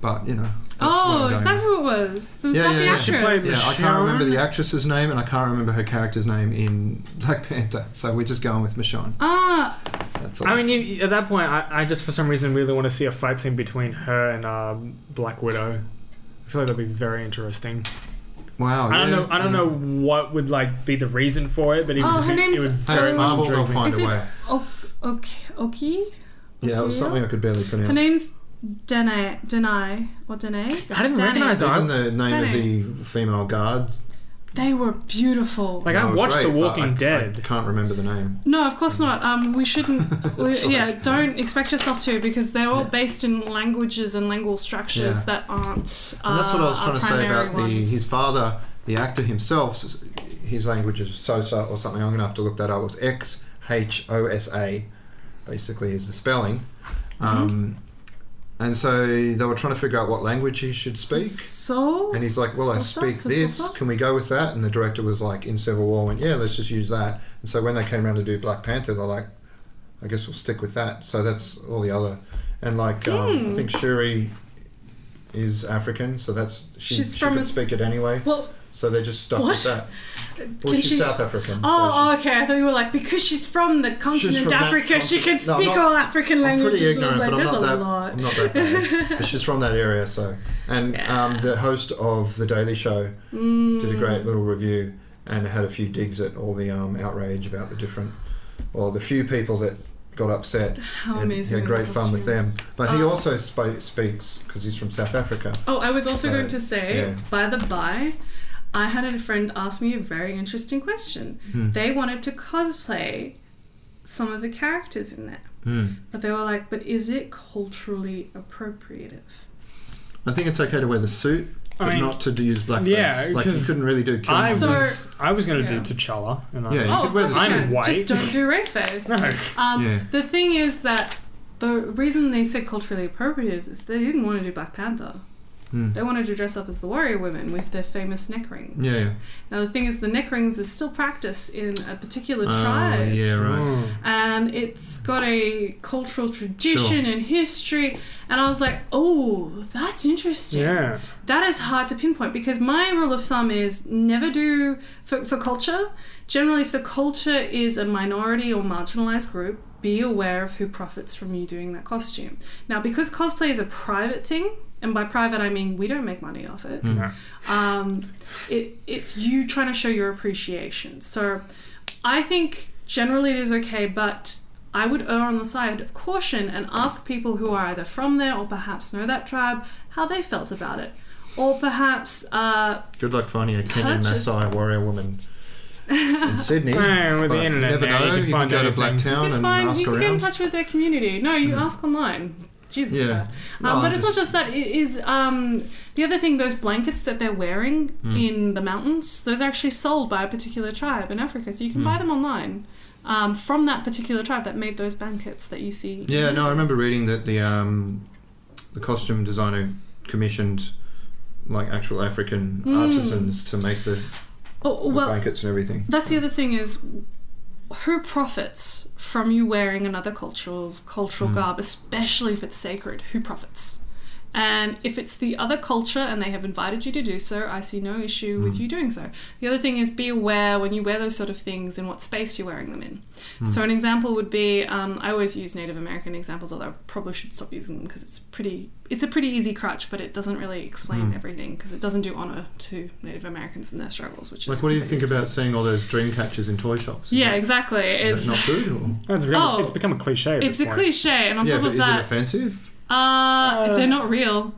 [SPEAKER 1] But you know. That's what
[SPEAKER 2] Oh,
[SPEAKER 1] I'm
[SPEAKER 2] is
[SPEAKER 1] going
[SPEAKER 2] that
[SPEAKER 1] with.
[SPEAKER 2] who it was? Was
[SPEAKER 1] Yeah,
[SPEAKER 2] that
[SPEAKER 1] yeah,
[SPEAKER 2] the
[SPEAKER 1] yeah.
[SPEAKER 2] actress?
[SPEAKER 3] She plays
[SPEAKER 1] Yeah, I can't
[SPEAKER 3] Michonne?
[SPEAKER 1] remember the actress's name, and I can't remember her character's name in Black Panther. So we're just going with Michonne.
[SPEAKER 2] Ah,
[SPEAKER 1] That's all.
[SPEAKER 3] I mean, you, at that point, I, I just for some reason really want to see a fight scene between her and um, Black Widow. I feel like that'd be very interesting.
[SPEAKER 1] Wow.
[SPEAKER 3] I don't
[SPEAKER 1] yeah.
[SPEAKER 3] know. I don't know what would like be the reason for it, but it,
[SPEAKER 2] Oh,
[SPEAKER 3] would,
[SPEAKER 2] her
[SPEAKER 3] it
[SPEAKER 2] name's-
[SPEAKER 3] would
[SPEAKER 1] Hey,
[SPEAKER 3] very
[SPEAKER 1] it's
[SPEAKER 3] much
[SPEAKER 1] Marvel,
[SPEAKER 3] intrigue
[SPEAKER 1] they'll
[SPEAKER 3] me.
[SPEAKER 1] find
[SPEAKER 2] Is
[SPEAKER 1] a
[SPEAKER 2] it-
[SPEAKER 1] way.
[SPEAKER 2] O- okay, Oki?
[SPEAKER 1] Yeah, it was something I could barely pronounce.
[SPEAKER 2] Her name's Danae, Danae or Danae.
[SPEAKER 3] I didn't
[SPEAKER 2] Danny.
[SPEAKER 3] recognize
[SPEAKER 1] Even
[SPEAKER 3] her.
[SPEAKER 1] the name of the female guard.
[SPEAKER 2] They were beautiful.
[SPEAKER 3] Like I
[SPEAKER 1] were
[SPEAKER 3] watched
[SPEAKER 1] great,
[SPEAKER 3] The
[SPEAKER 1] but
[SPEAKER 3] Walking
[SPEAKER 1] I- I
[SPEAKER 3] Dead.
[SPEAKER 1] can't remember the name.
[SPEAKER 2] No, of course not. Um, we shouldn't. we,
[SPEAKER 1] It's like-
[SPEAKER 2] yeah, don't expect yourself to because they're all
[SPEAKER 1] Yeah.
[SPEAKER 2] based in languages and lingual structures
[SPEAKER 1] Yeah.
[SPEAKER 2] that aren't. Uh,
[SPEAKER 1] And that's what I was
[SPEAKER 2] our
[SPEAKER 1] trying to say
[SPEAKER 2] primary
[SPEAKER 1] about the
[SPEAKER 2] ones.
[SPEAKER 1] his father, the actor himself. s- His language is Sosa or something. I'm going to have to look that up. It was X H O S A, basically is the spelling.
[SPEAKER 2] Mm-hmm.
[SPEAKER 1] Um, and so they were trying to figure out what language he should speak.
[SPEAKER 2] So
[SPEAKER 1] And he's like, "Well, I
[SPEAKER 2] Sosa?
[SPEAKER 1] speak
[SPEAKER 2] The
[SPEAKER 1] this.
[SPEAKER 2] Sosa?
[SPEAKER 1] Can we go with that?" And the director was like, "In Civil War, went yeah, let's just use that." And so when they came around to do Black Panther, they're like, "I guess we'll stick with that." So that's all the other, and like um, I
[SPEAKER 2] Hmm.
[SPEAKER 1] think Shuri is African, so that's she,
[SPEAKER 2] She's
[SPEAKER 1] she
[SPEAKER 2] from
[SPEAKER 1] could
[SPEAKER 2] a s-
[SPEAKER 1] speak it anyway.
[SPEAKER 2] well,
[SPEAKER 1] So they just stuck
[SPEAKER 2] What?
[SPEAKER 1] with that. Well,
[SPEAKER 2] Can
[SPEAKER 1] she's
[SPEAKER 2] she-
[SPEAKER 1] South African.
[SPEAKER 2] oh,
[SPEAKER 1] so
[SPEAKER 2] okay. I thought you were like because she's from the continent
[SPEAKER 1] from that
[SPEAKER 2] Africa, she can
[SPEAKER 1] continent. No, I'm
[SPEAKER 2] speak
[SPEAKER 1] not-
[SPEAKER 2] all African
[SPEAKER 1] she, I'm
[SPEAKER 2] languages.
[SPEAKER 1] pretty
[SPEAKER 2] And I was
[SPEAKER 1] ignorant, but I'm not
[SPEAKER 2] like, There's
[SPEAKER 1] that.
[SPEAKER 2] a lot.
[SPEAKER 1] I'm not that bad. but she's from that area, so and um, the host of the Daily Show.
[SPEAKER 2] Mm.
[SPEAKER 1] did a great little review and had a few digs at all the um, outrage about the different, or the few people that got upset.
[SPEAKER 2] How
[SPEAKER 1] and
[SPEAKER 2] amazing!
[SPEAKER 1] Had great fun with them.
[SPEAKER 2] costumes.
[SPEAKER 1] But he
[SPEAKER 2] Oh.
[SPEAKER 1] also sp- speaks because he's from South Africa.
[SPEAKER 2] Oh, I was also
[SPEAKER 1] So,
[SPEAKER 2] going to say,
[SPEAKER 1] yeah.
[SPEAKER 2] by the by, I had a friend ask me a very interesting question.
[SPEAKER 1] Hmm.
[SPEAKER 2] They wanted to cosplay some of the characters in there, but they were like, "But is it culturally appropriative?"
[SPEAKER 1] I think it's okay to wear the suit,
[SPEAKER 3] I
[SPEAKER 1] but
[SPEAKER 3] mean,
[SPEAKER 1] not to do use blackface.
[SPEAKER 3] yeah,
[SPEAKER 1] like you
[SPEAKER 3] 'cause
[SPEAKER 1] couldn't really do. killing
[SPEAKER 3] I
[SPEAKER 1] with-
[SPEAKER 2] So-
[SPEAKER 3] was I was gonna
[SPEAKER 2] Yeah.
[SPEAKER 3] do T'Challa. And I,
[SPEAKER 1] Yeah, you
[SPEAKER 2] oh,
[SPEAKER 1] could
[SPEAKER 2] of
[SPEAKER 1] wear
[SPEAKER 2] course
[SPEAKER 1] the
[SPEAKER 2] you
[SPEAKER 1] suit.
[SPEAKER 3] I'm
[SPEAKER 2] can.
[SPEAKER 3] white.
[SPEAKER 2] Just don't do race face.
[SPEAKER 3] No.
[SPEAKER 2] Um,
[SPEAKER 1] Yeah.
[SPEAKER 2] The thing is that the reason they said culturally appropriative is they didn't want to do Black Panther.
[SPEAKER 1] Hmm.
[SPEAKER 2] They wanted to dress up as the warrior women with their famous neck rings.
[SPEAKER 1] Yeah, yeah.
[SPEAKER 2] Now the thing is, the neck rings is still practiced in a particular
[SPEAKER 1] Oh,
[SPEAKER 2] tribe.
[SPEAKER 1] yeah, right.
[SPEAKER 2] Oh.
[SPEAKER 3] Mm.
[SPEAKER 2] and it's got a cultural tradition and history. And I was like, oh, that's interesting.
[SPEAKER 3] Yeah.
[SPEAKER 2] That is hard to pinpoint because my rule of thumb is never do for, for culture. Generally, if the culture is a minority or marginalized group, be aware of who profits from you doing that costume. Now, because cosplay is a private thing, and by private I mean we don't make money off it
[SPEAKER 3] No.
[SPEAKER 2] um, it, it's you trying to show your appreciation. So I think generally it is okay, but I would err on the side of caution and ask people who are either from there or perhaps know that tribe how they felt about it. Or perhaps, uh,
[SPEAKER 1] Good luck finding a Kenyan
[SPEAKER 2] Purchase.
[SPEAKER 1] Maasai warrior woman in Sydney.
[SPEAKER 3] Well, with the
[SPEAKER 1] but you
[SPEAKER 3] internet
[SPEAKER 1] never
[SPEAKER 3] now,
[SPEAKER 1] know.
[SPEAKER 3] you can find
[SPEAKER 1] go to
[SPEAKER 3] anything.
[SPEAKER 2] you
[SPEAKER 1] Blacktown
[SPEAKER 2] can,
[SPEAKER 1] and
[SPEAKER 2] find,
[SPEAKER 1] ask
[SPEAKER 2] you can get in
[SPEAKER 1] around. Hmm.
[SPEAKER 2] touch with their community. No, you ask online. Jesus.
[SPEAKER 1] Yeah.
[SPEAKER 2] Yeah.
[SPEAKER 1] No,
[SPEAKER 2] um, but
[SPEAKER 1] I
[SPEAKER 2] it's not just that. It is um, the other thing. Those blankets that they're wearing
[SPEAKER 1] Hmm.
[SPEAKER 2] in the mountains, those are actually sold by a particular tribe in Africa, so you
[SPEAKER 1] Hmm.
[SPEAKER 2] can buy them online um, from that particular tribe that made those blankets that you see.
[SPEAKER 1] Yeah, no, I remember reading that the um, the costume designer commissioned like actual African
[SPEAKER 3] Hmm.
[SPEAKER 1] artisans to make the,
[SPEAKER 2] Oh,
[SPEAKER 1] the
[SPEAKER 2] well,
[SPEAKER 1] blankets and everything.
[SPEAKER 2] that's the other thing is who profits from you wearing another cultural's
[SPEAKER 1] Mm.
[SPEAKER 2] cultural garb especially if it's sacred who profits and if it's the other culture and they have invited you to do so i see no issue with
[SPEAKER 1] Mm.
[SPEAKER 2] you doing so the other thing is be aware when you wear those sort of things in what space you're wearing them in
[SPEAKER 1] Mm.
[SPEAKER 2] so an example would be um, i always use native american examples although i probably should stop using them because it's pretty it's a pretty easy crutch but it doesn't really
[SPEAKER 1] Mm.
[SPEAKER 2] explain everything 'cause everything because it doesn't do honor to native americans and their struggles which
[SPEAKER 1] Like,
[SPEAKER 2] is
[SPEAKER 1] what do you
[SPEAKER 2] completely-
[SPEAKER 1] think about seeing all those dream catchers in toy shops?
[SPEAKER 2] yeah, exactly.
[SPEAKER 1] is
[SPEAKER 2] It's
[SPEAKER 1] that not good? Or?
[SPEAKER 3] It's become,
[SPEAKER 2] Oh.
[SPEAKER 3] it's become a cliche. At
[SPEAKER 2] it's a
[SPEAKER 3] this point.
[SPEAKER 2] cliche, and on
[SPEAKER 1] Yeah,
[SPEAKER 2] top
[SPEAKER 1] but
[SPEAKER 2] of
[SPEAKER 1] is it
[SPEAKER 2] that,
[SPEAKER 1] offensive?
[SPEAKER 2] uh, they're not real.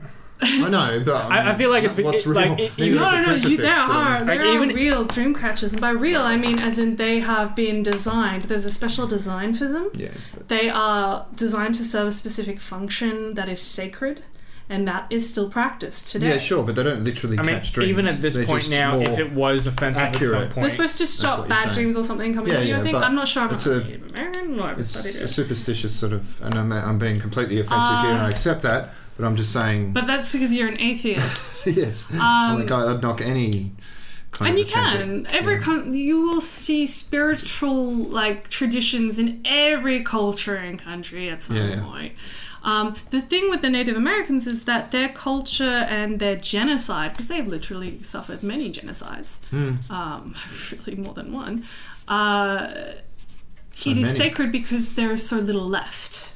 [SPEAKER 1] I know, but
[SPEAKER 3] I- I feel like it's be-
[SPEAKER 1] what's
[SPEAKER 3] it-
[SPEAKER 1] real.
[SPEAKER 3] like, it-
[SPEAKER 1] Neither
[SPEAKER 3] you-
[SPEAKER 1] is
[SPEAKER 2] No,
[SPEAKER 1] a
[SPEAKER 2] no, no. You,
[SPEAKER 1] crucifix,
[SPEAKER 2] there
[SPEAKER 1] but-
[SPEAKER 2] are there
[SPEAKER 3] Like,
[SPEAKER 2] are
[SPEAKER 3] even-
[SPEAKER 2] real dream catchers, and by real I mean as in they have been designed. There's a special design for them.
[SPEAKER 1] Yeah,
[SPEAKER 2] They are designed to serve a specific function that is sacred, and that is still practiced today.
[SPEAKER 1] yeah, sure, but they don't literally
[SPEAKER 3] I mean,
[SPEAKER 1] catch dreams.
[SPEAKER 3] even at this
[SPEAKER 1] They're
[SPEAKER 3] point
[SPEAKER 1] just
[SPEAKER 3] now,
[SPEAKER 1] more-
[SPEAKER 3] if it was offensive at some
[SPEAKER 1] accurate.
[SPEAKER 2] They're
[SPEAKER 3] point,
[SPEAKER 2] supposed to
[SPEAKER 1] what
[SPEAKER 2] stop
[SPEAKER 1] you're
[SPEAKER 2] bad
[SPEAKER 1] saying.
[SPEAKER 2] dreams or something coming
[SPEAKER 1] Yeah,
[SPEAKER 2] to you.
[SPEAKER 1] yeah,
[SPEAKER 2] I think
[SPEAKER 1] but
[SPEAKER 2] I'm not sure. I'm
[SPEAKER 1] it's
[SPEAKER 2] not
[SPEAKER 1] a-
[SPEAKER 2] Native American. or I've
[SPEAKER 1] it's
[SPEAKER 2] studied
[SPEAKER 1] a
[SPEAKER 2] it.
[SPEAKER 1] superstitious sort of, and I'm, I'm being completely offensive here,
[SPEAKER 3] Uh,
[SPEAKER 1] and I accept that, but I'm just saying.
[SPEAKER 2] But that's because you're an atheist.
[SPEAKER 1] yes, like I- I'd knock any. Kind
[SPEAKER 2] Um, and
[SPEAKER 1] of
[SPEAKER 2] you
[SPEAKER 1] attempt at-
[SPEAKER 2] can every con- you will see spiritual like traditions in every culture and country at some
[SPEAKER 1] Yeah, yeah.
[SPEAKER 2] point um, the thing with the native americans is that their culture and their genocide because they've literally suffered many genocides
[SPEAKER 1] Hmm.
[SPEAKER 2] um, really more than one uh, it is
[SPEAKER 1] many. Hmm.
[SPEAKER 2] sacred because there is so little left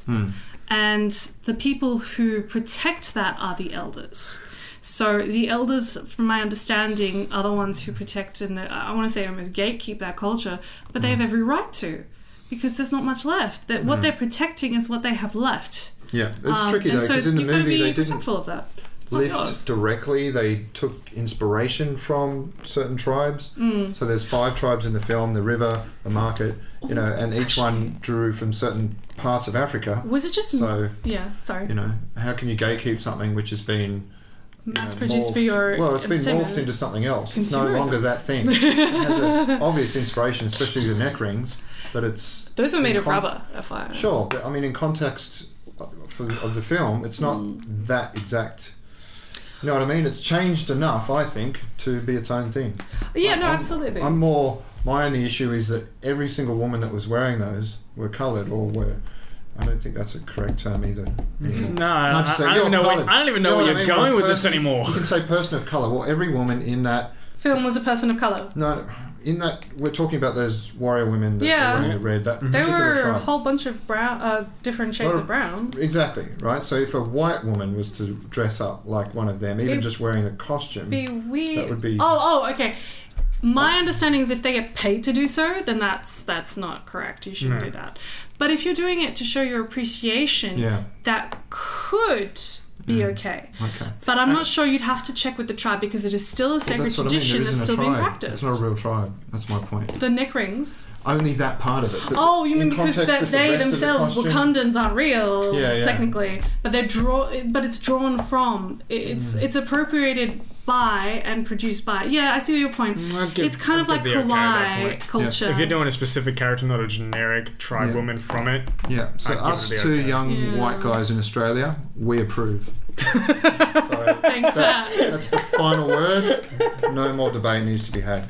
[SPEAKER 2] and the people who protect that are the elders. So the elders, from my understanding, are the ones who protect and the, I want to say almost gatekeep that culture,
[SPEAKER 1] Hmm.
[SPEAKER 2] but they have every right to, because there's not much left. That what
[SPEAKER 1] Mm.
[SPEAKER 2] they're protecting is what they have left.
[SPEAKER 1] Yeah, it's
[SPEAKER 2] Um,
[SPEAKER 1] tricky though
[SPEAKER 2] and so
[SPEAKER 1] because in the
[SPEAKER 2] you've gotta
[SPEAKER 1] movie
[SPEAKER 2] be
[SPEAKER 1] they didn't
[SPEAKER 2] respectful of that. It's not yours.
[SPEAKER 1] lift directly. They took inspiration from certain tribes.
[SPEAKER 2] Mm.
[SPEAKER 1] So there's five tribes in the film: the river, the market, you know, and each one drew from certain parts of Africa.
[SPEAKER 2] Was it just?
[SPEAKER 1] So
[SPEAKER 2] yeah, sorry.
[SPEAKER 1] you know, how can you gatekeep something which has been you know,
[SPEAKER 2] Mass produced for
[SPEAKER 1] morphed-
[SPEAKER 2] your.
[SPEAKER 1] Well, it's been morphed
[SPEAKER 2] entertainment.
[SPEAKER 1] into something else. It's no
[SPEAKER 2] Consumerism.
[SPEAKER 1] longer that thing. It has a obvious inspiration, especially the neck rings, but it's
[SPEAKER 2] Those were made of
[SPEAKER 1] Con-
[SPEAKER 2] rubber. FYI.
[SPEAKER 1] Sure, but I mean, in context for, of the film, it's not
[SPEAKER 3] Mm.
[SPEAKER 1] that exact. You know what I mean? It's changed enough, I think, to be its own thing.
[SPEAKER 2] Yeah,
[SPEAKER 1] Like,
[SPEAKER 2] no,
[SPEAKER 1] I'm-
[SPEAKER 2] absolutely.
[SPEAKER 1] I'm more. My only issue is that every single woman that was wearing those were coloured or were. I don't think that's a correct term either. anymore. Can't
[SPEAKER 3] No, I,
[SPEAKER 1] just say,
[SPEAKER 3] I don't
[SPEAKER 1] "You're
[SPEAKER 3] even know.
[SPEAKER 1] coloured."
[SPEAKER 3] What, I don't even Mm. know,
[SPEAKER 1] You know
[SPEAKER 3] where
[SPEAKER 1] what I
[SPEAKER 3] you're
[SPEAKER 1] mean?
[SPEAKER 3] going
[SPEAKER 1] One
[SPEAKER 3] with this
[SPEAKER 1] person-
[SPEAKER 3] anymore.
[SPEAKER 1] You can say person of colour. Well, every woman in that.
[SPEAKER 2] Film was a person of color.
[SPEAKER 1] No, in that we're talking about those warrior women that were
[SPEAKER 2] Yeah.
[SPEAKER 1] wearing the red. That
[SPEAKER 3] Mm-hmm.
[SPEAKER 2] There
[SPEAKER 1] particular
[SPEAKER 2] were a
[SPEAKER 1] tribe.
[SPEAKER 2] whole bunch of brown, uh, different shades
[SPEAKER 1] Lot
[SPEAKER 2] of
[SPEAKER 1] of-
[SPEAKER 2] brown.
[SPEAKER 1] Exactly, right? So if a white woman was to dress up like one of them, even
[SPEAKER 2] It-
[SPEAKER 1] just wearing a costume,
[SPEAKER 2] Be weird.
[SPEAKER 1] That would be- Oh.
[SPEAKER 2] Oh, oh, okay. My understanding is if they get paid to do so, then that's that's not correct. You shouldn't
[SPEAKER 3] No.
[SPEAKER 2] do that. But if you're doing it to show your appreciation,
[SPEAKER 1] yeah, Mm.
[SPEAKER 2] that could be okay.
[SPEAKER 1] okay.
[SPEAKER 2] But I'm
[SPEAKER 3] Uh,
[SPEAKER 2] not sure. You'd have to check with the tribe because it is still a
[SPEAKER 1] Well,
[SPEAKER 2] sacred
[SPEAKER 1] that's what I mean.
[SPEAKER 2] tradition
[SPEAKER 1] There isn't
[SPEAKER 2] that's
[SPEAKER 1] a
[SPEAKER 2] still being
[SPEAKER 1] tribe.
[SPEAKER 2] practiced.
[SPEAKER 1] It's not a real tribe. That's my point.
[SPEAKER 2] the neck rings.
[SPEAKER 1] Only that part of it. but
[SPEAKER 2] Oh, you
[SPEAKER 1] in
[SPEAKER 2] mean because
[SPEAKER 1] context
[SPEAKER 2] that
[SPEAKER 1] with the
[SPEAKER 2] they
[SPEAKER 1] rest of the
[SPEAKER 2] themselves,
[SPEAKER 1] costume-
[SPEAKER 2] Wakandans, aren't real,
[SPEAKER 1] Yeah, yeah.
[SPEAKER 2] technically, but they're draw, but it's drawn from. It- It's
[SPEAKER 1] Mm.
[SPEAKER 2] it's appropriated by and produced by. Yeah, I see your point.
[SPEAKER 3] Mm, I'd give-
[SPEAKER 2] it's kind
[SPEAKER 3] I'd
[SPEAKER 2] of like
[SPEAKER 3] give the okay at that
[SPEAKER 2] Hawaii
[SPEAKER 3] point.
[SPEAKER 2] culture.
[SPEAKER 3] If you're doing a specific character, not a generic tribe
[SPEAKER 1] Yeah.
[SPEAKER 3] woman from it,
[SPEAKER 1] Yeah, so
[SPEAKER 3] I'd give
[SPEAKER 1] us
[SPEAKER 3] it the
[SPEAKER 1] two
[SPEAKER 3] okay.
[SPEAKER 1] young
[SPEAKER 2] Yeah.
[SPEAKER 1] white guys in Australia, we approve. so
[SPEAKER 2] Thanks for that.
[SPEAKER 1] that's, that's the final word. No more debate needs to be had.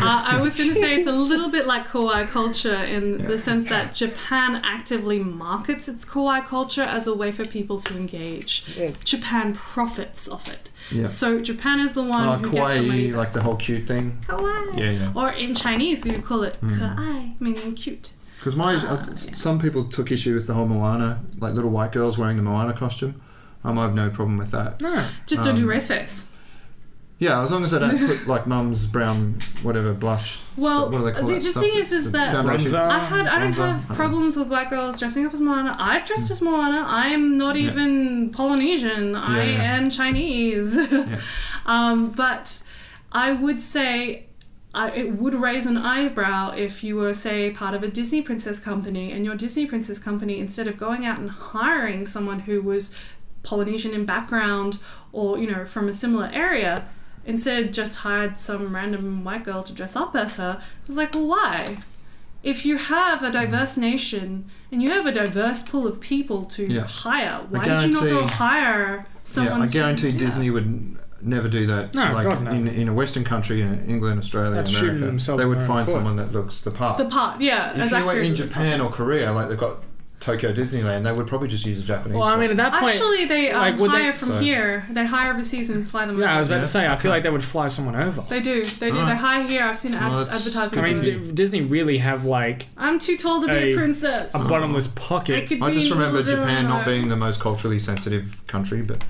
[SPEAKER 2] Uh, I was going to say it's a little bit like kawaii culture in the sense that Japan actively markets its kawaii culture as a way for people to engage. Japan profits off it.
[SPEAKER 1] Yeah.
[SPEAKER 2] So Japan is the one
[SPEAKER 1] Oh,
[SPEAKER 2] who gets the money.
[SPEAKER 1] kawaii, like the whole cute thing.
[SPEAKER 2] kawaii.
[SPEAKER 1] Yeah, yeah.
[SPEAKER 2] Or in Chinese, we would call it kawaii, meaning cute.
[SPEAKER 1] Because my
[SPEAKER 2] Ah,
[SPEAKER 1] uh, s- some people took issue with the whole Moana, like little white girls wearing the Moana costume. Um, I have no problem with that.
[SPEAKER 3] no.
[SPEAKER 2] Just don't do
[SPEAKER 1] Um,
[SPEAKER 2] race face.
[SPEAKER 1] Yeah, as long as I don't put like mum's brown whatever blush.
[SPEAKER 2] Well,
[SPEAKER 1] stuff, what do they call
[SPEAKER 2] the-
[SPEAKER 1] that
[SPEAKER 2] the
[SPEAKER 1] stuff?
[SPEAKER 2] thing is, is
[SPEAKER 1] The
[SPEAKER 2] that-
[SPEAKER 1] foundation-
[SPEAKER 3] Bronzer.
[SPEAKER 2] I had I don't
[SPEAKER 1] Bronzer.
[SPEAKER 2] have problems with white girls dressing up as Moana. I've dressed as Moana. I am not
[SPEAKER 1] Yeah.
[SPEAKER 2] even Polynesian. I
[SPEAKER 1] yeah.
[SPEAKER 2] am Chinese. um, but I would say I, it would raise an eyebrow if you were, say, part of a Disney princess company, and your Disney princess company, instead of going out and hiring someone who was Polynesian in background or you know from a similar area. Instead, just hired some random white girl to dress up as her. I was like, well, why? if you have a diverse nation and you have a diverse pool of people to
[SPEAKER 1] Yeah.
[SPEAKER 2] hire, why
[SPEAKER 1] I
[SPEAKER 2] did you not go
[SPEAKER 1] guarantee-
[SPEAKER 2] hire someone?
[SPEAKER 1] yeah, I
[SPEAKER 2] to
[SPEAKER 1] guarantee
[SPEAKER 2] do that?
[SPEAKER 1] Disney would n- never do that.
[SPEAKER 3] No,
[SPEAKER 1] like
[SPEAKER 3] God, no.
[SPEAKER 1] in in a Western country, in England, Australia,
[SPEAKER 3] That's shooting
[SPEAKER 1] America,
[SPEAKER 3] themselves
[SPEAKER 1] they
[SPEAKER 3] in
[SPEAKER 1] would
[SPEAKER 3] their own
[SPEAKER 1] find
[SPEAKER 3] foot.
[SPEAKER 1] someone that looks the part.
[SPEAKER 2] The part, yeah,
[SPEAKER 1] if you were
[SPEAKER 2] exactly.
[SPEAKER 1] in Japan or Korea, like they've got Tokyo Disneyland, they would probably just use a Japanese.
[SPEAKER 3] Well, I mean,
[SPEAKER 1] person.
[SPEAKER 3] at that point,
[SPEAKER 2] Actually, they um,
[SPEAKER 3] Like, would they-
[SPEAKER 2] hire from
[SPEAKER 1] Sorry.
[SPEAKER 2] here. They hire overseas and fly them.
[SPEAKER 3] yeah, I was about
[SPEAKER 1] Yeah.
[SPEAKER 3] to say, I feel like they would fly someone over.
[SPEAKER 2] They do. They do.
[SPEAKER 1] Alright.
[SPEAKER 2] They hire here. I've seen ad-
[SPEAKER 1] Well, that's-
[SPEAKER 2] advertising.
[SPEAKER 3] I mean,
[SPEAKER 2] for it.
[SPEAKER 3] D- Disney really have like
[SPEAKER 2] I'm too tall to be a
[SPEAKER 3] a-
[SPEAKER 2] princess.
[SPEAKER 3] a bottomless pocket.
[SPEAKER 2] I could
[SPEAKER 1] I
[SPEAKER 2] be
[SPEAKER 1] just remember
[SPEAKER 2] little
[SPEAKER 1] Japan not
[SPEAKER 2] Villanova.
[SPEAKER 1] being the most culturally sensitive country, but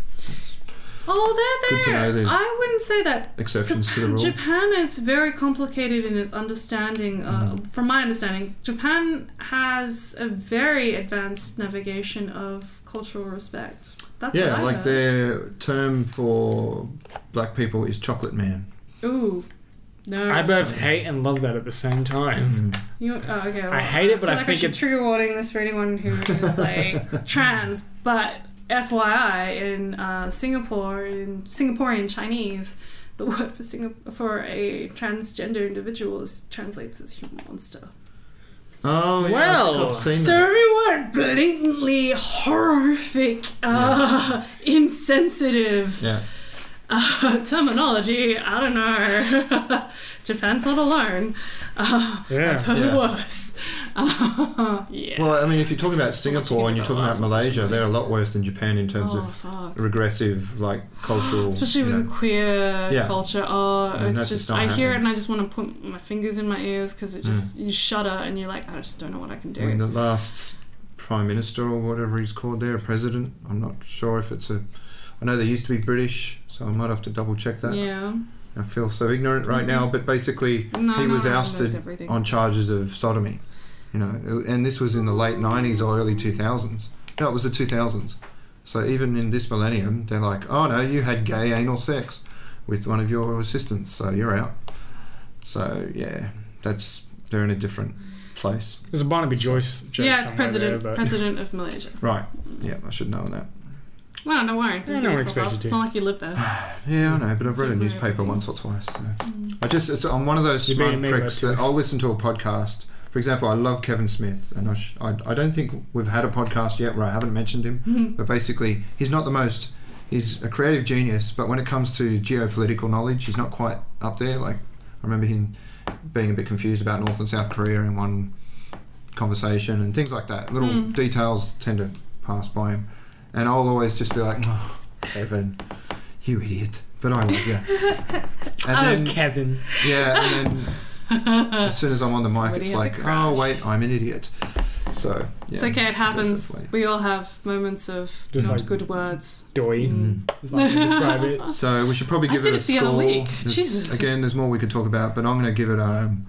[SPEAKER 2] Oh, they're
[SPEAKER 1] Good to
[SPEAKER 2] there.
[SPEAKER 1] know there's
[SPEAKER 2] I wouldn't say that
[SPEAKER 1] exceptions to the rule.
[SPEAKER 2] Japan is very complicated in its understanding. Uh,
[SPEAKER 1] Mm-hmm.
[SPEAKER 2] From my understanding, Japan has a very advanced navigation of cultural respect. That's
[SPEAKER 1] Yeah,
[SPEAKER 2] what I
[SPEAKER 1] like
[SPEAKER 2] heard.
[SPEAKER 1] their term for black people is chocolate man.
[SPEAKER 2] Ooh, no.
[SPEAKER 3] I both hate and love that at the same
[SPEAKER 1] Mm.
[SPEAKER 3] time.
[SPEAKER 2] you, oh, okay, well,
[SPEAKER 3] I hate it, but
[SPEAKER 2] feel
[SPEAKER 3] I
[SPEAKER 2] like
[SPEAKER 3] think
[SPEAKER 2] I should
[SPEAKER 3] it's-
[SPEAKER 2] trigger warning this for anyone who is like trans. But FYI, in uh, Singapore, in Singaporean Chinese. The word for Singapore, for a transgender individual is translates as human monster.
[SPEAKER 1] Oh, yeah,
[SPEAKER 3] Well,
[SPEAKER 1] I've seen
[SPEAKER 2] So
[SPEAKER 1] that.
[SPEAKER 2] everyone blatantly horrific, uh, insensitive
[SPEAKER 1] Yeah,
[SPEAKER 2] uh, terminology. I don't know. Japan's not alone. Uh, I've
[SPEAKER 3] Yeah.
[SPEAKER 2] heard
[SPEAKER 1] Yeah.
[SPEAKER 2] worse. Uh, yeah.
[SPEAKER 1] Well, I mean, if you're talking about Singapore and you're talking about
[SPEAKER 2] about
[SPEAKER 1] Malaysia, they're a lot worse than Japan in terms
[SPEAKER 2] oh
[SPEAKER 1] of
[SPEAKER 2] fuck.
[SPEAKER 1] regressive, like cultural.
[SPEAKER 2] Especially
[SPEAKER 1] you
[SPEAKER 2] with
[SPEAKER 1] know,
[SPEAKER 2] the queer
[SPEAKER 1] Yeah.
[SPEAKER 2] culture. Oh,
[SPEAKER 1] And
[SPEAKER 2] it's
[SPEAKER 1] that's
[SPEAKER 2] just
[SPEAKER 1] just not
[SPEAKER 2] I hear it
[SPEAKER 1] happening. Mm.
[SPEAKER 2] and I just want to put my fingers in my ears because it just you shudder and you're like I just don't know what I can do.
[SPEAKER 1] I mean, the last prime minister or whatever he's called there, a president. I'm not sure if it's a. I know they used to be British, so I might have to double check that.
[SPEAKER 2] Yeah.
[SPEAKER 1] I feel so ignorant right now, but basically
[SPEAKER 2] No,
[SPEAKER 1] he
[SPEAKER 2] no,
[SPEAKER 1] was
[SPEAKER 2] no, that's
[SPEAKER 1] ousted
[SPEAKER 2] everything.
[SPEAKER 1] on charges of sodomy. You know, and this was in the late 90s or early 2000s. No, it was the 2000s. So even in this millennium, they're like, "Oh no, you had gay anal sex with one of your assistants, so you're out." So yeah, that's they're in a different place.
[SPEAKER 3] There's a Barnaby Joyce joke
[SPEAKER 2] yeah, it's
[SPEAKER 3] somewhere
[SPEAKER 2] president
[SPEAKER 3] there, but
[SPEAKER 2] president of Malaysia.
[SPEAKER 1] Right. Yeah, I should know that.
[SPEAKER 2] No, don't worry.
[SPEAKER 3] no
[SPEAKER 2] Don't
[SPEAKER 3] one
[SPEAKER 2] no,
[SPEAKER 3] expected
[SPEAKER 2] It's
[SPEAKER 3] you.
[SPEAKER 2] not like you live
[SPEAKER 1] Ah.
[SPEAKER 2] there.
[SPEAKER 1] Yeah, I know, but I've read a
[SPEAKER 2] Don't worry,
[SPEAKER 1] newspaper
[SPEAKER 2] everything's-
[SPEAKER 1] once or twice. So. I just, it's, I'm one of those
[SPEAKER 3] You're
[SPEAKER 1] smug
[SPEAKER 3] being mean
[SPEAKER 1] pricks
[SPEAKER 3] about
[SPEAKER 1] that I'll listen to a podcast. For example, I love Kevin Smith, and I, sh- I, I don't think we've had a podcast yet where I haven't mentioned him.
[SPEAKER 3] Mm-hmm.
[SPEAKER 1] But basically, he's not the most, he's a creative genius, but when it comes to geopolitical knowledge, he's not quite up there. Like, I remember him being a bit confused about North and South Korea in one conversation and things like that. Little
[SPEAKER 2] Mm.
[SPEAKER 1] details tend to pass by him. And I'll always just be like, oh, Kevin, you idiot. But I love you.
[SPEAKER 3] Oh,
[SPEAKER 1] And then,
[SPEAKER 3] Kevin.
[SPEAKER 1] yeah, and then as soon as I'm on the mic,
[SPEAKER 2] Somebody
[SPEAKER 1] it's
[SPEAKER 2] has a
[SPEAKER 1] like, oh, wait, I'm an idiot. So, yeah.
[SPEAKER 2] It's okay. It happens.
[SPEAKER 1] definitely.
[SPEAKER 2] We all have moments of
[SPEAKER 3] Just
[SPEAKER 2] not
[SPEAKER 3] like-
[SPEAKER 2] good words.
[SPEAKER 3] Doy.
[SPEAKER 1] Mm.
[SPEAKER 3] Is like to describe it.
[SPEAKER 1] So we should probably
[SPEAKER 2] I
[SPEAKER 1] give it
[SPEAKER 2] did
[SPEAKER 1] a
[SPEAKER 2] it the
[SPEAKER 1] score.
[SPEAKER 2] other week.
[SPEAKER 1] There's-
[SPEAKER 2] Jesus.
[SPEAKER 1] Again, there's more we could talk about, but I'm going to give it um,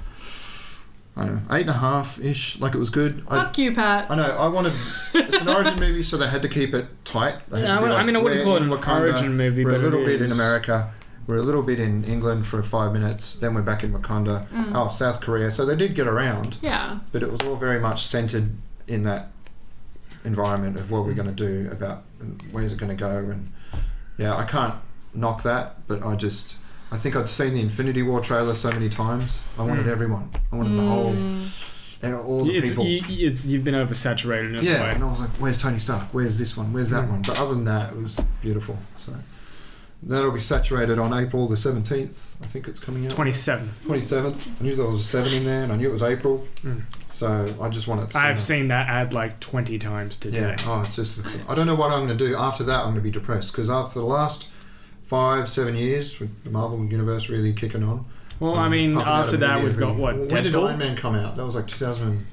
[SPEAKER 1] I don't know, eight and a half ish. Like it was good. I,
[SPEAKER 2] Fuck you, Pat.
[SPEAKER 1] I know. I wanted. It's an origin movie, so they had to keep it tight. They had to
[SPEAKER 3] Yeah, I
[SPEAKER 1] be
[SPEAKER 3] would- I
[SPEAKER 1] like,
[SPEAKER 3] mean, I wouldn't
[SPEAKER 1] we're
[SPEAKER 3] call it
[SPEAKER 1] in
[SPEAKER 3] an origin movie,
[SPEAKER 1] We're
[SPEAKER 3] but
[SPEAKER 1] a little
[SPEAKER 3] it
[SPEAKER 1] bit in
[SPEAKER 3] is-
[SPEAKER 1] America. We're a little bit in England for five minutes. Then we're back in Wakanda.
[SPEAKER 3] Mm.
[SPEAKER 1] Oh, South Korea. So they did get around
[SPEAKER 2] Mm. Yeah.
[SPEAKER 1] but it was all very much centered in that environment of what we're going to do about where's it going to go and yeah i can't knock that but i just i think i'd seen the infinity war trailer so many times i wanted
[SPEAKER 3] Mm.
[SPEAKER 1] everyone i wanted the whole
[SPEAKER 2] Mm.
[SPEAKER 1] all the
[SPEAKER 3] it's,
[SPEAKER 1] people
[SPEAKER 3] you, it's, you've been oversaturated in a
[SPEAKER 1] yeah
[SPEAKER 3] way.
[SPEAKER 1] and i was like where's tony stark where's this one where's that
[SPEAKER 3] Mm.
[SPEAKER 1] one but other than that it was beautiful so that'll be saturated on april the 17th i think it's coming out
[SPEAKER 3] 27.
[SPEAKER 1] 27th i knew there was a 7 in there and i knew it was april
[SPEAKER 3] Mm.
[SPEAKER 1] so i just wanted to
[SPEAKER 3] I've seen that ad like 20 times today.
[SPEAKER 1] Yeah. Oh, it just looks. I don't know what I'm going to do after that. I'm going to be depressed because after the last five, seven years, with the Marvel universe really kicking on.
[SPEAKER 3] Well, I
[SPEAKER 1] um,
[SPEAKER 3] mean,
[SPEAKER 1] pumping out
[SPEAKER 3] after
[SPEAKER 1] a
[SPEAKER 3] that,
[SPEAKER 1] movie
[SPEAKER 3] we've got
[SPEAKER 1] every-
[SPEAKER 3] what?
[SPEAKER 1] Well, When did Iron
[SPEAKER 3] Deadpool?
[SPEAKER 1] Man come out? That was like 2000. And,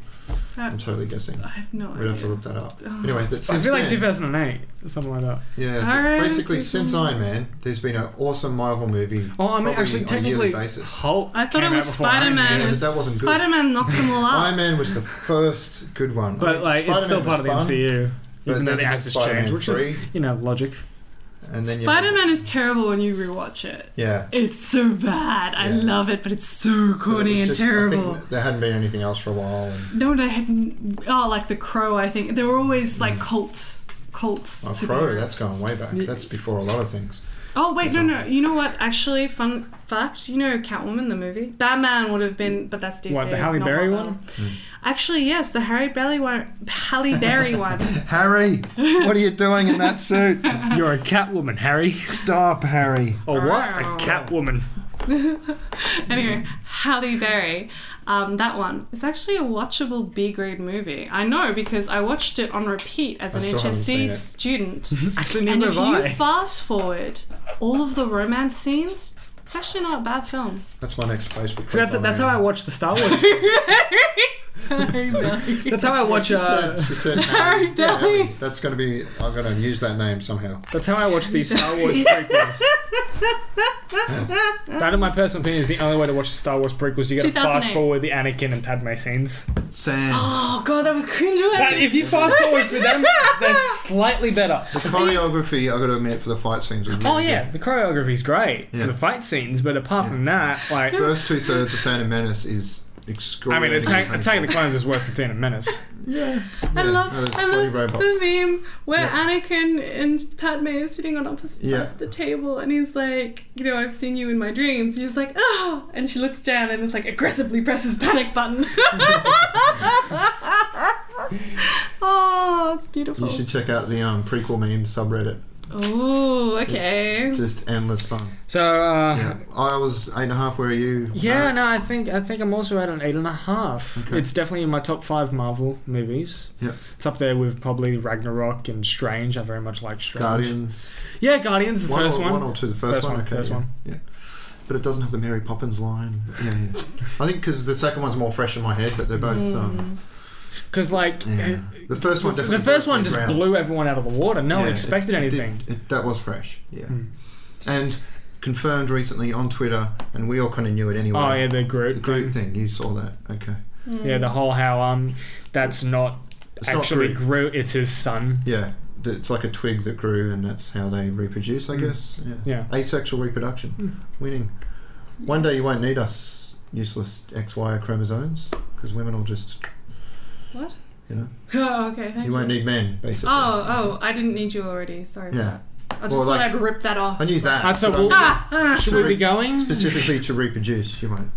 [SPEAKER 1] I'm
[SPEAKER 2] That,
[SPEAKER 1] totally guessing.
[SPEAKER 2] I have no
[SPEAKER 1] We'd have to
[SPEAKER 2] idea.
[SPEAKER 1] look that up. Anyway, but
[SPEAKER 3] Oh, I
[SPEAKER 1] since
[SPEAKER 3] feel like
[SPEAKER 1] then-
[SPEAKER 3] 2008, or something like that.
[SPEAKER 1] yeah,
[SPEAKER 2] Iron
[SPEAKER 1] th- basically since
[SPEAKER 2] Man.
[SPEAKER 1] Iron Man, there's been an awesome Marvel movie.
[SPEAKER 3] Oh, I mean,
[SPEAKER 1] probably
[SPEAKER 3] actually,
[SPEAKER 1] on a yearly
[SPEAKER 3] technically,
[SPEAKER 1] basis.
[SPEAKER 3] Hulk.
[SPEAKER 2] I thought
[SPEAKER 3] came
[SPEAKER 2] it was
[SPEAKER 3] out before Iron
[SPEAKER 2] Spider Man.
[SPEAKER 1] Yeah, but that wasn't good.
[SPEAKER 2] Spider Man knocked them all up.
[SPEAKER 1] Iron Man was the first good one. I
[SPEAKER 3] ah. But
[SPEAKER 1] mean,
[SPEAKER 3] like, it's still
[SPEAKER 1] Spider-Man
[SPEAKER 3] part of the
[SPEAKER 1] was fun,
[SPEAKER 3] MCU,
[SPEAKER 1] but
[SPEAKER 3] even though
[SPEAKER 1] then
[SPEAKER 3] they
[SPEAKER 1] you
[SPEAKER 3] had
[SPEAKER 1] had
[SPEAKER 3] this
[SPEAKER 1] Spider-Man
[SPEAKER 3] change, which
[SPEAKER 1] 3,
[SPEAKER 3] is you know logic.
[SPEAKER 1] And then you had-
[SPEAKER 2] Spider Man is terrible when you rewatch it.
[SPEAKER 1] Yeah.
[SPEAKER 2] It's so bad. I
[SPEAKER 1] Yeah.
[SPEAKER 2] love it, but it's so
[SPEAKER 1] It
[SPEAKER 2] corny and
[SPEAKER 1] was just- I think
[SPEAKER 2] terrible.
[SPEAKER 1] there hadn't been anything else for a while. And,
[SPEAKER 2] No, they had oh, like the Crow. I think they were always like cult, cults.
[SPEAKER 1] Oh,
[SPEAKER 2] superheroes.
[SPEAKER 1] Crow, that's gone way back. That's before a lot of things.
[SPEAKER 2] Oh wait, no, no. You know what? Actually, fun fact. You know Catwoman the movie. That man would have been, but that's DC.
[SPEAKER 3] What, the Halle
[SPEAKER 2] not
[SPEAKER 3] Berry
[SPEAKER 2] Marvel.
[SPEAKER 3] one?
[SPEAKER 1] Hmm.
[SPEAKER 2] Actually, yes, the Harry Berry one. Halle Berry one.
[SPEAKER 1] Harry, what are you doing in that suit?
[SPEAKER 3] You're a Catwoman, Harry.
[SPEAKER 1] Stop, Harry.
[SPEAKER 3] Or what? A
[SPEAKER 2] Wow.
[SPEAKER 3] Catwoman.
[SPEAKER 2] anyway, Halle Berry. Um, that one. It's actually a watchable B grade movie. I know because I watched it on repeat as
[SPEAKER 1] I
[SPEAKER 2] an
[SPEAKER 1] still haven't seen it.
[SPEAKER 2] HSC student.
[SPEAKER 3] Actually,
[SPEAKER 2] and
[SPEAKER 3] neither
[SPEAKER 2] if
[SPEAKER 3] have
[SPEAKER 2] you
[SPEAKER 3] I.
[SPEAKER 2] fast forward all of the romance scenes, it's actually not a bad film.
[SPEAKER 1] That's my next Facebook.
[SPEAKER 3] So that's that's how I watch the Star Wars. That's how I watch.
[SPEAKER 1] She said,
[SPEAKER 3] Uh,
[SPEAKER 1] she said
[SPEAKER 2] Harry
[SPEAKER 1] Harry. Yeah,
[SPEAKER 2] Daly.
[SPEAKER 1] Harry. That's going to be. I'm going to use that name somehow.
[SPEAKER 3] that's how I watch the Star Wars prequels. that, in my personal opinion, is the only way to watch the Star Wars prequels. You got to
[SPEAKER 2] 2008.
[SPEAKER 3] fast forward the Anakin and Padme scenes.
[SPEAKER 1] Sam.
[SPEAKER 2] Oh god, that was cringeworthy.
[SPEAKER 3] But if you fast forward to them, they're slightly better.
[SPEAKER 1] The choreography, I've got to admit, for the fight scenes was really
[SPEAKER 3] Oh yeah, the choreography's great
[SPEAKER 1] Yeah.
[SPEAKER 3] for the fight scenes, but apart from that, like
[SPEAKER 1] good. First two thirds of Phantom Menace is
[SPEAKER 3] I mean,
[SPEAKER 1] extraordinary.
[SPEAKER 3] Attack, Attack of the Clones is worse than Phantom Menace.
[SPEAKER 1] Yeah.
[SPEAKER 2] I
[SPEAKER 1] Yeah,
[SPEAKER 2] love,
[SPEAKER 1] those
[SPEAKER 2] I
[SPEAKER 1] bloody
[SPEAKER 2] love the
[SPEAKER 1] robots.
[SPEAKER 2] meme where
[SPEAKER 1] Yeah.
[SPEAKER 2] Anakin and Padme are sitting on opposite
[SPEAKER 1] Yeah.
[SPEAKER 2] sides of the table, and he's like, you know, I've seen you in my dreams. And she's like, oh, and she looks down and it's like aggressively presses panic button. oh, it's beautiful.
[SPEAKER 1] You should check out the um, prequel meme subreddit.
[SPEAKER 2] Oh, okay.
[SPEAKER 1] It's just endless fun.
[SPEAKER 3] So uh,
[SPEAKER 1] Yeah. I was eight and a half. Where are you?
[SPEAKER 3] Yeah, no, I think I think I'm also at an eight and a half.
[SPEAKER 1] Okay.
[SPEAKER 3] It's definitely in my top five Marvel movies.
[SPEAKER 1] Yeah.
[SPEAKER 3] It's up there with probably Ragnarok and Strange. I very much like Strange.
[SPEAKER 1] Guardians.
[SPEAKER 3] Yeah, Guardians, the
[SPEAKER 1] one
[SPEAKER 3] first
[SPEAKER 1] or,
[SPEAKER 3] one.
[SPEAKER 1] one or two. The first,
[SPEAKER 3] First
[SPEAKER 1] one.
[SPEAKER 3] one,
[SPEAKER 1] Okay.
[SPEAKER 3] first
[SPEAKER 1] yeah.
[SPEAKER 3] one.
[SPEAKER 1] Yeah. But it doesn't have the Mary
[SPEAKER 2] Hmm.
[SPEAKER 3] Hmm.
[SPEAKER 1] Poppins line. Yeah, yeah. I think because the second one's more fresh in my head, but they're both. Um,
[SPEAKER 3] because like
[SPEAKER 1] Yeah.
[SPEAKER 3] it-
[SPEAKER 1] The first one
[SPEAKER 3] the,
[SPEAKER 1] definitely
[SPEAKER 3] first
[SPEAKER 1] broke
[SPEAKER 3] one
[SPEAKER 1] new
[SPEAKER 3] just
[SPEAKER 1] ground.
[SPEAKER 3] blew everyone out of the water. No one
[SPEAKER 1] Yeah,
[SPEAKER 3] expected
[SPEAKER 1] it- it did-
[SPEAKER 3] anything.
[SPEAKER 1] it- that was fresh, yeah.
[SPEAKER 3] Mm.
[SPEAKER 1] And confirmed recently on Twitter, and we all kind of knew it anyway.
[SPEAKER 3] Oh yeah, the
[SPEAKER 1] The
[SPEAKER 3] group.
[SPEAKER 1] group thing, you saw that, okay.
[SPEAKER 4] Hmm.
[SPEAKER 2] Hmm.
[SPEAKER 3] Yeah, the whole how um, that's not
[SPEAKER 1] It's not
[SPEAKER 3] actually
[SPEAKER 1] Groot.
[SPEAKER 3] Groot. It's his son.
[SPEAKER 1] Yeah, th- it's like a twig that grew, and that's how they reproduce, I
[SPEAKER 3] Mm.
[SPEAKER 1] guess. Yeah.
[SPEAKER 3] Yeah.
[SPEAKER 1] Asexual reproduction,
[SPEAKER 2] Hmm.
[SPEAKER 3] Mm.
[SPEAKER 1] winning. One day you won't need us useless XY chromosomes because women will just
[SPEAKER 2] oh, okay. Thank
[SPEAKER 1] you won't need men basically.
[SPEAKER 2] Oh, oh, I didn't need you already. Sorry. for
[SPEAKER 1] yeah.
[SPEAKER 2] that. I just
[SPEAKER 1] Well,
[SPEAKER 2] thought
[SPEAKER 1] like-
[SPEAKER 2] I'd rip that off.
[SPEAKER 1] I knew that.
[SPEAKER 3] Ah, so
[SPEAKER 1] but I
[SPEAKER 3] we'll-
[SPEAKER 1] mean,
[SPEAKER 2] Ah, ah.
[SPEAKER 3] Should we be going?
[SPEAKER 1] specifically to reproduce, you won't.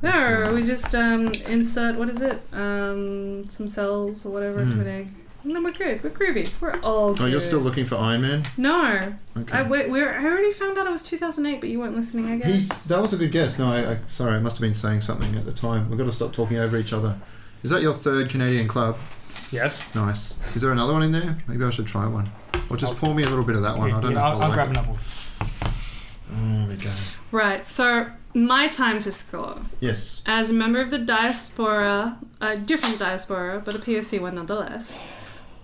[SPEAKER 2] No, we just um, insert what is it? Um, some cells or whatever into
[SPEAKER 1] Hmm.
[SPEAKER 2] an egg. And then we're good. We're groovy. We're all. Good.
[SPEAKER 1] Oh, you're still looking for Iron Man.
[SPEAKER 2] No,
[SPEAKER 1] Okay.
[SPEAKER 2] I, we we're, I already found out it was 2008, but you weren't listening. I guess.
[SPEAKER 1] He's, that was a good guess. No, I, I sorry, I must have been saying something at the time. We've got to stop talking over each other. Is that your third Canadian club?
[SPEAKER 3] Yes.
[SPEAKER 1] Nice. Is there another one in there? Maybe I should try one. Or just pour me a little bit of that one. I don't know. if I'll,
[SPEAKER 4] I'll, I'll
[SPEAKER 1] like
[SPEAKER 4] grab
[SPEAKER 1] it.
[SPEAKER 4] another one.
[SPEAKER 1] Oh, there we go.
[SPEAKER 2] Right. So my time to score.
[SPEAKER 1] Yes.
[SPEAKER 2] As a member of the diaspora, a different diaspora, but a POC one nonetheless,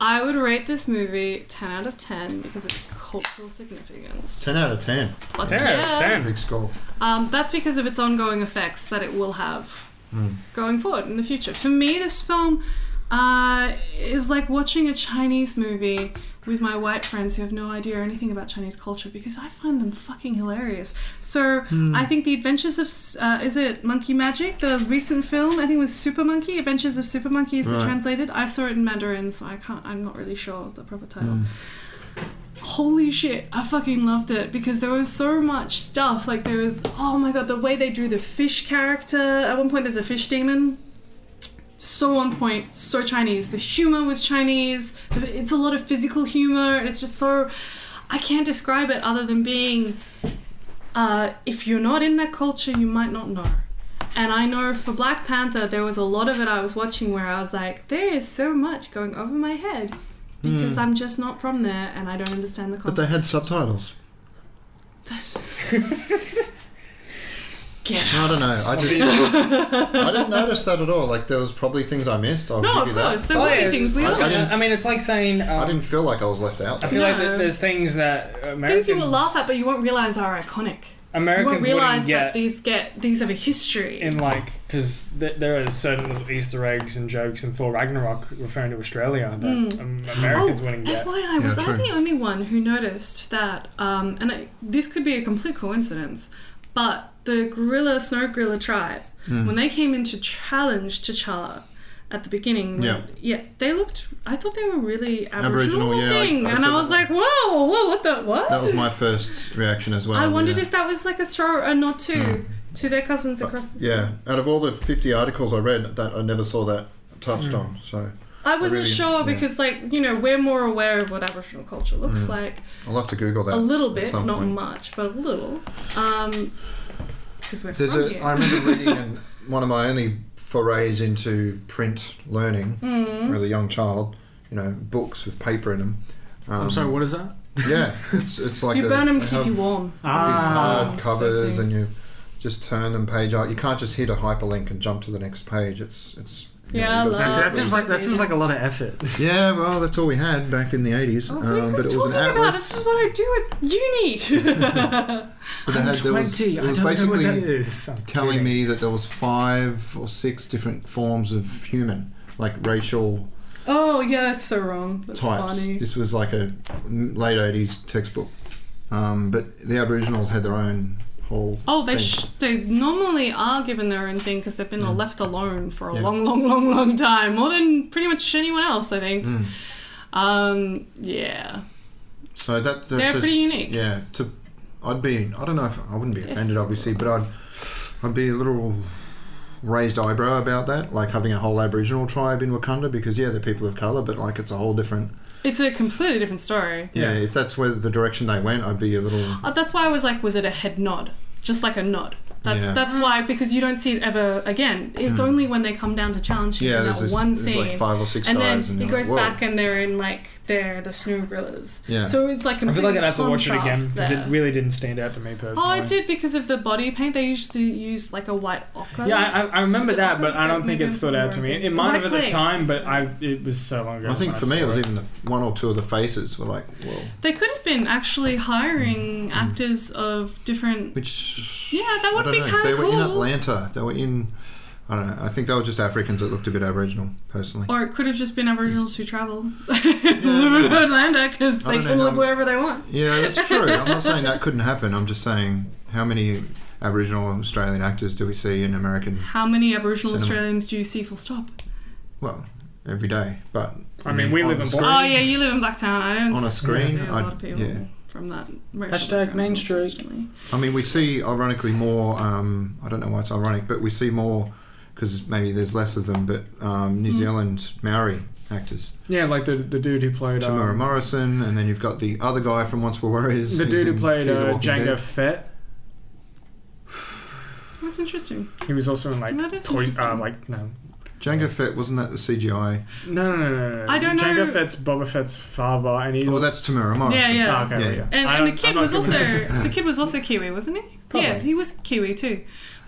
[SPEAKER 2] I would rate this movie 10 out of 10 because it's cultural significance.
[SPEAKER 1] 10 out of 10.
[SPEAKER 2] Fuck
[SPEAKER 3] Yeah, ten.
[SPEAKER 1] Big score.
[SPEAKER 2] Um, that's because of its ongoing effects that it will have
[SPEAKER 1] Mm.
[SPEAKER 2] going forward in the future. For me, this film uh, is like watching a Chinese movie with my white friends who have no idea anything about Chinese culture because I find them fucking hilarious. So I think the Adventures of S- uh, is it Monkey Magic, the recent film I think it was Super Monkey. Adventures of Super Monkey is
[SPEAKER 1] Right.
[SPEAKER 2] it translated? I saw it in Mandarin, so I can't. I'm not really sure the proper title
[SPEAKER 1] Mm.
[SPEAKER 2] holy shit, I fucking loved it because there was so much stuff. Like there was, oh my god, the way they drew the fish character. At one point, there's a fish demon. So on point, so Chinese. The humor was Chinese. It's a lot of physical humor. It's just so. I can't describe it other than being. Uh, if you're not in that culture, you might not know. And I know for Black Panther, there was a lot of it I was watching where I was like, there is so much going over my head because
[SPEAKER 1] Hmm.
[SPEAKER 2] I'm just not from there and I don't understand the
[SPEAKER 1] But
[SPEAKER 2] context.
[SPEAKER 1] they had subtitles.
[SPEAKER 2] Get
[SPEAKER 1] I don't know. I just I didn't notice that at all. Like there was probably things I missed. I'll
[SPEAKER 2] No,
[SPEAKER 1] give
[SPEAKER 2] of
[SPEAKER 1] you
[SPEAKER 2] course.
[SPEAKER 1] that.
[SPEAKER 2] There
[SPEAKER 3] Oh,
[SPEAKER 2] will
[SPEAKER 3] yeah,
[SPEAKER 2] be
[SPEAKER 3] it's-
[SPEAKER 2] things we
[SPEAKER 1] I
[SPEAKER 2] all
[SPEAKER 1] didn't-
[SPEAKER 2] know.
[SPEAKER 3] I mean, it's like saying. Um,
[SPEAKER 1] I didn't feel like I was left out.
[SPEAKER 3] I feel like
[SPEAKER 2] No.
[SPEAKER 3] that there's things that Americans
[SPEAKER 2] Things you will laugh at, but you won't realize are iconic. You won't
[SPEAKER 3] Americans
[SPEAKER 2] realize
[SPEAKER 3] wouldn't
[SPEAKER 2] that
[SPEAKER 3] get
[SPEAKER 2] these get these have a history.
[SPEAKER 3] in like because th- there are certain little Easter eggs and jokes in Thor Ragnarok referring to Australia that
[SPEAKER 2] Mm.
[SPEAKER 3] um, Americans wouldn't get.
[SPEAKER 2] FYI, was
[SPEAKER 1] Yeah,
[SPEAKER 2] I
[SPEAKER 1] true.
[SPEAKER 2] the only one who noticed that? Um, and I, this could be a complete coincidence, but the gorilla, snow gorilla tribe,
[SPEAKER 1] Hmm.
[SPEAKER 2] when they came in to challenge T'Challa at the beginning, when-
[SPEAKER 1] Yeah.
[SPEAKER 2] yeah, they looked. I thought they were really
[SPEAKER 1] Aboriginal,
[SPEAKER 2] Aboriginal,
[SPEAKER 1] yeah, I-
[SPEAKER 2] looking,
[SPEAKER 1] I
[SPEAKER 2] and
[SPEAKER 1] saw
[SPEAKER 2] I was
[SPEAKER 1] that.
[SPEAKER 2] like, whoa, whoa, what the what?
[SPEAKER 1] That was my first reaction as well.
[SPEAKER 2] I wondered
[SPEAKER 1] yeah.
[SPEAKER 2] if that was like a throw or not to
[SPEAKER 1] Mm.
[SPEAKER 2] to their cousins across. the
[SPEAKER 1] Yeah, out of all the 50 articles I read, that I never saw that touched
[SPEAKER 3] Mm.
[SPEAKER 1] on. So
[SPEAKER 2] I wasn't
[SPEAKER 1] really-
[SPEAKER 2] sure
[SPEAKER 1] yeah.
[SPEAKER 2] because, like, you know, we're more aware of what Aboriginal culture looks
[SPEAKER 1] Mm.
[SPEAKER 2] like
[SPEAKER 1] I'll have to Google that.
[SPEAKER 2] a little
[SPEAKER 1] at
[SPEAKER 2] bit,
[SPEAKER 1] some
[SPEAKER 2] not
[SPEAKER 1] point.
[SPEAKER 2] much, but a little. Um, because we're
[SPEAKER 1] There's
[SPEAKER 2] from
[SPEAKER 1] a.
[SPEAKER 2] here.
[SPEAKER 1] I remember reading in one of my only forays into print learning
[SPEAKER 2] Mm.
[SPEAKER 1] as a young child. You know, books with paper in them. Um,
[SPEAKER 3] what is that?
[SPEAKER 1] Yeah, it's it's like
[SPEAKER 2] you
[SPEAKER 1] a,
[SPEAKER 2] burn them,
[SPEAKER 1] they
[SPEAKER 2] keep
[SPEAKER 1] have
[SPEAKER 2] you warm.
[SPEAKER 1] These
[SPEAKER 3] Ah,
[SPEAKER 1] hard
[SPEAKER 2] those
[SPEAKER 1] covers, and
[SPEAKER 2] things.
[SPEAKER 1] you just turn them page out. You can't just hit a hyperlink and jump to the next page. It's it's. you you've got
[SPEAKER 2] Yeah, I
[SPEAKER 1] to
[SPEAKER 2] love-
[SPEAKER 3] That's-
[SPEAKER 1] do
[SPEAKER 3] that seems like that seems like a lot of effort.
[SPEAKER 1] Yeah, well, that's all we had back in the eighties.
[SPEAKER 2] Oh,
[SPEAKER 1] um,
[SPEAKER 2] what
[SPEAKER 1] but
[SPEAKER 2] are
[SPEAKER 1] it
[SPEAKER 2] you
[SPEAKER 1] was
[SPEAKER 2] talking
[SPEAKER 1] an
[SPEAKER 2] about? This
[SPEAKER 1] atlas.
[SPEAKER 2] is what I do at uni.
[SPEAKER 1] But they had, there was, it was basically
[SPEAKER 3] is. I'm
[SPEAKER 1] telling
[SPEAKER 3] kidding.
[SPEAKER 1] me that there was five or six different forms of human, like racial
[SPEAKER 2] oh, yeah, that's so wrong. That's
[SPEAKER 1] types.
[SPEAKER 2] funny.
[SPEAKER 1] This was like a late eighties textbook. Um, but the Aboriginals had their own whole.
[SPEAKER 2] Oh, they
[SPEAKER 1] thing.
[SPEAKER 2] sh- they normally are given their own thing because they've been
[SPEAKER 1] Yeah.
[SPEAKER 2] left alone for a
[SPEAKER 1] Yeah.
[SPEAKER 2] long, long, long, long time, more than pretty much anyone else, I think.
[SPEAKER 1] Mm.
[SPEAKER 2] Um, yeah.
[SPEAKER 1] So that, that
[SPEAKER 2] They're
[SPEAKER 1] just,
[SPEAKER 2] pretty unique.
[SPEAKER 1] Yeah, to I'd be I don't know if I wouldn't be offended
[SPEAKER 2] Yes.
[SPEAKER 1] obviously, but I'd I'd be a little raised eyebrow about that, like having a whole Aboriginal tribe in Wakanda because yeah, they're people of color, but like it's a whole different.
[SPEAKER 2] It's a completely different story.
[SPEAKER 1] Yeah, if that's where the direction they went, I'd be a little.
[SPEAKER 2] Uh, that's why I was like, was it a head nod? Just like a nod. That's
[SPEAKER 1] Yeah.
[SPEAKER 2] that's why because you don't see it ever again. It's
[SPEAKER 1] Mm.
[SPEAKER 2] only when they come down to challenge him
[SPEAKER 1] yeah,
[SPEAKER 2] in that
[SPEAKER 1] there's, this,
[SPEAKER 2] one
[SPEAKER 1] there's
[SPEAKER 2] scene,
[SPEAKER 1] like five or six
[SPEAKER 2] and then
[SPEAKER 1] guys,
[SPEAKER 2] he
[SPEAKER 1] and
[SPEAKER 2] it
[SPEAKER 1] you're
[SPEAKER 2] goes
[SPEAKER 1] like, "Whoa."
[SPEAKER 2] back and they're in like they're the snow gorillas.
[SPEAKER 1] Yeah.
[SPEAKER 2] So it's like
[SPEAKER 3] I feel like
[SPEAKER 2] complete
[SPEAKER 3] I'd have to watch it again
[SPEAKER 2] contrast
[SPEAKER 3] because
[SPEAKER 2] there.
[SPEAKER 3] it really didn't stand out to me personally.
[SPEAKER 2] Oh, it did because of the body paint. They used to use like a white ochre.
[SPEAKER 3] Yeah, I, I remember
[SPEAKER 2] Is it
[SPEAKER 3] that, but
[SPEAKER 2] awkward?
[SPEAKER 3] I don't think it
[SPEAKER 2] Maybe I'm
[SPEAKER 3] stood out to me. It
[SPEAKER 2] remembering.
[SPEAKER 3] might have at
[SPEAKER 2] Like clay.
[SPEAKER 3] the time, but I it was so long ago.
[SPEAKER 1] I think
[SPEAKER 3] when
[SPEAKER 1] for me, it
[SPEAKER 3] saw
[SPEAKER 1] was even the one or two of the faces were like, "Whoa,"
[SPEAKER 2] They could have been actually hiring
[SPEAKER 1] Hmm.
[SPEAKER 2] actors of different.
[SPEAKER 1] which
[SPEAKER 2] Yeah, that
[SPEAKER 1] I
[SPEAKER 2] would
[SPEAKER 1] don't
[SPEAKER 2] be
[SPEAKER 1] know.
[SPEAKER 2] kind
[SPEAKER 1] they
[SPEAKER 2] of
[SPEAKER 1] were in
[SPEAKER 2] cool.
[SPEAKER 1] Atlanta. They were in. I don't know. I think they were just Africans that looked a bit Aboriginal, personally.
[SPEAKER 2] Or it could have just been Aboriginals who travel,
[SPEAKER 1] no.
[SPEAKER 2] live in Atlanta because
[SPEAKER 1] I
[SPEAKER 2] they
[SPEAKER 1] don't
[SPEAKER 2] can
[SPEAKER 1] know
[SPEAKER 2] live
[SPEAKER 1] how-
[SPEAKER 2] wherever they want.
[SPEAKER 1] Yeah, that's true. I'm not saying that couldn't happen. I'm just saying how many Aboriginal Australian actors do we see in American?
[SPEAKER 2] How many Aboriginal
[SPEAKER 1] Cinema.
[SPEAKER 2] Australians do you see? Full stop.
[SPEAKER 1] Well, every day, but
[SPEAKER 3] I mean, we
[SPEAKER 1] on
[SPEAKER 3] live
[SPEAKER 1] the
[SPEAKER 3] in
[SPEAKER 1] screen-
[SPEAKER 2] Oh yeah, you live in Blacktown. I don't
[SPEAKER 1] On a
[SPEAKER 2] see
[SPEAKER 1] screen,
[SPEAKER 2] a
[SPEAKER 1] I'd-
[SPEAKER 2] lot of people
[SPEAKER 1] yeah.
[SPEAKER 2] from that. racial
[SPEAKER 3] Hashtag
[SPEAKER 2] backgrounds,
[SPEAKER 3] Main Street.
[SPEAKER 2] unfortunately.
[SPEAKER 1] I mean, we see ironically more. Um, I don't know why it's ironic, but we see more because maybe there's less of them. But um, New
[SPEAKER 3] Hmm.
[SPEAKER 2] Mm.
[SPEAKER 1] Zealand Maori actors,
[SPEAKER 3] Yeah, like the the dude who played
[SPEAKER 1] Tamara
[SPEAKER 3] um,
[SPEAKER 1] Morrison, and then you've got the other guy from Once Were Warriors.
[SPEAKER 3] the
[SPEAKER 1] who's
[SPEAKER 3] dude who
[SPEAKER 1] in
[SPEAKER 3] played
[SPEAKER 1] Fear the
[SPEAKER 3] uh,
[SPEAKER 1] Walking
[SPEAKER 3] Django
[SPEAKER 1] Dead.
[SPEAKER 3] Fett.
[SPEAKER 2] That's interesting.
[SPEAKER 3] He was also in like
[SPEAKER 2] That is
[SPEAKER 3] toy, uh,
[SPEAKER 2] interesting.
[SPEAKER 3] like no.
[SPEAKER 1] Django Fett wasn't that the CGI?
[SPEAKER 3] No, no, no, no, no, no.
[SPEAKER 2] I don't
[SPEAKER 3] Django
[SPEAKER 2] know-
[SPEAKER 3] Fett's Boba Fett's father, and he.
[SPEAKER 1] Well, Oh, that's Tamara Morrison.
[SPEAKER 2] Yeah, yeah.
[SPEAKER 3] Oh, okay,
[SPEAKER 1] Yeah.
[SPEAKER 3] yeah.
[SPEAKER 2] And,
[SPEAKER 3] I
[SPEAKER 2] and the
[SPEAKER 3] don't-
[SPEAKER 2] kid
[SPEAKER 3] I'm not
[SPEAKER 2] was also
[SPEAKER 3] familiar.
[SPEAKER 2] the kid was also Kiwi, wasn't he? Yeah,
[SPEAKER 3] Probably.
[SPEAKER 2] he was Kiwi too.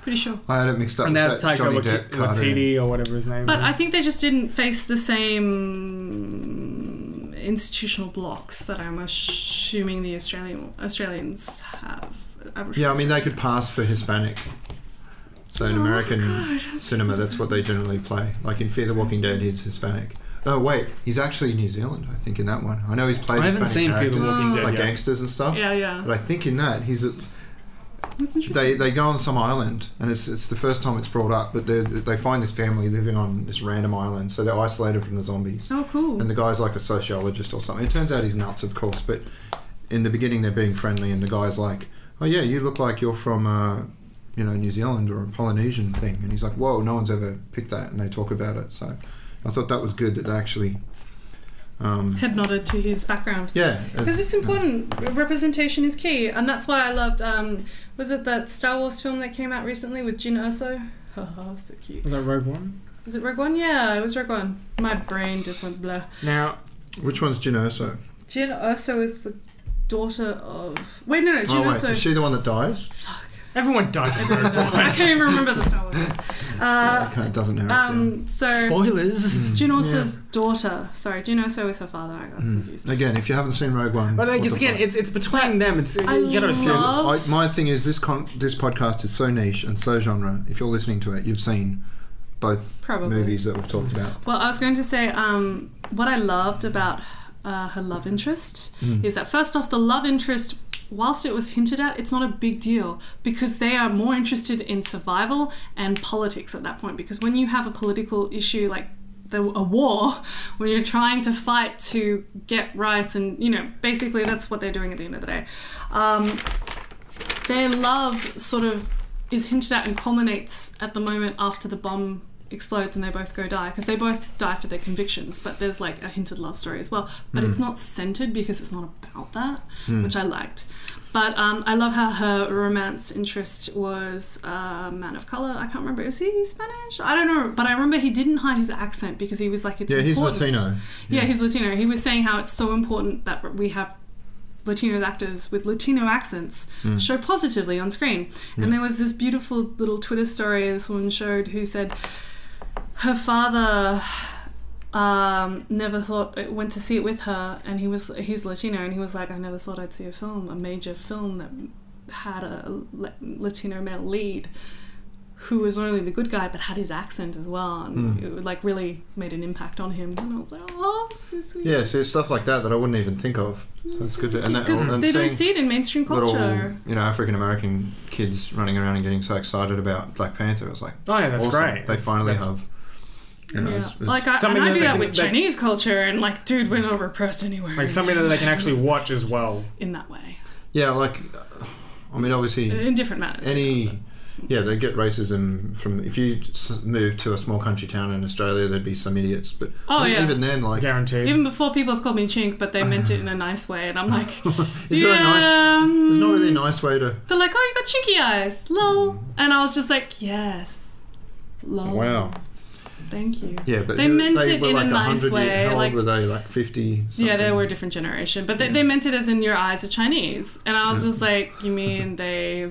[SPEAKER 2] Pretty sure.
[SPEAKER 1] I had it mixed up
[SPEAKER 3] And
[SPEAKER 1] with
[SPEAKER 3] that
[SPEAKER 1] that
[SPEAKER 3] Taika
[SPEAKER 1] Johnny
[SPEAKER 3] Waki-
[SPEAKER 1] Depp card.
[SPEAKER 3] Waititi or whatever his name.
[SPEAKER 2] But
[SPEAKER 3] is.
[SPEAKER 2] I think they just didn't face the same institutional blocks that I'm assuming the Australian Australians have.
[SPEAKER 1] Yeah, I mean they could pass for Hispanic. So in
[SPEAKER 2] Oh,
[SPEAKER 1] American cinema, that's what they generally play. Like in Fear the Walking Dead, he's Hispanic. Oh wait, he's actually New Zealand, I think, in that one. I know he's played.
[SPEAKER 3] I haven't
[SPEAKER 1] Hispanic
[SPEAKER 3] seen Fear
[SPEAKER 1] characters,
[SPEAKER 3] the Walking Dead
[SPEAKER 1] like
[SPEAKER 3] yet.
[SPEAKER 1] gangsters and stuff.
[SPEAKER 2] Yeah, yeah.
[SPEAKER 1] But I think in that he's it's-
[SPEAKER 2] That's interesting.
[SPEAKER 1] they they go on some island and it's it's the first time it's brought up, but they they find this family living on this random island, so they're isolated from the zombies.
[SPEAKER 2] oh, cool.
[SPEAKER 1] And the guy's like a sociologist or something. It turns out he's nuts, of course, but in the beginning they're being friendly, and the guy's like, "Oh yeah, you look like you're from, uh, you know, New Zealand or a Polynesian thing," and he's like, "Whoa, no one's ever picked that," and they talk about it. So I thought that was good that they actually, um,
[SPEAKER 2] Head nodded to his background.
[SPEAKER 1] yeah, uh,
[SPEAKER 2] Because it's important. Re- Representation is key, and that's why I loved. Um, was it that Star Wars film that came out recently with Jin Erso? Haha, so cute.
[SPEAKER 3] was that Rogue One.
[SPEAKER 2] Was it Rogue One? Yeah, it was Rogue One. My brain just went blah.
[SPEAKER 3] Now,
[SPEAKER 1] uh, Which one's Genoso?
[SPEAKER 2] Jin Erso is the daughter of. Wait, no, no, Jin
[SPEAKER 1] Oh wait,
[SPEAKER 2] Erso.
[SPEAKER 1] is she the one that dies?
[SPEAKER 3] everyone dies. in Rogue One.
[SPEAKER 2] I can't even remember the Star Wars. names. Uh,
[SPEAKER 1] okay, it doesn't narrow it down.
[SPEAKER 2] um, so
[SPEAKER 3] Spoilers.
[SPEAKER 1] Mm.
[SPEAKER 2] Jin Erso's daughter. Sorry, Jin Erso is her father. I
[SPEAKER 1] Mm.
[SPEAKER 2] got confused.
[SPEAKER 1] Hmm. Again, if you haven't seen Rogue One,
[SPEAKER 3] But like,
[SPEAKER 1] what
[SPEAKER 3] it's
[SPEAKER 1] the
[SPEAKER 3] again,
[SPEAKER 1] fuck?
[SPEAKER 3] it's it's between them. It's
[SPEAKER 2] I
[SPEAKER 3] you gotta assume.
[SPEAKER 2] love-
[SPEAKER 1] I, my thing is this con- this podcast is so niche and so genre. If you're listening to it, you've seen both
[SPEAKER 2] Probably.
[SPEAKER 1] movies that we've talked about.
[SPEAKER 2] Well, I was going to say um, what I loved about uh, her love interest is that first off, the love interest, whilst it was hinted at, it's not a big deal because they are more interested in survival and politics at that point. Because when you have a political issue like the, a war, when you're trying to fight to get rights, and you know, basically that's what they're doing at the end of the day. Um, their love sort of is hinted at and culminates at the moment after the bomb explodes and they both go die because they both die for their convictions but there's like a hinted love story as well but
[SPEAKER 1] Hmm.
[SPEAKER 2] it's not centered because it's not about that which i liked but um, i love how her romance interest was a man of color i can't remember is he spanish i don't know but i remember he didn't hide his accent because he was like it's
[SPEAKER 1] Yeah, he's
[SPEAKER 2] important.
[SPEAKER 1] Latino.
[SPEAKER 2] Yeah,
[SPEAKER 1] Yeah.
[SPEAKER 2] he's Latino. He was saying how it's so important that we have Latino actors with Latino accents show positively on screen. And there was this beautiful little Twitter story this woman showed who said her father um, never thought went to see it with her, and he was he's Latino, and he was like, I never thought I'd see a film, a major film that had a La- Latino male lead who was not only the good guy but had his accent as well, and it like really made an impact on him. And I was like, oh, that's so sweet.
[SPEAKER 1] Yeah, so it's stuff like that that I wouldn't even think of. So it's good to and, that,
[SPEAKER 2] Because
[SPEAKER 1] and
[SPEAKER 2] they
[SPEAKER 1] seeing
[SPEAKER 2] don't see it in mainstream
[SPEAKER 1] little
[SPEAKER 2] culture.
[SPEAKER 1] you know African American kids running around and getting so excited about Black Panther. It's like
[SPEAKER 3] Oh yeah, that's
[SPEAKER 1] awesome.
[SPEAKER 3] great.
[SPEAKER 1] They
[SPEAKER 3] That's-
[SPEAKER 1] finally
[SPEAKER 3] that's-
[SPEAKER 1] have. You know,
[SPEAKER 2] yeah.
[SPEAKER 1] it's- it's-
[SPEAKER 2] like I, and
[SPEAKER 3] Something
[SPEAKER 2] I
[SPEAKER 3] that
[SPEAKER 2] do
[SPEAKER 3] they
[SPEAKER 2] that
[SPEAKER 3] can-
[SPEAKER 2] with
[SPEAKER 3] they-
[SPEAKER 2] Chinese culture, and like, dude, we're not repressed anywhere.
[SPEAKER 3] like something that they can actually watch as well.
[SPEAKER 2] in that way,
[SPEAKER 1] yeah, like I mean, obviously
[SPEAKER 2] in different manners.
[SPEAKER 1] any yeah, they get racism from if you s- move to a small country town in Australia, there'd be some idiots. But
[SPEAKER 2] Oh,
[SPEAKER 1] e-
[SPEAKER 2] yeah.
[SPEAKER 1] even then, like,
[SPEAKER 3] Guaranteed.
[SPEAKER 2] Even before people have called me chink, but they meant it in a nice way, and I'm like,
[SPEAKER 1] is
[SPEAKER 2] yeah,
[SPEAKER 1] there a nice?
[SPEAKER 2] um,
[SPEAKER 1] There's not really a nice way to.
[SPEAKER 2] They're like, oh, you got chinky eyes, lol, and I was just like, yes, lol.
[SPEAKER 1] Wow.
[SPEAKER 2] Thank you.
[SPEAKER 1] Yeah, but
[SPEAKER 2] They
[SPEAKER 1] you-
[SPEAKER 2] meant it
[SPEAKER 1] were
[SPEAKER 2] in a
[SPEAKER 1] like
[SPEAKER 2] nice
[SPEAKER 1] 100
[SPEAKER 2] way,
[SPEAKER 1] Year, how old
[SPEAKER 2] like-
[SPEAKER 1] were they? Like fifty. Something.
[SPEAKER 2] Yeah, they were a different generation, but they,
[SPEAKER 1] Yeah.
[SPEAKER 2] they meant it as in your eyes are Chinese, and I was
[SPEAKER 1] Yeah.
[SPEAKER 2] just like, you mean they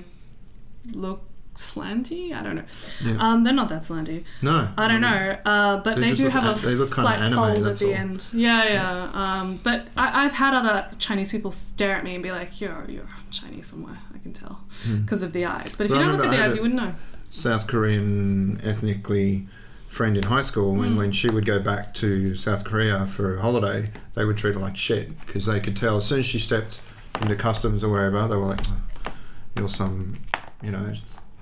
[SPEAKER 2] look slanty? I don't know.
[SPEAKER 1] Yeah.
[SPEAKER 2] Um, they're not that slanty.
[SPEAKER 1] No,
[SPEAKER 2] I don't know, uh, but
[SPEAKER 1] They
[SPEAKER 2] they
[SPEAKER 1] just
[SPEAKER 2] do
[SPEAKER 1] look
[SPEAKER 2] have
[SPEAKER 1] an-
[SPEAKER 2] a
[SPEAKER 1] they look kinda
[SPEAKER 2] slight
[SPEAKER 1] anime,
[SPEAKER 2] fold at
[SPEAKER 1] that's
[SPEAKER 2] the
[SPEAKER 1] all.
[SPEAKER 2] end. Yeah, yeah. Um, but I, I've had other Chinese people stare at me and be like, "You're you're Chinese somewhere." I can tell
[SPEAKER 1] Hmm.
[SPEAKER 2] because of the eyes. But if
[SPEAKER 1] Well,
[SPEAKER 2] you
[SPEAKER 1] I
[SPEAKER 2] don't look at
[SPEAKER 1] remember I
[SPEAKER 2] the
[SPEAKER 1] had
[SPEAKER 2] eyes,
[SPEAKER 1] a-
[SPEAKER 2] you wouldn't know.
[SPEAKER 1] South Korean ethnically friend in high school,
[SPEAKER 2] Mm.
[SPEAKER 1] and when she would go back to South Korea for a holiday, they would treat her like shit because they could tell as soon as she stepped into customs or wherever, they were like, "You're some," you know.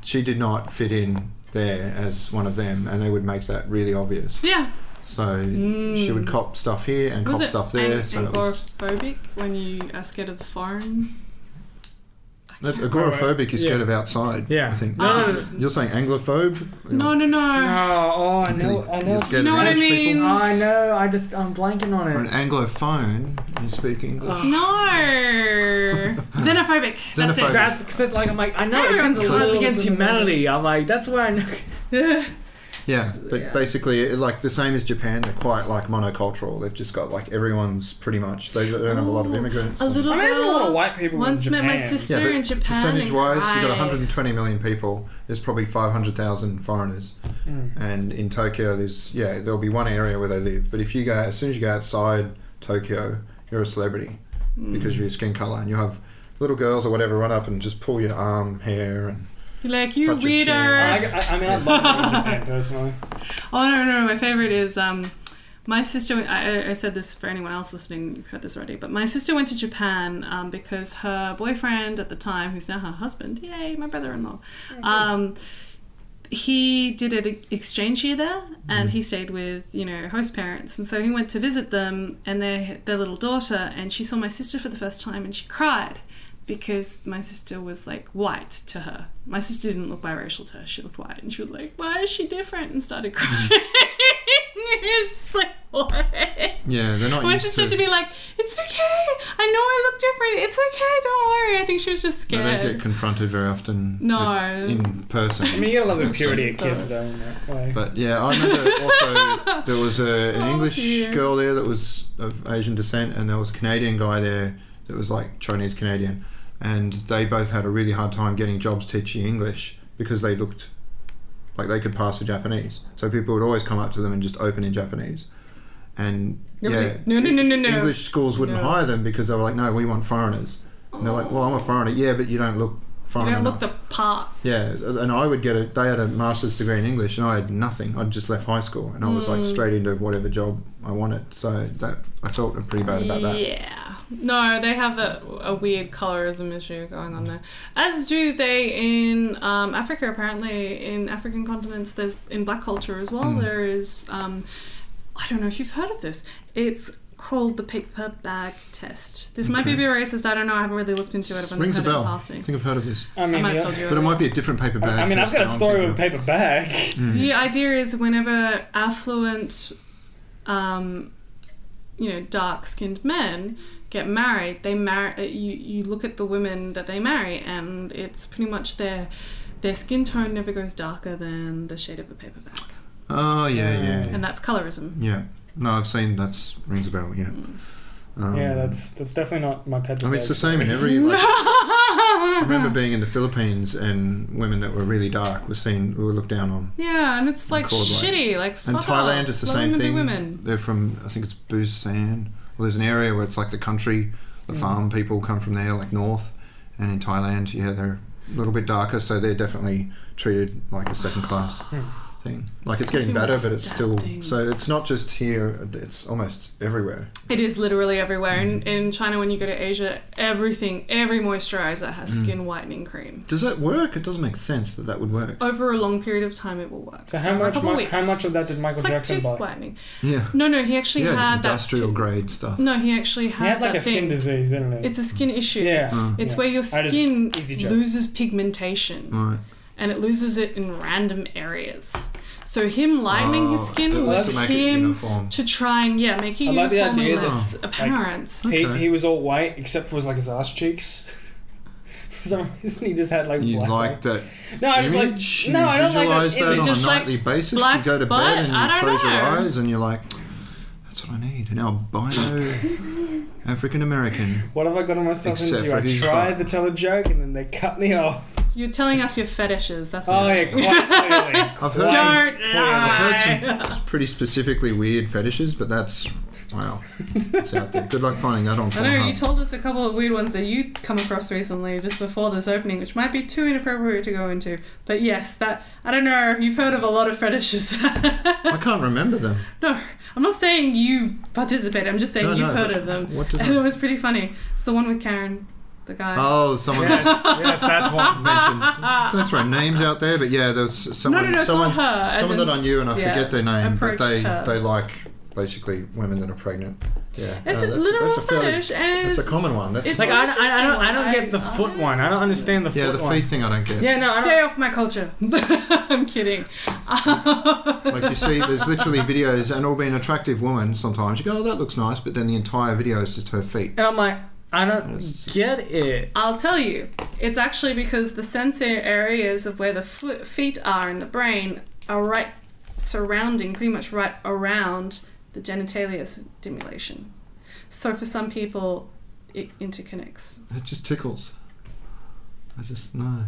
[SPEAKER 1] She did not fit in there as one of them, and they would make that really obvious.
[SPEAKER 2] Yeah.
[SPEAKER 1] So she would cop stuff here and
[SPEAKER 2] Mm. Was
[SPEAKER 1] cop
[SPEAKER 2] it
[SPEAKER 1] stuff there.
[SPEAKER 2] an-
[SPEAKER 1] so it was,
[SPEAKER 2] agoraphobic when you are scared of the foreign? I
[SPEAKER 1] that
[SPEAKER 2] can't-
[SPEAKER 1] agoraphobic is scared
[SPEAKER 3] Yeah.
[SPEAKER 1] of outside.
[SPEAKER 3] Yeah.
[SPEAKER 1] I think.
[SPEAKER 3] No, no, no.
[SPEAKER 1] You're saying anglophobe?
[SPEAKER 2] Uh, Oh. No, no, no.
[SPEAKER 3] No, oh, I know, I
[SPEAKER 1] You're
[SPEAKER 3] know.
[SPEAKER 1] scared
[SPEAKER 2] You know
[SPEAKER 1] of
[SPEAKER 2] what I
[SPEAKER 1] English
[SPEAKER 2] mean?
[SPEAKER 1] people?
[SPEAKER 3] I know. I just I'm blanking
[SPEAKER 1] Or an
[SPEAKER 3] on it.
[SPEAKER 1] Anglophone, you speak English.
[SPEAKER 2] No. Xenophobic. That's it.
[SPEAKER 1] Xenophobic.
[SPEAKER 3] That's because like I'm like I know it's in
[SPEAKER 2] Everyone's a
[SPEAKER 3] Cards
[SPEAKER 2] little
[SPEAKER 3] Against
[SPEAKER 2] bit of a-
[SPEAKER 3] Humanity. I'm like that's where I know.
[SPEAKER 1] yeah, but
[SPEAKER 3] yeah.
[SPEAKER 1] basically, it- like the same as Japan, they're quite like monocultural. They've just got like everyone's pretty much. They don't have a lot of
[SPEAKER 2] Ooh,
[SPEAKER 1] immigrants.
[SPEAKER 2] Oh, A
[SPEAKER 1] and-
[SPEAKER 2] little
[SPEAKER 3] I mean, there's a
[SPEAKER 2] girl
[SPEAKER 3] lot of white people
[SPEAKER 2] Once
[SPEAKER 3] in
[SPEAKER 2] met
[SPEAKER 3] Japan.
[SPEAKER 2] my sister
[SPEAKER 1] but
[SPEAKER 2] in Japan.
[SPEAKER 1] Percentage
[SPEAKER 2] and
[SPEAKER 1] wise, you've got
[SPEAKER 2] cried.
[SPEAKER 1] 120 million people. There's probably 500,000 foreigners,
[SPEAKER 3] Hmm.
[SPEAKER 1] and in Tokyo, there's yeah, there'll be one area where they live. But if you go as soon as you go outside Tokyo, you're a celebrity
[SPEAKER 2] Hmm.
[SPEAKER 1] because of your skin color, and you have little girls or whatever run up and just pull your arm hair and
[SPEAKER 2] You're like, you
[SPEAKER 1] Touch your chin.
[SPEAKER 2] weirdo.
[SPEAKER 3] I, I, I mean, I love going to Japan personally.
[SPEAKER 2] Oh no, no, no! My favorite is um, my sister. I, I- I said this for anyone else listening. You've heard this already, but my sister went to Japan um, because her boyfriend at the time, who's now her husband, yay, my brother-in-law, um, he did an exchange year there, and he stayed with you know host parents, and so he went to visit them and their their little daughter, and she saw my sister for the first time, and she cried. Because my sister was like white to her. My sister didn't look biracial to her, she looked white. And she was like, Why is she different? And started crying.
[SPEAKER 1] Mm.
[SPEAKER 2] it's like, What?
[SPEAKER 1] yeah, they're not
[SPEAKER 2] My
[SPEAKER 1] used
[SPEAKER 2] sister to be like, It's okay. I know I look different. It's okay. Don't worry. I think she was just
[SPEAKER 1] They
[SPEAKER 2] scared.
[SPEAKER 1] don't get confronted very often.
[SPEAKER 2] No.
[SPEAKER 1] with- in person.
[SPEAKER 3] I mean, you gotta love the purity of kids though. In that way.
[SPEAKER 1] But yeah, I remember also there was a, an
[SPEAKER 2] Oh,
[SPEAKER 1] English
[SPEAKER 2] dear.
[SPEAKER 1] girl there that was of Asian descent, and there was a Canadian guy there that was like Chinese Canadian, and they both had a really hard time getting jobs teaching English because they looked like they could pass for Japanese. So people would always come up to them and just open in Japanese, and
[SPEAKER 2] Nobody-
[SPEAKER 1] yeah,
[SPEAKER 2] no, no, no, no, no.
[SPEAKER 1] English schools wouldn't
[SPEAKER 2] No.
[SPEAKER 1] hire them because they were like, no, we want foreigners. And they're like, well, I'm a foreigner. Yeah, but you don't look
[SPEAKER 2] You
[SPEAKER 1] foreign
[SPEAKER 2] don't
[SPEAKER 1] enough.
[SPEAKER 2] look the part.
[SPEAKER 1] Yeah, and I would get a. They had a master's degree in English, and I had nothing. I'd just left high school, and I was
[SPEAKER 2] Hmm.
[SPEAKER 1] like straight into whatever job I wanted. So that I felt pretty bad about that.
[SPEAKER 2] Yeah. No, they have a, a weird colorism issue going on there. As do they in um, Africa, apparently. In African continents, there's in black culture as
[SPEAKER 1] Hmm.
[SPEAKER 2] well, there is, um, I don't know if you've heard of this. It's called the paper bag test. This might be a bit racist, I don't know, I haven't really looked into it. I've only
[SPEAKER 1] Rings a
[SPEAKER 2] heard it in
[SPEAKER 1] bell. I
[SPEAKER 2] passing.
[SPEAKER 1] think I've heard of this,
[SPEAKER 3] I
[SPEAKER 2] I
[SPEAKER 3] mean,
[SPEAKER 2] might have
[SPEAKER 3] yeah.
[SPEAKER 2] told you
[SPEAKER 1] but it might be a different paper bag.
[SPEAKER 3] I mean, I've
[SPEAKER 1] test
[SPEAKER 3] got a
[SPEAKER 1] now, I'm
[SPEAKER 3] story with
[SPEAKER 1] thinking.
[SPEAKER 3] paper bag.
[SPEAKER 1] Hmm. Mm-hmm.
[SPEAKER 2] The idea is whenever affluent, um, you know, dark-skinned men get married, they marry. You you look at the women that they marry, and it's pretty much their their skin tone never goes darker than the shade of a paper bag,
[SPEAKER 1] Oh yeah, yeah,
[SPEAKER 2] and that's colorism.
[SPEAKER 1] yeah. No, I've seen that's rings a bell. Yeah.
[SPEAKER 2] Hmm.
[SPEAKER 1] Um,
[SPEAKER 3] yeah, that's that's definitely not my paper
[SPEAKER 1] I mean,
[SPEAKER 3] bag.
[SPEAKER 1] it's the same in every. Like, I remember being in the Philippines, and women that were really dark were seen were looked down on.
[SPEAKER 2] Yeah, and it's like
[SPEAKER 1] Colorblind.
[SPEAKER 2] shitty. Like fuck
[SPEAKER 1] And Thailand,
[SPEAKER 2] off.
[SPEAKER 1] it's the
[SPEAKER 2] Let
[SPEAKER 1] same
[SPEAKER 2] women be
[SPEAKER 1] thing.
[SPEAKER 2] Women.
[SPEAKER 1] They're from, I think it's Busan. Well, there's an area where it's like the country, the farm people come from there, like north. And in Thailand, yeah, they're a little bit darker, so they're definitely treated like a second class
[SPEAKER 2] Hmm.
[SPEAKER 1] thing. Like it's getting
[SPEAKER 2] Consumer
[SPEAKER 1] better, but it's
[SPEAKER 2] stab
[SPEAKER 1] still.
[SPEAKER 2] things.
[SPEAKER 1] So it's not just here, it's almost everywhere.
[SPEAKER 2] It is literally everywhere. In,
[SPEAKER 1] Mm-hmm.
[SPEAKER 2] in China, when you go to Asia, everything, every moisturizer has
[SPEAKER 1] Mm.
[SPEAKER 2] skin whitening cream.
[SPEAKER 1] Does that work? It doesn't make sense that that would work.
[SPEAKER 2] over a long period of time it will work.
[SPEAKER 3] So how
[SPEAKER 2] a
[SPEAKER 3] much?
[SPEAKER 2] couple
[SPEAKER 3] Mo-
[SPEAKER 2] weeks.
[SPEAKER 3] how much of that did Michael
[SPEAKER 2] it's like
[SPEAKER 3] Jackson
[SPEAKER 2] tooth
[SPEAKER 3] buy?
[SPEAKER 2] whitening.
[SPEAKER 1] Yeah.
[SPEAKER 2] No, no, he actually
[SPEAKER 1] Yeah,
[SPEAKER 2] had that.
[SPEAKER 1] industrial grade stuff.
[SPEAKER 2] No, he actually
[SPEAKER 3] He
[SPEAKER 2] had,
[SPEAKER 3] had like
[SPEAKER 2] that
[SPEAKER 3] a skin
[SPEAKER 2] thing.
[SPEAKER 3] disease, didn't he?
[SPEAKER 2] It's a skin issue.
[SPEAKER 3] yeah.
[SPEAKER 1] Mm.
[SPEAKER 2] It's
[SPEAKER 3] Yeah.
[SPEAKER 2] where your
[SPEAKER 3] I just-
[SPEAKER 2] skin
[SPEAKER 3] easy joke.
[SPEAKER 2] loses pigmentation.
[SPEAKER 1] Right.
[SPEAKER 2] and it loses it in random areas. So him lightening his
[SPEAKER 1] Oh,
[SPEAKER 2] skin
[SPEAKER 1] at least
[SPEAKER 2] was
[SPEAKER 1] to make it
[SPEAKER 2] him
[SPEAKER 1] uniform.
[SPEAKER 2] to try and yeah make it
[SPEAKER 3] I like the
[SPEAKER 2] uniform
[SPEAKER 3] idea
[SPEAKER 2] and
[SPEAKER 3] that,
[SPEAKER 2] less
[SPEAKER 3] like,
[SPEAKER 2] apparent.
[SPEAKER 1] Okay.
[SPEAKER 3] He, he was all white except for his like his ass cheeks. For some reason, he just had like
[SPEAKER 1] You
[SPEAKER 3] black.
[SPEAKER 1] like that
[SPEAKER 3] no, I was
[SPEAKER 1] image?
[SPEAKER 3] like, no,
[SPEAKER 1] you
[SPEAKER 3] I don't like
[SPEAKER 1] visualize
[SPEAKER 3] that image.
[SPEAKER 1] that on a
[SPEAKER 2] Just like
[SPEAKER 1] nightly basis. You
[SPEAKER 2] black
[SPEAKER 1] go to
[SPEAKER 2] butt?
[SPEAKER 1] bed and
[SPEAKER 2] I
[SPEAKER 1] you
[SPEAKER 2] don't
[SPEAKER 1] close your
[SPEAKER 2] know.
[SPEAKER 1] eyes and you're like, that's what I need an albino African American.
[SPEAKER 3] What have I gotten myself
[SPEAKER 1] Except
[SPEAKER 3] into?
[SPEAKER 1] for
[SPEAKER 3] I
[SPEAKER 1] his
[SPEAKER 3] tried
[SPEAKER 1] butt.
[SPEAKER 3] to tell a joke and then they cut me off.
[SPEAKER 2] You're telling us your fetishes. That's
[SPEAKER 3] Oh yeah, quite clearly.
[SPEAKER 1] I've heard, some,
[SPEAKER 2] Don't
[SPEAKER 3] Quite clearly.
[SPEAKER 1] I've
[SPEAKER 2] lie.
[SPEAKER 1] heard some pretty specifically weird fetishes, but that's wow. It's out there. Good luck finding that on
[SPEAKER 2] I know you
[SPEAKER 1] Pornhub.
[SPEAKER 2] told us a couple of weird ones that you come across recently, just before this opening, which might be too inappropriate to go into. But yes, that I don't know. You've heard of a lot of fetishes.
[SPEAKER 1] I can't remember them.
[SPEAKER 2] no, I'm not saying you participate. I'm just saying
[SPEAKER 1] No,
[SPEAKER 2] you've
[SPEAKER 1] no,
[SPEAKER 2] heard
[SPEAKER 1] but
[SPEAKER 2] of them,
[SPEAKER 1] What did
[SPEAKER 2] and it
[SPEAKER 1] I?
[SPEAKER 2] was pretty funny. It's the one with Karen, the guy.
[SPEAKER 1] Oh, someone
[SPEAKER 3] Yes, yes, that's one.
[SPEAKER 1] mentioned. Don't throw names out there, but yeah, there was
[SPEAKER 2] no,
[SPEAKER 1] someone.
[SPEAKER 2] no, no, it's
[SPEAKER 1] someone
[SPEAKER 2] not her. as
[SPEAKER 1] Someone
[SPEAKER 2] in-
[SPEAKER 1] that I knew and I
[SPEAKER 2] yeah,
[SPEAKER 1] forget their name, but
[SPEAKER 2] approached
[SPEAKER 1] they
[SPEAKER 2] her.
[SPEAKER 1] they like basically women that are pregnant. Yeah,
[SPEAKER 2] It's
[SPEAKER 1] Uh,
[SPEAKER 2] a
[SPEAKER 1] that's-
[SPEAKER 2] literal
[SPEAKER 1] that's a fairly-
[SPEAKER 2] fetish, and
[SPEAKER 1] That's a common one. That's
[SPEAKER 2] it's
[SPEAKER 3] Like I, I, I don't, I don't
[SPEAKER 2] Interesting
[SPEAKER 3] get the
[SPEAKER 2] one.
[SPEAKER 3] foot one. I don't understand the
[SPEAKER 1] yeah,
[SPEAKER 3] foot
[SPEAKER 1] the feet
[SPEAKER 3] one.
[SPEAKER 1] thing I don't get.
[SPEAKER 3] Yeah, no, I
[SPEAKER 2] Stay
[SPEAKER 3] don't.
[SPEAKER 2] off my culture. I'm kidding. like
[SPEAKER 1] Like you see, there's literally videos, and it'll be an attractive woman. Sometimes you go, "Oh, that looks nice," but then the entire video is just her feet.
[SPEAKER 3] And I'm like, I don't
[SPEAKER 1] It's-
[SPEAKER 3] get it.
[SPEAKER 2] I'll tell you, it's actually because the sensory areas of where the fo- feet are in the brain are right surrounding, pretty much right around the genitalia stimulation. So for some people, it interconnects.
[SPEAKER 1] It just tickles. I just no.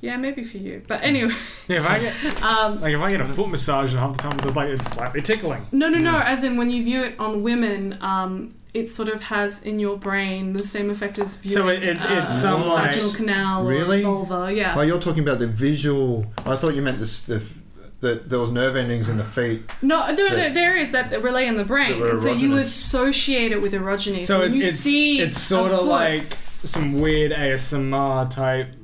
[SPEAKER 2] Yeah, maybe for you. But anyway,
[SPEAKER 3] Yeah, if I get
[SPEAKER 2] um,
[SPEAKER 3] like if I get a foot massage and half the time it's just like it's slightly tickling.
[SPEAKER 2] no, no, no. As in, when you view it on women, um, it sort of has in your brain the same effect as viewing
[SPEAKER 3] So it, it's
[SPEAKER 2] uh,
[SPEAKER 3] it's some
[SPEAKER 1] What?
[SPEAKER 3] like
[SPEAKER 2] vaginal canal
[SPEAKER 1] Really?
[SPEAKER 2] or vulva. Yeah.
[SPEAKER 1] Oh, you're talking about the visual. I thought you meant this. The, that there was nerve endings in the feet.
[SPEAKER 2] No, there,
[SPEAKER 1] that-
[SPEAKER 2] there, there is that relay in the brain,
[SPEAKER 1] That were
[SPEAKER 2] and so you
[SPEAKER 1] erogenous.
[SPEAKER 2] associate it with erogeny.
[SPEAKER 3] so
[SPEAKER 2] So,
[SPEAKER 3] it,
[SPEAKER 2] you
[SPEAKER 3] it's
[SPEAKER 2] see,
[SPEAKER 3] it's sort
[SPEAKER 2] a
[SPEAKER 3] of
[SPEAKER 2] foot.
[SPEAKER 3] like some weird ASMR type.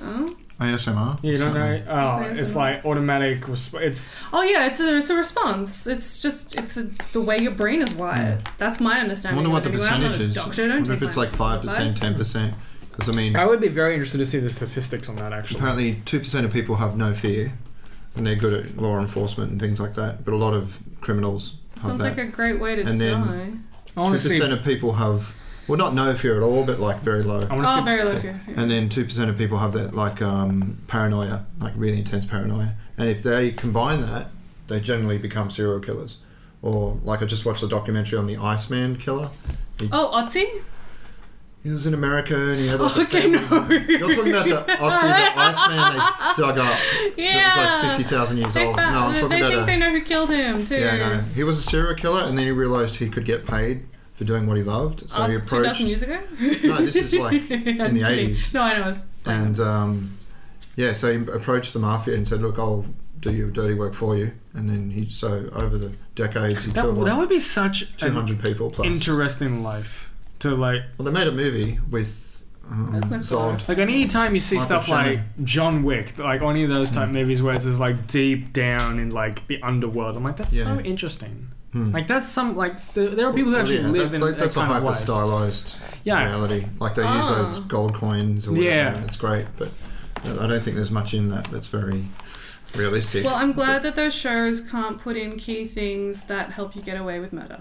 [SPEAKER 2] oh,
[SPEAKER 1] ASMR.
[SPEAKER 3] You don't know?
[SPEAKER 1] something.
[SPEAKER 3] Oh,
[SPEAKER 2] It's
[SPEAKER 3] it's
[SPEAKER 2] ASMR.
[SPEAKER 3] like automatic. Resp- it's
[SPEAKER 2] oh yeah, it's a, it's a response. It's just it's a, the way your brain is wired. That's my
[SPEAKER 1] Hmm. I
[SPEAKER 2] understanding.
[SPEAKER 1] wonder
[SPEAKER 2] of
[SPEAKER 1] what the
[SPEAKER 2] it anyway. I'm not
[SPEAKER 1] percentage
[SPEAKER 2] a
[SPEAKER 1] is.
[SPEAKER 2] Doctor, don't
[SPEAKER 1] wonder if
[SPEAKER 2] take
[SPEAKER 1] it's
[SPEAKER 2] my
[SPEAKER 1] like five percent,
[SPEAKER 2] advice.
[SPEAKER 1] ten percent. Because I mean,
[SPEAKER 3] I would be very interested to see the statistics on that actually.
[SPEAKER 1] apparently 2% of people have no fear and they're good at law enforcement and things like that but a lot of criminals have
[SPEAKER 2] Sounds
[SPEAKER 1] that
[SPEAKER 2] like a great way to
[SPEAKER 1] And then-
[SPEAKER 2] die.
[SPEAKER 3] Honestly,
[SPEAKER 1] 2% of people have well not no fear at all but like very low
[SPEAKER 3] I want to
[SPEAKER 2] Oh,
[SPEAKER 3] see
[SPEAKER 2] very low fear.
[SPEAKER 1] and then 2% of people have that like um, paranoia like really intense paranoia and if they combine that they generally become serial killers or like I just watched a documentary on the Iceman killer
[SPEAKER 2] Oh, Otzi?
[SPEAKER 1] he was in America and he had like a
[SPEAKER 2] Okay,
[SPEAKER 1] family-
[SPEAKER 2] no.
[SPEAKER 1] you're talking about the Otzi the Iceman they dug up that was
[SPEAKER 2] Yeah.
[SPEAKER 1] like 50,000 years
[SPEAKER 2] they
[SPEAKER 1] old no
[SPEAKER 2] found-
[SPEAKER 1] I'm talking
[SPEAKER 2] they
[SPEAKER 1] about
[SPEAKER 2] think
[SPEAKER 1] a,
[SPEAKER 2] they know who killed him too.
[SPEAKER 1] Yeah, no. He was a serial killer, and then he realised he could get paid for doing what he loved. So
[SPEAKER 2] Oh,
[SPEAKER 1] he
[SPEAKER 2] 2,000
[SPEAKER 1] approached,
[SPEAKER 2] years ago?
[SPEAKER 1] No, this is like
[SPEAKER 2] in
[SPEAKER 1] the 80s.
[SPEAKER 2] No, I know. It's
[SPEAKER 1] and um, yeah, so he approached the mafia and said, "Look, I'll do your dirty work for you." And then he, so over the decades, he
[SPEAKER 3] that,
[SPEAKER 1] killed
[SPEAKER 3] that
[SPEAKER 1] like
[SPEAKER 3] would be such
[SPEAKER 1] two
[SPEAKER 3] an
[SPEAKER 1] hundred people plus.
[SPEAKER 3] interesting life to like
[SPEAKER 1] well, they made a movie with um,
[SPEAKER 2] That's not
[SPEAKER 1] Zod.
[SPEAKER 3] Like any time you see
[SPEAKER 1] Michael
[SPEAKER 3] stuff
[SPEAKER 1] Shannon.
[SPEAKER 3] like John Wick, like any of those type
[SPEAKER 1] Mm.
[SPEAKER 3] movies where it's just like deep down in like the underworld, I'm like that's
[SPEAKER 1] Yeah.
[SPEAKER 3] so interesting.
[SPEAKER 1] Hmm.
[SPEAKER 3] Like that's some like there, there are people who
[SPEAKER 1] Well,
[SPEAKER 3] actually
[SPEAKER 1] yeah,
[SPEAKER 3] live
[SPEAKER 1] that-
[SPEAKER 3] in
[SPEAKER 1] that-
[SPEAKER 3] that,
[SPEAKER 1] that's a
[SPEAKER 3] kind of
[SPEAKER 1] hyper
[SPEAKER 3] life.
[SPEAKER 1] stylized
[SPEAKER 3] Yeah.
[SPEAKER 1] reality. Like they use
[SPEAKER 2] Ah.
[SPEAKER 1] those gold coins. Or whatever,
[SPEAKER 3] Yeah.
[SPEAKER 1] and it's great, but uh, I don't think there's much in that that's very realistic.
[SPEAKER 2] Well, I'm glad that those shows can't put in key things that help you get away with murder.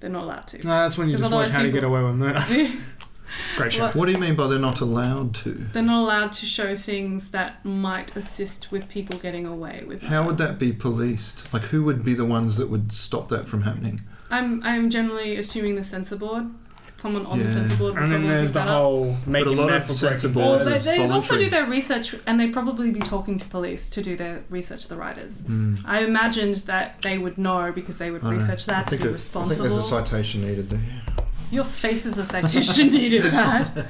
[SPEAKER 2] They're not allowed to.
[SPEAKER 3] No, that's when you
[SPEAKER 2] 'Cause
[SPEAKER 3] just watch
[SPEAKER 2] otherwise
[SPEAKER 3] How to Get
[SPEAKER 2] people-
[SPEAKER 3] Away with Murder. Great show.
[SPEAKER 2] Well-
[SPEAKER 1] What do you mean by they're not allowed to?
[SPEAKER 2] They're not allowed to show things that might assist with people getting away with murder.
[SPEAKER 1] How would that be policed? Like, who would be the ones that would stop that from happening?
[SPEAKER 2] I'm I'm generally assuming the censor board. Someone on the
[SPEAKER 1] Yeah.
[SPEAKER 2] censor board would
[SPEAKER 3] And then
[SPEAKER 2] probably
[SPEAKER 3] there's
[SPEAKER 2] pick
[SPEAKER 3] the
[SPEAKER 2] that up.
[SPEAKER 3] whole making
[SPEAKER 1] lot
[SPEAKER 3] meth
[SPEAKER 1] of
[SPEAKER 3] for
[SPEAKER 1] sensible-
[SPEAKER 3] breaking
[SPEAKER 2] Well,
[SPEAKER 3] balls.
[SPEAKER 2] they,
[SPEAKER 1] it's
[SPEAKER 2] they also
[SPEAKER 1] voluntary.
[SPEAKER 2] do their research, and they probably be talking to police to do their research. The writers,
[SPEAKER 1] Hmm.
[SPEAKER 2] I imagined that they would know because they would
[SPEAKER 1] I don't know.
[SPEAKER 2] research
[SPEAKER 1] I
[SPEAKER 2] that to
[SPEAKER 1] think,
[SPEAKER 2] be
[SPEAKER 1] it- I think
[SPEAKER 2] responsible.
[SPEAKER 1] there's a citation needed there.
[SPEAKER 2] Your face is a citation needed, Pat.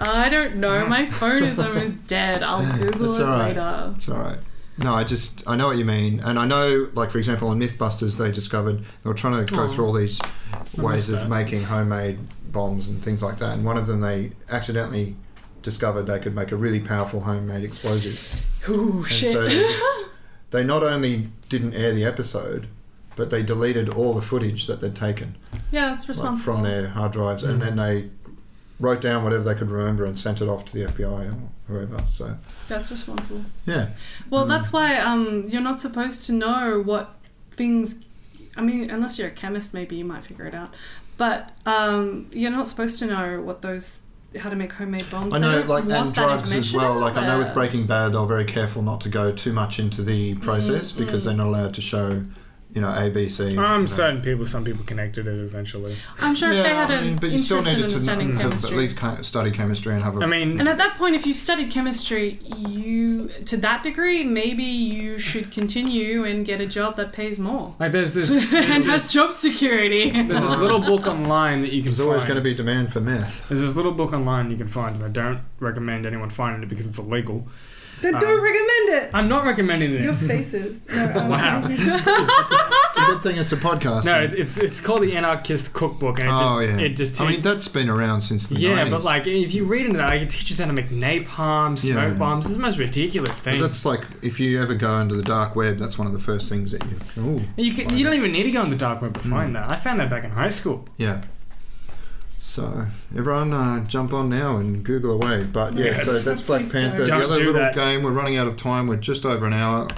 [SPEAKER 2] I don't know. My phone is almost dead. I'll Google
[SPEAKER 1] That's
[SPEAKER 2] it
[SPEAKER 1] all right.
[SPEAKER 2] later.
[SPEAKER 1] It's all right. No, I just I know what you mean, and I know, like for example, on MythBusters, they discovered they were trying to go
[SPEAKER 3] Oh.
[SPEAKER 1] through all these
[SPEAKER 3] I
[SPEAKER 1] ways
[SPEAKER 3] missed
[SPEAKER 1] of
[SPEAKER 3] that.
[SPEAKER 1] making homemade bombs and things like that. And one of them, they accidentally discovered they could make a really powerful homemade explosive.
[SPEAKER 2] Ooh,
[SPEAKER 1] And
[SPEAKER 2] shit.
[SPEAKER 1] so they, just, they not only didn't air the episode, but they deleted all the footage that they'd taken.
[SPEAKER 2] yeah, it's
[SPEAKER 1] like,
[SPEAKER 2] responsible. Hmm.
[SPEAKER 1] from their hard drives, and
[SPEAKER 3] Mm.
[SPEAKER 1] then they wrote down whatever they could remember and sent it off to the FBI or whoever. So
[SPEAKER 2] That's responsible.
[SPEAKER 1] yeah,
[SPEAKER 2] Well,
[SPEAKER 1] Mm.
[SPEAKER 2] that's why um, you're not supposed to know what things. I mean, unless you're a chemist, maybe you might figure it out. But um, you're not supposed to know what those how to make homemade bombs.
[SPEAKER 1] I
[SPEAKER 2] They
[SPEAKER 1] know
[SPEAKER 2] don't
[SPEAKER 1] like
[SPEAKER 2] want
[SPEAKER 1] and
[SPEAKER 2] that
[SPEAKER 1] drugs as
[SPEAKER 2] information
[SPEAKER 1] well.
[SPEAKER 2] out
[SPEAKER 1] Like I know with
[SPEAKER 2] there.
[SPEAKER 1] Breaking Bad, they're very careful not to go too much into the process
[SPEAKER 2] Mm,
[SPEAKER 1] because
[SPEAKER 2] mm.
[SPEAKER 1] they're not allowed to show, you know, A, B, C. you
[SPEAKER 3] I'm
[SPEAKER 1] know.
[SPEAKER 3] Um, certain people, some people connected it eventually.
[SPEAKER 2] I'm sure if they had an interest in understanding
[SPEAKER 1] have
[SPEAKER 2] chemistry.
[SPEAKER 1] at least ki- study chemistry and have a.
[SPEAKER 3] I mean,
[SPEAKER 2] and at that point, if you've studied chemistry, you to that degree, maybe you should continue and get a job that pays more
[SPEAKER 3] like there's this
[SPEAKER 2] and
[SPEAKER 3] there's
[SPEAKER 2] has job security.
[SPEAKER 3] this little book online that you can.
[SPEAKER 1] there's always
[SPEAKER 3] find.
[SPEAKER 1] going to be demand for meth.
[SPEAKER 3] There's this little book online you can find, and I don't recommend anyone finding it because it's illegal.
[SPEAKER 2] then
[SPEAKER 3] Um,
[SPEAKER 2] don't recommend
[SPEAKER 3] I'm not recommending
[SPEAKER 2] it. Your
[SPEAKER 3] it.
[SPEAKER 2] faces. No, um, I'm
[SPEAKER 3] Wow.
[SPEAKER 1] It's a good thing it's a podcast.
[SPEAKER 3] No,
[SPEAKER 1] then.
[SPEAKER 3] it- it's it's called the Anarchist Cookbook, and it
[SPEAKER 1] oh
[SPEAKER 3] just
[SPEAKER 1] yeah.
[SPEAKER 3] it just
[SPEAKER 1] I
[SPEAKER 3] takes-
[SPEAKER 1] mean, that's been around since the
[SPEAKER 3] yeah,
[SPEAKER 1] 90s.
[SPEAKER 3] but like if you read into that, like, it teaches how to make napalm, smoke
[SPEAKER 1] Yeah.
[SPEAKER 3] bombs. It's the most ridiculous
[SPEAKER 1] But
[SPEAKER 3] thing.
[SPEAKER 1] that's like if you ever go into the dark web, that's one of the first things that you. Ooh,
[SPEAKER 3] you, can, you don't even need to go on the dark web
[SPEAKER 1] Hmm.
[SPEAKER 3] to find that. I found that back in high school.
[SPEAKER 1] yeah. So everyone, uh, jump on now and Google away. But yeah,
[SPEAKER 3] Yes.
[SPEAKER 1] so that's Black
[SPEAKER 2] Please don't.
[SPEAKER 1] Panther.
[SPEAKER 3] Don't
[SPEAKER 1] the other
[SPEAKER 3] do
[SPEAKER 1] little
[SPEAKER 3] that.
[SPEAKER 1] game. We're running out of time. We're just over an hour.